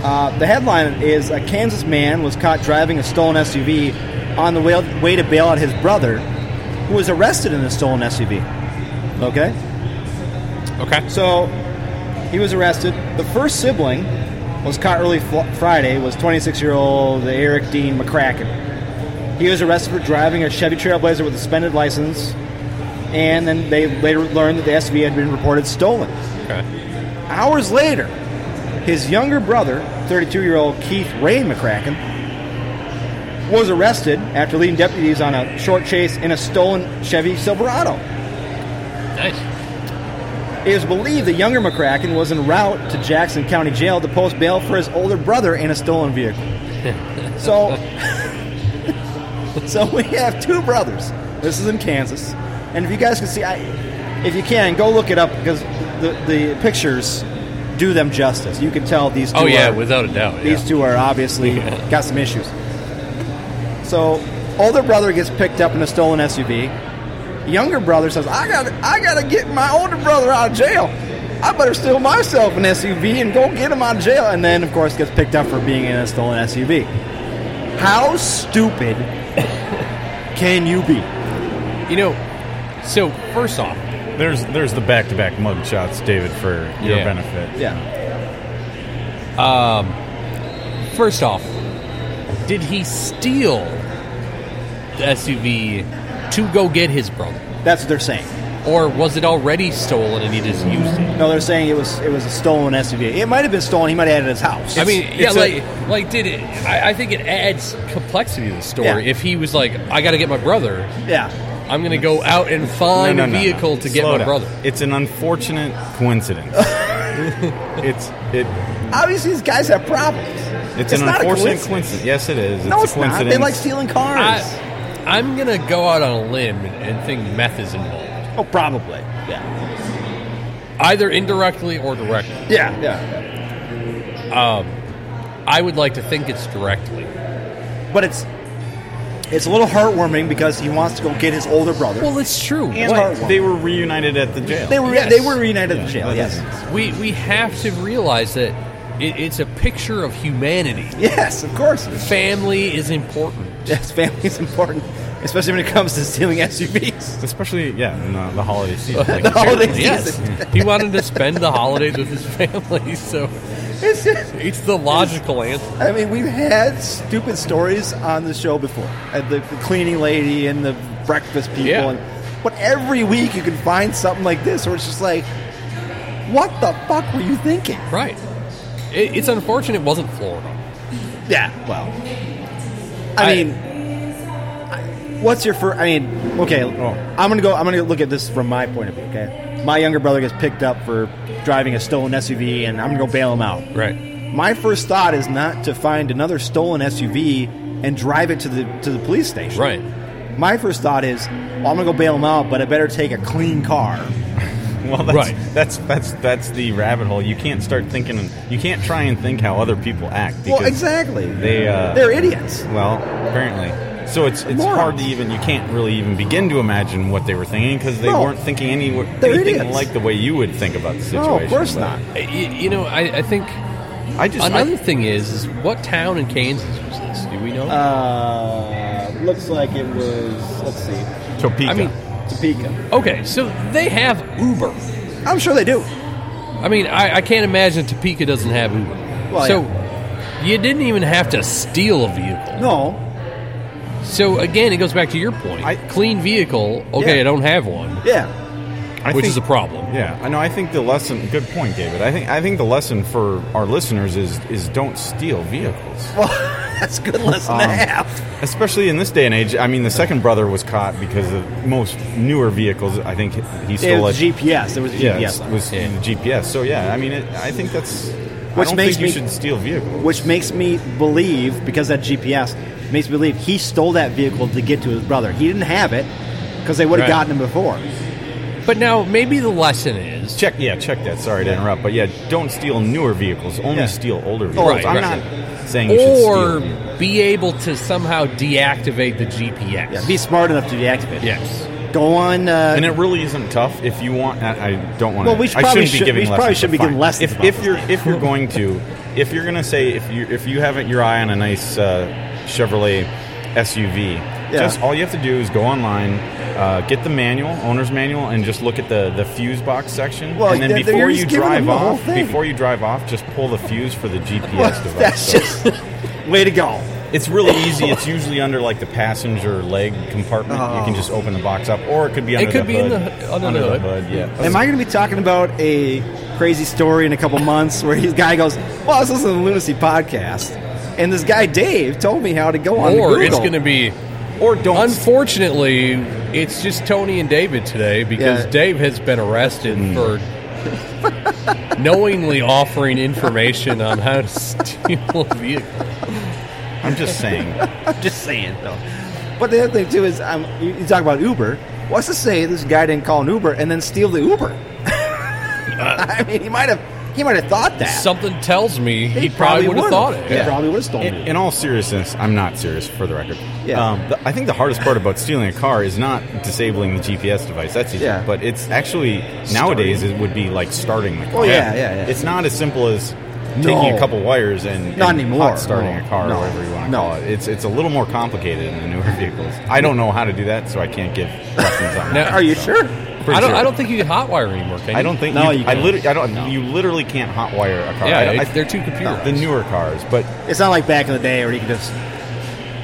[SPEAKER 2] Uh, the headline is a Kansas man was caught driving a stolen SUV on the way, way to bail out his brother, who was arrested in the stolen SUV. Okay,
[SPEAKER 4] Okay,
[SPEAKER 2] so he was arrested. The first sibling was caught early fl- Friday was 26 year old Eric Dean McCracken. He was arrested for driving a Chevy Trailblazer with a suspended license, and then they later learned that the SUV had been reported stolen.
[SPEAKER 4] Okay.
[SPEAKER 2] Hours later, his younger brother, 32 year old Keith Ray McCracken, was arrested after leading deputies on a short chase in a stolen Chevy Silverado.
[SPEAKER 4] Nice.
[SPEAKER 2] It is believed that younger McCracken was en route to Jackson County Jail to post bail for his older brother in a stolen
[SPEAKER 4] [LAUGHS]
[SPEAKER 2] vehicle. so, [LAUGHS] so we have two brothers. This is in Kansas, and if you guys can see, I, if you can, go look it up because the the pictures do them justice. You can tell these. two
[SPEAKER 4] Oh yeah,
[SPEAKER 2] are-
[SPEAKER 4] without a doubt.
[SPEAKER 2] these
[SPEAKER 4] yeah.
[SPEAKER 2] two are obviously got some issues. So, older brother gets picked up in a stolen SUV. Younger brother says, "I got, to I got to get my older brother out of jail. I better steal myself an SUV and go get him out of jail." And then, of course, gets picked up for being in a stolen SUV. How stupid can you be?
[SPEAKER 4] You know, so first off,
[SPEAKER 6] There's there's the back to back mug shots, David, for your
[SPEAKER 4] Yeah.
[SPEAKER 6] benefit.
[SPEAKER 2] Yeah,
[SPEAKER 4] first off, did he steal the SUV to go get his brother,
[SPEAKER 2] that's what they're saying.
[SPEAKER 4] or was it already stolen and he just used it?
[SPEAKER 2] No, they're saying it was it was a stolen SUV. It might have been stolen. He might have had it at his house.
[SPEAKER 4] I mean, yeah,
[SPEAKER 6] it's
[SPEAKER 4] like,
[SPEAKER 6] a-
[SPEAKER 4] like, did it? I, I think it adds complexity to the story.
[SPEAKER 2] Yeah.
[SPEAKER 4] If he was like, I got to get my brother,
[SPEAKER 2] yeah.
[SPEAKER 4] I'm going to go out and find a vehicle to get
[SPEAKER 6] Slow
[SPEAKER 4] my
[SPEAKER 6] down.
[SPEAKER 4] brother.
[SPEAKER 5] It's an unfortunate
[SPEAKER 4] [LAUGHS]
[SPEAKER 5] coincidence. it's it.
[SPEAKER 2] Obviously, these guys have problems.
[SPEAKER 5] It's, an
[SPEAKER 2] not a
[SPEAKER 5] unfortunate coincidence.
[SPEAKER 2] coincidence.
[SPEAKER 5] Yes, it is. It's
[SPEAKER 2] No,
[SPEAKER 5] a
[SPEAKER 2] it's not.
[SPEAKER 5] coincidence.
[SPEAKER 2] They like stealing cars.
[SPEAKER 4] I, I'm going to go out on a limb and, and think meth is involved,
[SPEAKER 2] oh, probably. Yeah.
[SPEAKER 4] either indirectly or directly.
[SPEAKER 2] Yeah. Yeah.
[SPEAKER 4] I would like to think it's directly.
[SPEAKER 2] But it's it's a little heartwarming because he wants to go get his older brother.
[SPEAKER 4] Well, it's true.
[SPEAKER 2] And
[SPEAKER 5] Well,
[SPEAKER 2] heartwarming.
[SPEAKER 5] they were reunited at the jail.
[SPEAKER 2] They were
[SPEAKER 4] Yes.
[SPEAKER 2] they were reunited in jail.
[SPEAKER 5] that
[SPEAKER 2] Yes.
[SPEAKER 5] doesn't-
[SPEAKER 4] We we have to realize that it, it's a picture of humanity.
[SPEAKER 2] Yes, of course.
[SPEAKER 4] Family is important.
[SPEAKER 2] Yes, [LAUGHS] family is important, especially when it comes to stealing SUVs.
[SPEAKER 5] especially yeah, in uh, the holiday
[SPEAKER 4] [LAUGHS]
[SPEAKER 5] season. Like,
[SPEAKER 2] The [LAUGHS] holiday
[SPEAKER 4] Yes,
[SPEAKER 2] season.
[SPEAKER 4] he wanted to spend the holidays with his family, [LAUGHS] so
[SPEAKER 2] It's just-
[SPEAKER 4] it's the logical answer.
[SPEAKER 2] I mean, we've had stupid stories on the show before, Uh, the, the cleaning lady and the breakfast people,
[SPEAKER 4] Yeah.
[SPEAKER 2] and but every week you can find something like this where it's just like, what the fuck were you thinking?
[SPEAKER 4] Right. It, it's unfortunate it wasn't Florida.
[SPEAKER 2] Yeah. Well, I,
[SPEAKER 4] I-
[SPEAKER 2] mean, I- what's your first? I mean, okay, I'm gonna go. I'm gonna look at this from my point of view. Okay, my younger brother gets picked up for driving a stolen SUV, and I'm gonna go bail him out.
[SPEAKER 4] Right.
[SPEAKER 2] My first thought is not to find another stolen SUV and drive it to the to the police station.
[SPEAKER 4] Right.
[SPEAKER 2] My first thought is, well, I'm gonna go bail him out, but I better take a clean car.
[SPEAKER 5] well, that's,
[SPEAKER 4] Right.
[SPEAKER 5] that's that's that's the rabbit hole. You can't start thinking. You can't try and think how other people act.
[SPEAKER 2] Well,
[SPEAKER 5] because
[SPEAKER 2] exactly.
[SPEAKER 5] They uh,
[SPEAKER 2] They're idiots.
[SPEAKER 5] Well, apparently. So it's it's
[SPEAKER 2] Morons.
[SPEAKER 5] hard to even you can't really even begin to imagine what they were thinking because they
[SPEAKER 2] No.
[SPEAKER 5] weren't thinking any
[SPEAKER 2] They're
[SPEAKER 5] anything
[SPEAKER 2] idiots.
[SPEAKER 5] like the way you would think about the situation.
[SPEAKER 2] No, of course
[SPEAKER 5] but
[SPEAKER 2] not.
[SPEAKER 4] Y- You, know, I, I think
[SPEAKER 5] I just
[SPEAKER 4] another
[SPEAKER 5] I,
[SPEAKER 4] thing is, is what town in Kansas was this? Do we know?
[SPEAKER 2] Uh, looks like it was. Let's see,
[SPEAKER 5] Topeka.
[SPEAKER 4] I mean,
[SPEAKER 2] Topeka.
[SPEAKER 4] okay, so they have Uber.
[SPEAKER 2] I'm sure they do.
[SPEAKER 4] I mean, I, I can't imagine Topeka doesn't have Uber.
[SPEAKER 2] Well,
[SPEAKER 4] so you didn't even have to steal a vehicle.
[SPEAKER 2] No.
[SPEAKER 4] So again, it goes back to your point.
[SPEAKER 5] I-
[SPEAKER 4] Clean vehicle. Okay,
[SPEAKER 2] Yeah.
[SPEAKER 4] I don't have one,
[SPEAKER 2] Yeah. [LAUGHS]
[SPEAKER 5] I
[SPEAKER 4] which
[SPEAKER 5] think-
[SPEAKER 4] is a problem.
[SPEAKER 5] Yeah, I know. I think the lesson. Good point, David. I think I think the lesson for our listeners is is don't steal vehicles,
[SPEAKER 2] Well, that's a good lesson to
[SPEAKER 5] Um,
[SPEAKER 2] have.
[SPEAKER 5] especially in this day and age. I mean, the second brother was caught because of most newer vehicles. I think he
[SPEAKER 2] It
[SPEAKER 5] stole
[SPEAKER 2] was
[SPEAKER 5] a
[SPEAKER 2] GPS. There was a
[SPEAKER 5] Yeah,
[SPEAKER 2] GPS.
[SPEAKER 5] it
[SPEAKER 2] on it.
[SPEAKER 5] was
[SPEAKER 4] Yeah.
[SPEAKER 5] the GPS. So yeah, I mean, it, I think that's.
[SPEAKER 2] Which
[SPEAKER 5] I don't
[SPEAKER 2] makes
[SPEAKER 5] think
[SPEAKER 2] me-
[SPEAKER 5] you should steal vehicles.
[SPEAKER 2] which makes me believe because that GPS makes me believe he stole that vehicle to get to his brother. He didn't have it because they would have
[SPEAKER 4] Right.
[SPEAKER 2] gotten him before.
[SPEAKER 4] But now maybe the lesson is
[SPEAKER 5] Check, yeah, check that. Sorry to interrupt, but yeah, don't steal newer vehicles. Only
[SPEAKER 2] Yeah. Oh,
[SPEAKER 5] steal older vehicles.
[SPEAKER 4] Right,
[SPEAKER 5] I'm
[SPEAKER 4] right.
[SPEAKER 5] not saying you should
[SPEAKER 4] or
[SPEAKER 5] steal. them.
[SPEAKER 4] be able to somehow deactivate the GPS.
[SPEAKER 2] Yeah, be smart enough to deactivate. it.
[SPEAKER 4] yes.
[SPEAKER 2] Go on. Uh,
[SPEAKER 5] And it really isn't tough if you want. I, I don't want.
[SPEAKER 2] Well, we should
[SPEAKER 5] I
[SPEAKER 2] probably
[SPEAKER 5] shouldn't
[SPEAKER 2] should-
[SPEAKER 5] be giving
[SPEAKER 2] we
[SPEAKER 5] lessons.
[SPEAKER 2] probably should be
[SPEAKER 5] but
[SPEAKER 2] giving
[SPEAKER 5] fine.
[SPEAKER 2] lessons about
[SPEAKER 5] If, if
[SPEAKER 2] this.
[SPEAKER 5] you're
[SPEAKER 2] [LAUGHS]
[SPEAKER 5] if you're going to if you're going to say if you if you haven't your eye on a nice uh, Chevrolet SUV,
[SPEAKER 2] Yeah.
[SPEAKER 5] just all you have to do is go online, uh, get the manual, owner's manual, and just look at the the fuse box section.
[SPEAKER 2] Well,
[SPEAKER 5] and then
[SPEAKER 2] they're- they're
[SPEAKER 5] before
[SPEAKER 2] just
[SPEAKER 5] you
[SPEAKER 2] giving them
[SPEAKER 5] drive
[SPEAKER 2] the whole
[SPEAKER 5] off,
[SPEAKER 2] thing. [LAUGHS]
[SPEAKER 5] before you drive off, just pull the fuse for the GPS
[SPEAKER 2] well,
[SPEAKER 5] device.
[SPEAKER 2] that's
[SPEAKER 5] So-
[SPEAKER 2] just way to go.
[SPEAKER 5] It's really easy. It's usually under like the passenger leg compartment. You
[SPEAKER 2] Oh.
[SPEAKER 5] can just open the box up, or it could be under
[SPEAKER 4] could
[SPEAKER 5] the
[SPEAKER 4] be in
[SPEAKER 5] hood.
[SPEAKER 4] the- under the hood.
[SPEAKER 5] yeah.
[SPEAKER 2] Am I going to be talking about a crazy story in a couple months where this guy goes, "Well, I was listening to the Lunacy podcast, and this guy Dave told me how to go on
[SPEAKER 4] Or
[SPEAKER 2] Google."
[SPEAKER 4] it's going to be.
[SPEAKER 2] or don't.
[SPEAKER 4] Unfortunately, it's just Tony and David today because
[SPEAKER 2] Yeah.
[SPEAKER 4] Dave has been arrested for knowingly offering information on how to steal a vehicle.
[SPEAKER 5] I'm just saying.
[SPEAKER 2] [LAUGHS] just saying though. But the other thing too is, um, you, you talk about Uber. What's to say this guy didn't call an Uber and then steal the Uber? [LAUGHS] I mean, he might have. He might have thought that.
[SPEAKER 4] Something tells me he, probably, would have
[SPEAKER 2] would've.
[SPEAKER 4] thought it.
[SPEAKER 2] He probably would have stolen
[SPEAKER 5] In,
[SPEAKER 2] it.
[SPEAKER 5] in all seriousness, I'm not serious for the record.
[SPEAKER 2] Yeah.
[SPEAKER 5] Um, the, I think the hardest part about stealing a car is not disabling the GPS device. That's easy.
[SPEAKER 2] Yeah.
[SPEAKER 5] But it's actually nowadays it would be like starting the car.
[SPEAKER 2] Oh, yeah, yeah, yeah.
[SPEAKER 5] It's not as simple as taking
[SPEAKER 2] No.
[SPEAKER 5] a couple wires and
[SPEAKER 2] Not
[SPEAKER 5] and
[SPEAKER 2] anymore.
[SPEAKER 5] hot starting
[SPEAKER 2] No,
[SPEAKER 5] a car
[SPEAKER 2] no,
[SPEAKER 5] or whatever you want to
[SPEAKER 2] no.
[SPEAKER 5] call it. It's it's a little more complicated in the newer [LAUGHS] vehicles. I don't know how to do that, so I can't give [LAUGHS] lessons on
[SPEAKER 4] Now-
[SPEAKER 5] that.
[SPEAKER 2] Are you sure?
[SPEAKER 5] Pretty
[SPEAKER 4] I don't.
[SPEAKER 5] sure.
[SPEAKER 4] I don't think you can hotwire anymore. Can you?
[SPEAKER 5] I don't think.
[SPEAKER 2] No,
[SPEAKER 5] you,
[SPEAKER 2] you
[SPEAKER 5] I
[SPEAKER 2] can't.
[SPEAKER 5] literally. I don't. You literally can't hotwire a car.
[SPEAKER 4] Yeah,
[SPEAKER 5] I don't-
[SPEAKER 4] it-
[SPEAKER 5] I-
[SPEAKER 4] they're too computerized.
[SPEAKER 5] The newer cars, but
[SPEAKER 2] It's not like back in the day where you could just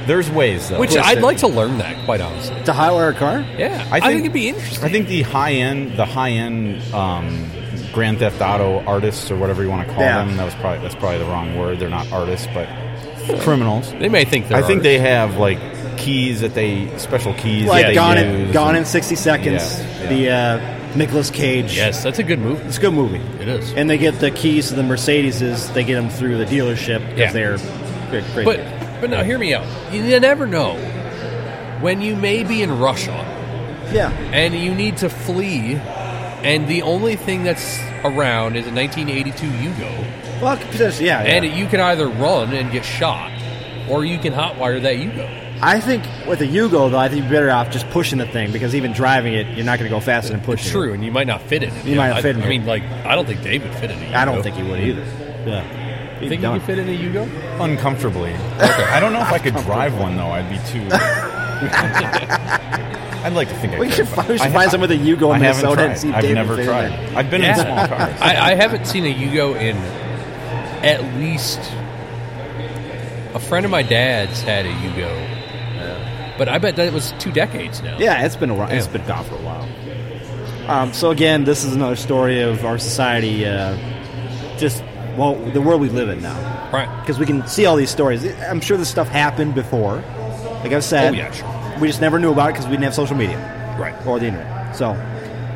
[SPEAKER 5] there's ways though.
[SPEAKER 4] Which
[SPEAKER 2] Listen.
[SPEAKER 4] I'd like to learn that, quite honestly.
[SPEAKER 2] to hotwire a car.
[SPEAKER 4] Yeah, I
[SPEAKER 5] I
[SPEAKER 4] think,
[SPEAKER 5] think-
[SPEAKER 4] it'd be interesting.
[SPEAKER 5] I think the high end, the high end um, Grand Theft Auto artists or whatever you want to call
[SPEAKER 2] Yeah.
[SPEAKER 5] them. That was probably that's probably the wrong word. They're not artists, but criminals.
[SPEAKER 4] they may think they're.
[SPEAKER 5] I think they have like keys that they special keys that
[SPEAKER 2] Like
[SPEAKER 5] they
[SPEAKER 2] gone in
[SPEAKER 5] use.
[SPEAKER 2] gone in sixty seconds.
[SPEAKER 5] Yeah,
[SPEAKER 2] The uh, Nicolas Cage.
[SPEAKER 4] Yes, that's a good move.
[SPEAKER 2] it's a good movie.
[SPEAKER 4] It is.
[SPEAKER 2] And they get the keys to the Mercedeses. They get them through the dealership because
[SPEAKER 4] Yeah.
[SPEAKER 2] they're good, great.
[SPEAKER 4] But but now hear me out. You never know when you may be in Russia
[SPEAKER 2] yeah,
[SPEAKER 4] and you need to flee, and the only thing that's around is a 1982 Yugo,
[SPEAKER 2] well, potentially, yeah. yeah.
[SPEAKER 4] and you can either run and get shot, or you can hotwire that Yugo.
[SPEAKER 2] I think with a Yugo though, I think you're better off just pushing the thing because even driving it, you're not going to go faster than pushing.
[SPEAKER 4] It's
[SPEAKER 2] it.
[SPEAKER 4] true, and you might not fit it.
[SPEAKER 2] You might not
[SPEAKER 4] I,
[SPEAKER 2] fit in
[SPEAKER 4] I
[SPEAKER 2] it.
[SPEAKER 4] mean, like I don't think David fit in. a
[SPEAKER 2] I don't
[SPEAKER 4] Yugo.
[SPEAKER 2] think he would either. Yeah,
[SPEAKER 4] Think you
[SPEAKER 2] done.
[SPEAKER 4] can fit in a Yugo?
[SPEAKER 5] uncomfortably. I don't know if I could drive one though. I'd be
[SPEAKER 2] [LAUGHS]
[SPEAKER 5] too. I'd like to think I
[SPEAKER 2] We
[SPEAKER 5] could,
[SPEAKER 2] should
[SPEAKER 5] but
[SPEAKER 2] find- we should
[SPEAKER 5] I-
[SPEAKER 2] find someone with a Yugo in
[SPEAKER 5] I haven't
[SPEAKER 2] Minnesota
[SPEAKER 5] tried.
[SPEAKER 2] and see if
[SPEAKER 5] I've
[SPEAKER 2] David
[SPEAKER 5] never
[SPEAKER 2] fit in
[SPEAKER 5] tried.
[SPEAKER 2] there.
[SPEAKER 5] I've
[SPEAKER 2] [LAUGHS]
[SPEAKER 5] been in small cars.
[SPEAKER 4] I, I haven't seen a Yugo in at least a friend of my dad's had a Yugo, but I bet that was two decades now.
[SPEAKER 2] Yeah, it's been a while. It's
[SPEAKER 4] Yeah.
[SPEAKER 2] been gone for a while. Um, so again, this is another story of our society, uh, just well, the world we live in now,
[SPEAKER 4] Right.
[SPEAKER 2] because we can see all these stories. I'm sure this stuff happened before. Like I've said,
[SPEAKER 4] Oh, yeah, sure.
[SPEAKER 2] we just never knew about it because we didn't have social media
[SPEAKER 4] Right.
[SPEAKER 2] or the internet. So,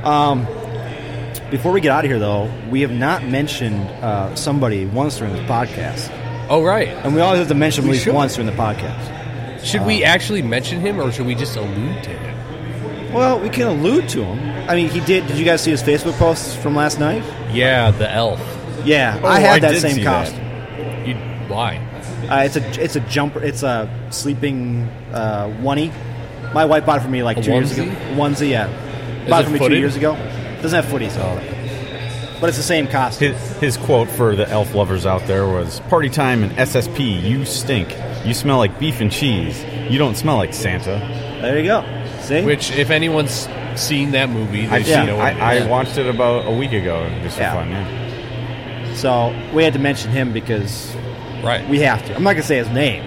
[SPEAKER 2] um, before we get out of here, though, we have not mentioned uh, somebody once during this podcast,
[SPEAKER 4] Oh, right.
[SPEAKER 2] and we always have to mention him at
[SPEAKER 4] We
[SPEAKER 2] least
[SPEAKER 4] should.
[SPEAKER 2] once during the podcast.
[SPEAKER 4] Should
[SPEAKER 2] Um,
[SPEAKER 4] we actually mention him, or should we just allude to him?
[SPEAKER 2] Well, we can allude to him. I mean, he did. Did you guys see his Facebook posts from last night?
[SPEAKER 4] Yeah, the elf.
[SPEAKER 2] Yeah,
[SPEAKER 5] Oh,
[SPEAKER 2] I had
[SPEAKER 5] I
[SPEAKER 2] that
[SPEAKER 5] did
[SPEAKER 2] same
[SPEAKER 5] see that.
[SPEAKER 2] costume.
[SPEAKER 4] You why?
[SPEAKER 2] Uh, it's a it's a jumper. It's a sleeping uh, oneie. My wife bought it for me like
[SPEAKER 4] A
[SPEAKER 2] two years ago. Onesie, yeah. bought
[SPEAKER 4] it
[SPEAKER 2] it for me
[SPEAKER 4] footed?
[SPEAKER 2] two years ago. Doesn't have footies though. But it's the same costume.
[SPEAKER 5] His, his quote for the elf lovers out there was Party time and SSP, you stink. You smell like beef and cheese. You don't smell like Santa.
[SPEAKER 2] There you go. See,
[SPEAKER 4] Which, if anyone's seen that movie, they
[SPEAKER 5] I've
[SPEAKER 4] should
[SPEAKER 2] yeah,
[SPEAKER 5] seen
[SPEAKER 4] know
[SPEAKER 5] it.
[SPEAKER 4] what it
[SPEAKER 5] I,
[SPEAKER 4] is.
[SPEAKER 5] I watched it about a week ago just for
[SPEAKER 2] Yeah.
[SPEAKER 5] fun, yeah.
[SPEAKER 2] so we had to mention him because
[SPEAKER 4] right.
[SPEAKER 2] we have to. I'm not gonna say his name.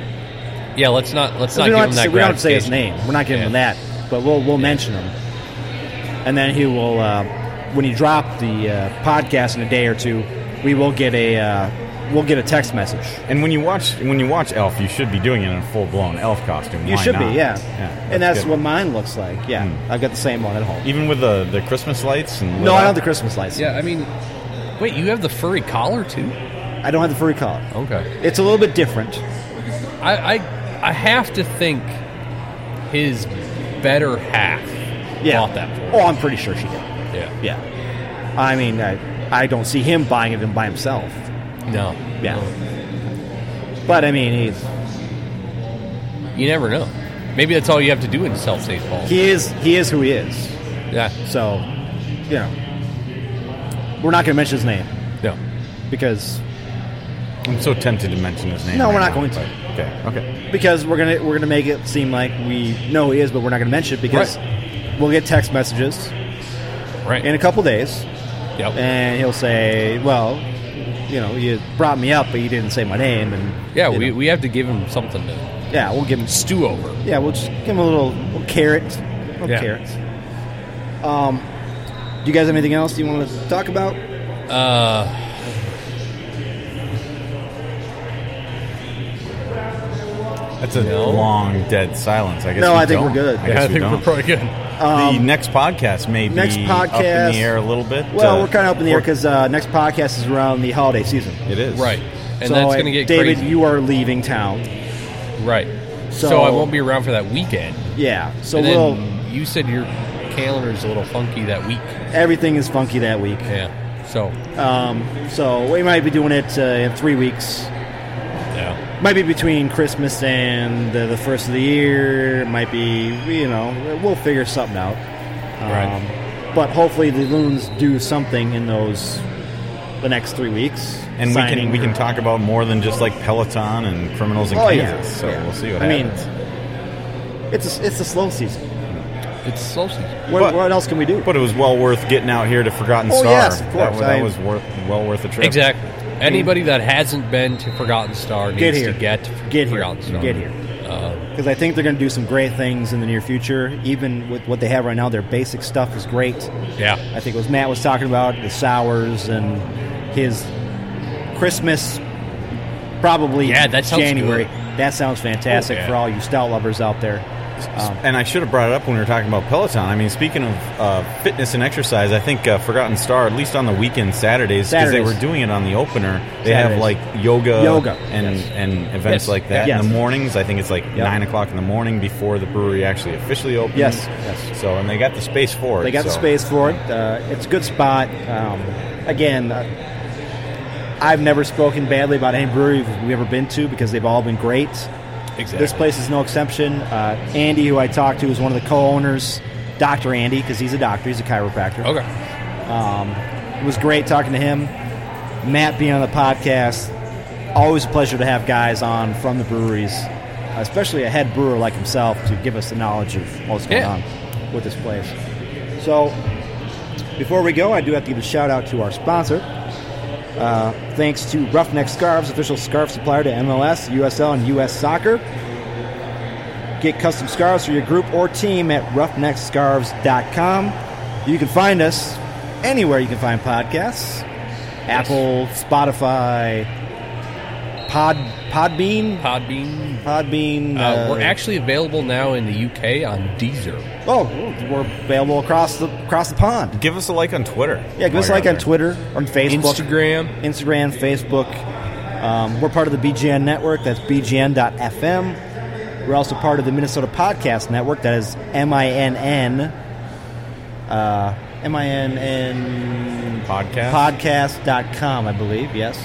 [SPEAKER 4] yeah, let's not let's not
[SPEAKER 2] we
[SPEAKER 4] give
[SPEAKER 2] don't, have
[SPEAKER 4] him
[SPEAKER 2] to say,
[SPEAKER 4] that
[SPEAKER 2] we don't have to say his
[SPEAKER 4] gratification.
[SPEAKER 2] name. We're not giving him
[SPEAKER 4] Yeah.
[SPEAKER 2] that, but we'll we'll mention him, and then he will. Uh, when you drop the uh, podcast in a day or two, we will get a uh, we'll get a text message.
[SPEAKER 5] And when you watch when you watch Elf, you should be doing it in a full blown elf costume.
[SPEAKER 2] You
[SPEAKER 5] Why
[SPEAKER 2] should
[SPEAKER 5] not?
[SPEAKER 2] be, yeah. and that's
[SPEAKER 5] good.
[SPEAKER 2] what mine looks like. Yeah,
[SPEAKER 4] Hmm.
[SPEAKER 5] Mm.
[SPEAKER 2] I've got the same one at home.
[SPEAKER 5] even with the, the Christmas lights and
[SPEAKER 2] No, I don't have the Christmas lights.
[SPEAKER 4] Yeah, I mean, wait, you have the furry collar too?
[SPEAKER 2] I don't have the furry collar.
[SPEAKER 4] Okay.
[SPEAKER 2] It's a little bit different.
[SPEAKER 4] I, I I have to think his better half
[SPEAKER 2] Yeah.
[SPEAKER 4] bought that for.
[SPEAKER 2] Oh,
[SPEAKER 4] him.
[SPEAKER 2] I'm pretty sure she did.
[SPEAKER 4] yeah.
[SPEAKER 2] Yeah. I mean, I, I don't see him buying it by himself.
[SPEAKER 4] No.
[SPEAKER 2] Yeah. But I mean, he's
[SPEAKER 4] You never know. Maybe that's all you have to do in self St. Paul.
[SPEAKER 2] he is he is who he is.
[SPEAKER 4] yeah.
[SPEAKER 2] So, you know, we're not going to mention his name
[SPEAKER 4] No.
[SPEAKER 2] because
[SPEAKER 5] I'm so tempted to mention his name.
[SPEAKER 2] No, we're not
[SPEAKER 5] right now,
[SPEAKER 2] going to.
[SPEAKER 5] but- Okay, okay.
[SPEAKER 2] because we're gonna we're gonna make it seem like we know he is, but we're not going to mention it because we'll get text messages
[SPEAKER 4] Right.
[SPEAKER 2] in a couple days,
[SPEAKER 4] yep.
[SPEAKER 2] and he'll say, "Well, you know, you brought me up, but you didn't say my name, and
[SPEAKER 4] Yeah,
[SPEAKER 2] you
[SPEAKER 4] we,
[SPEAKER 2] know.
[SPEAKER 4] we have to give him something to
[SPEAKER 2] yeah, we'll give him
[SPEAKER 4] stew over.
[SPEAKER 2] Yeah, we'll just give him a little, little carrot. Little
[SPEAKER 4] Yeah.
[SPEAKER 2] carrots. Um, do you guys have anything else you want to talk about?
[SPEAKER 6] That's a
[SPEAKER 4] No.
[SPEAKER 6] long dead silence. I guess.
[SPEAKER 2] No,
[SPEAKER 6] we
[SPEAKER 2] I think
[SPEAKER 6] don't.
[SPEAKER 2] we're good.
[SPEAKER 4] [LAUGHS]
[SPEAKER 6] I guess we don't.
[SPEAKER 4] good.
[SPEAKER 6] the next podcast may be
[SPEAKER 2] Um, next
[SPEAKER 6] up in
[SPEAKER 2] podcast-
[SPEAKER 6] the air a little bit.
[SPEAKER 2] Well,
[SPEAKER 6] uh,
[SPEAKER 2] we're kind of up in the air
[SPEAKER 6] or-
[SPEAKER 2] because uh, next podcast is around the holiday season.
[SPEAKER 6] it is
[SPEAKER 4] Right. And
[SPEAKER 2] So,
[SPEAKER 4] that's
[SPEAKER 2] uh,
[SPEAKER 4] going to get
[SPEAKER 2] David,
[SPEAKER 4] crazy.
[SPEAKER 2] you are leaving town.
[SPEAKER 4] right.
[SPEAKER 2] So-
[SPEAKER 4] So, I won't be around for that weekend.
[SPEAKER 2] Yeah, so
[SPEAKER 4] and then
[SPEAKER 2] we'll
[SPEAKER 4] you said your calendar's a little funky that week.
[SPEAKER 2] everything is funky that week.
[SPEAKER 4] Yeah. So,
[SPEAKER 2] Um, so we might be doing it uh, in three weeks.
[SPEAKER 4] yeah.
[SPEAKER 2] Might be between Christmas and the, the first of the year. It Might be, you know, we'll figure something out. Um,
[SPEAKER 4] Right.
[SPEAKER 2] But hopefully the loons do something in those the next three weeks.
[SPEAKER 6] And we
[SPEAKER 2] Signing
[SPEAKER 6] can we
[SPEAKER 2] or-
[SPEAKER 6] can talk about more than just like Peloton and criminals in
[SPEAKER 2] Oh, yeah.
[SPEAKER 6] Kansas. So
[SPEAKER 2] Yeah.
[SPEAKER 6] we'll see what
[SPEAKER 2] I mean,
[SPEAKER 6] happens.
[SPEAKER 2] It's a, it's a slow season.
[SPEAKER 4] It's slow season.
[SPEAKER 2] What,
[SPEAKER 6] But-
[SPEAKER 2] what else can we do?
[SPEAKER 6] but it was well worth getting out here to Forgotten
[SPEAKER 2] Oh,
[SPEAKER 6] Star.
[SPEAKER 2] yes, of
[SPEAKER 6] That,
[SPEAKER 2] course.
[SPEAKER 6] that
[SPEAKER 2] I-
[SPEAKER 6] was worth well worth the trip.
[SPEAKER 4] Exactly. Anybody that hasn't been to Forgotten Star needs
[SPEAKER 2] Get here.
[SPEAKER 4] to get to
[SPEAKER 2] Get here.
[SPEAKER 4] Forgotten Star.
[SPEAKER 2] Get here.
[SPEAKER 4] Uh,
[SPEAKER 2] Because I think they're going to do some great things in the near future. Even with what they have right now, their basic stuff is great.
[SPEAKER 4] yeah.
[SPEAKER 2] I think it was Matt was talking about the sours and his Christmas, probably
[SPEAKER 4] Yeah, that sounds
[SPEAKER 2] January.
[SPEAKER 4] good.
[SPEAKER 2] That sounds fantastic
[SPEAKER 4] Oh, yeah.
[SPEAKER 2] for all you stout lovers out there. Um,
[SPEAKER 6] And I should have brought it up when we were talking about Peloton. I mean, speaking of uh, fitness and exercise, I think uh, Forgotten Star, at least on the weekend Saturdays, because they
[SPEAKER 2] Saturdays.
[SPEAKER 6] were doing it on the opener. They
[SPEAKER 2] Saturdays.
[SPEAKER 6] have like yoga,
[SPEAKER 2] Yoga.
[SPEAKER 6] and and events
[SPEAKER 4] Yes.
[SPEAKER 6] like that
[SPEAKER 2] Yes.
[SPEAKER 6] in the mornings. I think it's like
[SPEAKER 2] Yep.
[SPEAKER 6] nine o'clock in the morning before the brewery actually officially opens.
[SPEAKER 2] Yes. Yes.
[SPEAKER 6] So and they got the space for it.
[SPEAKER 2] they got the
[SPEAKER 6] so-
[SPEAKER 2] space for it. Uh, it's a good spot. Um, again, uh, I've never spoken badly about any brewery we've ever been to because they've all been great.
[SPEAKER 4] Exactly.
[SPEAKER 2] This place is no exception. Uh, Andy, who I talked to, is one of the co-owners. Doctor Andy, because he's a doctor, he's a chiropractor.
[SPEAKER 4] Okay.
[SPEAKER 2] It was great talking to him. Matt being on the podcast. Always a pleasure to have guys on from the breweries, especially a head brewer like himself, to give us the knowledge of what's going
[SPEAKER 4] Yeah.
[SPEAKER 2] on with this place. So, before we go, I do have to give a shout out to our sponsor. Uh, thanks to Roughneck Scarves, official scarf supplier to MLS, USL, and US Soccer. Get custom scarves for your group or team at roughneckscarves.com. You can find us anywhere you can find podcasts Apple, Spotify, Pod Podbean.
[SPEAKER 4] Podbean.
[SPEAKER 2] Podbean.
[SPEAKER 4] Uh, we're
[SPEAKER 2] uh,
[SPEAKER 4] actually available now in the UK on Deezer.
[SPEAKER 2] Oh, we're available across the across the pond.
[SPEAKER 6] Give us a like on Twitter.
[SPEAKER 2] Yeah, give us a
[SPEAKER 6] while
[SPEAKER 2] like
[SPEAKER 6] you're
[SPEAKER 2] on
[SPEAKER 6] out there.
[SPEAKER 2] Twitter, on Facebook,
[SPEAKER 4] Oh, Instagram.
[SPEAKER 2] Instagram, Facebook. Um, we're part of the BGN network. That's BGN.fm. We're also part of the Minnesota Podcast Network. That is M-I-N-N. Uh, M-I-N-N...
[SPEAKER 6] Podcast.
[SPEAKER 2] Podcast.com, I believe, yes.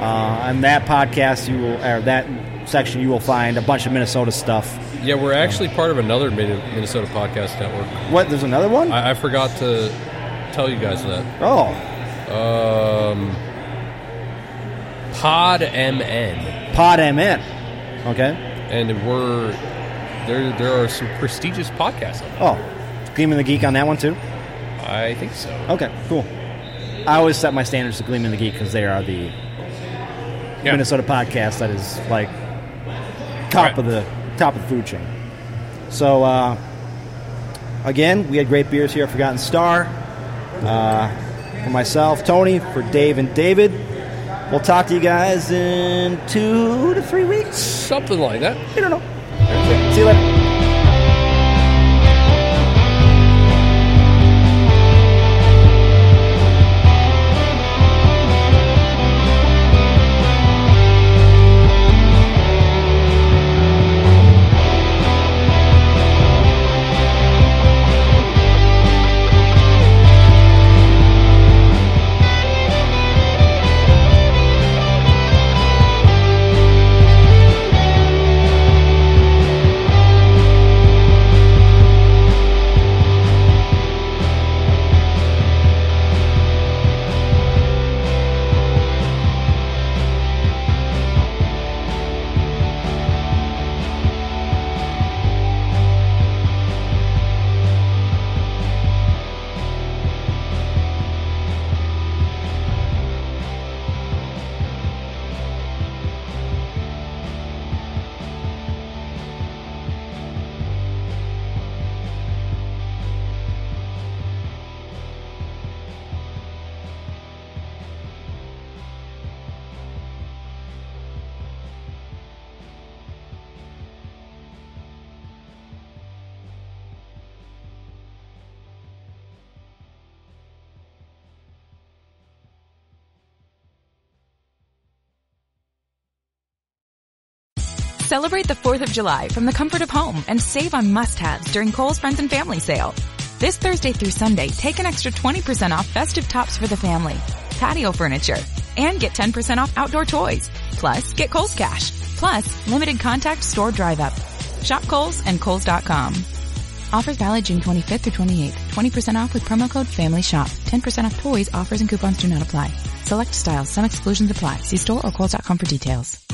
[SPEAKER 2] Uh, on that podcast, you will, or that section, you will find a bunch of Minnesota stuff.
[SPEAKER 4] Yeah, we're actually part of another Min- Minnesota podcast network.
[SPEAKER 2] What, there's another one?
[SPEAKER 4] I, I forgot to tell you guys that.
[SPEAKER 2] oh,
[SPEAKER 4] Um, Pod MN,
[SPEAKER 2] Pod MN. Okay.
[SPEAKER 4] and we're there. There are some prestigious podcasts. On
[SPEAKER 2] Oh, Gleam and the Geek on that one, too?
[SPEAKER 4] that. I think so.
[SPEAKER 2] Okay, cool. I always set my standards to Gleam and the Geek because they are the
[SPEAKER 4] Yeah.
[SPEAKER 2] Minnesota podcast that is like top
[SPEAKER 4] Right.
[SPEAKER 2] of the top of the food chain. So uh, again, we had great beers here at Forgotten Star. Uh, for myself, Tony, for Dave and David. We'll talk to you guys in two to three weeks.
[SPEAKER 4] Something like that.
[SPEAKER 2] I don't know. See you later.
[SPEAKER 1] Celebrate the 4th of July from the comfort of home and save on must-haves during Kohl's Friends and Family Sale. This Thursday through Sunday, take an extra 20% off festive tops for the family, patio furniture, and get 10% off outdoor toys. Plus, get Kohl's cash. Plus, limited contact store drive up. Shop Kohl's and Kohl's.com. Offers valid June 25th through 28th. 20% off with promo code FAMILYSHOP. 10% off toys, offers, and coupons do not apply. Select styles. Some exclusions apply. See store or Kohl's.com for details.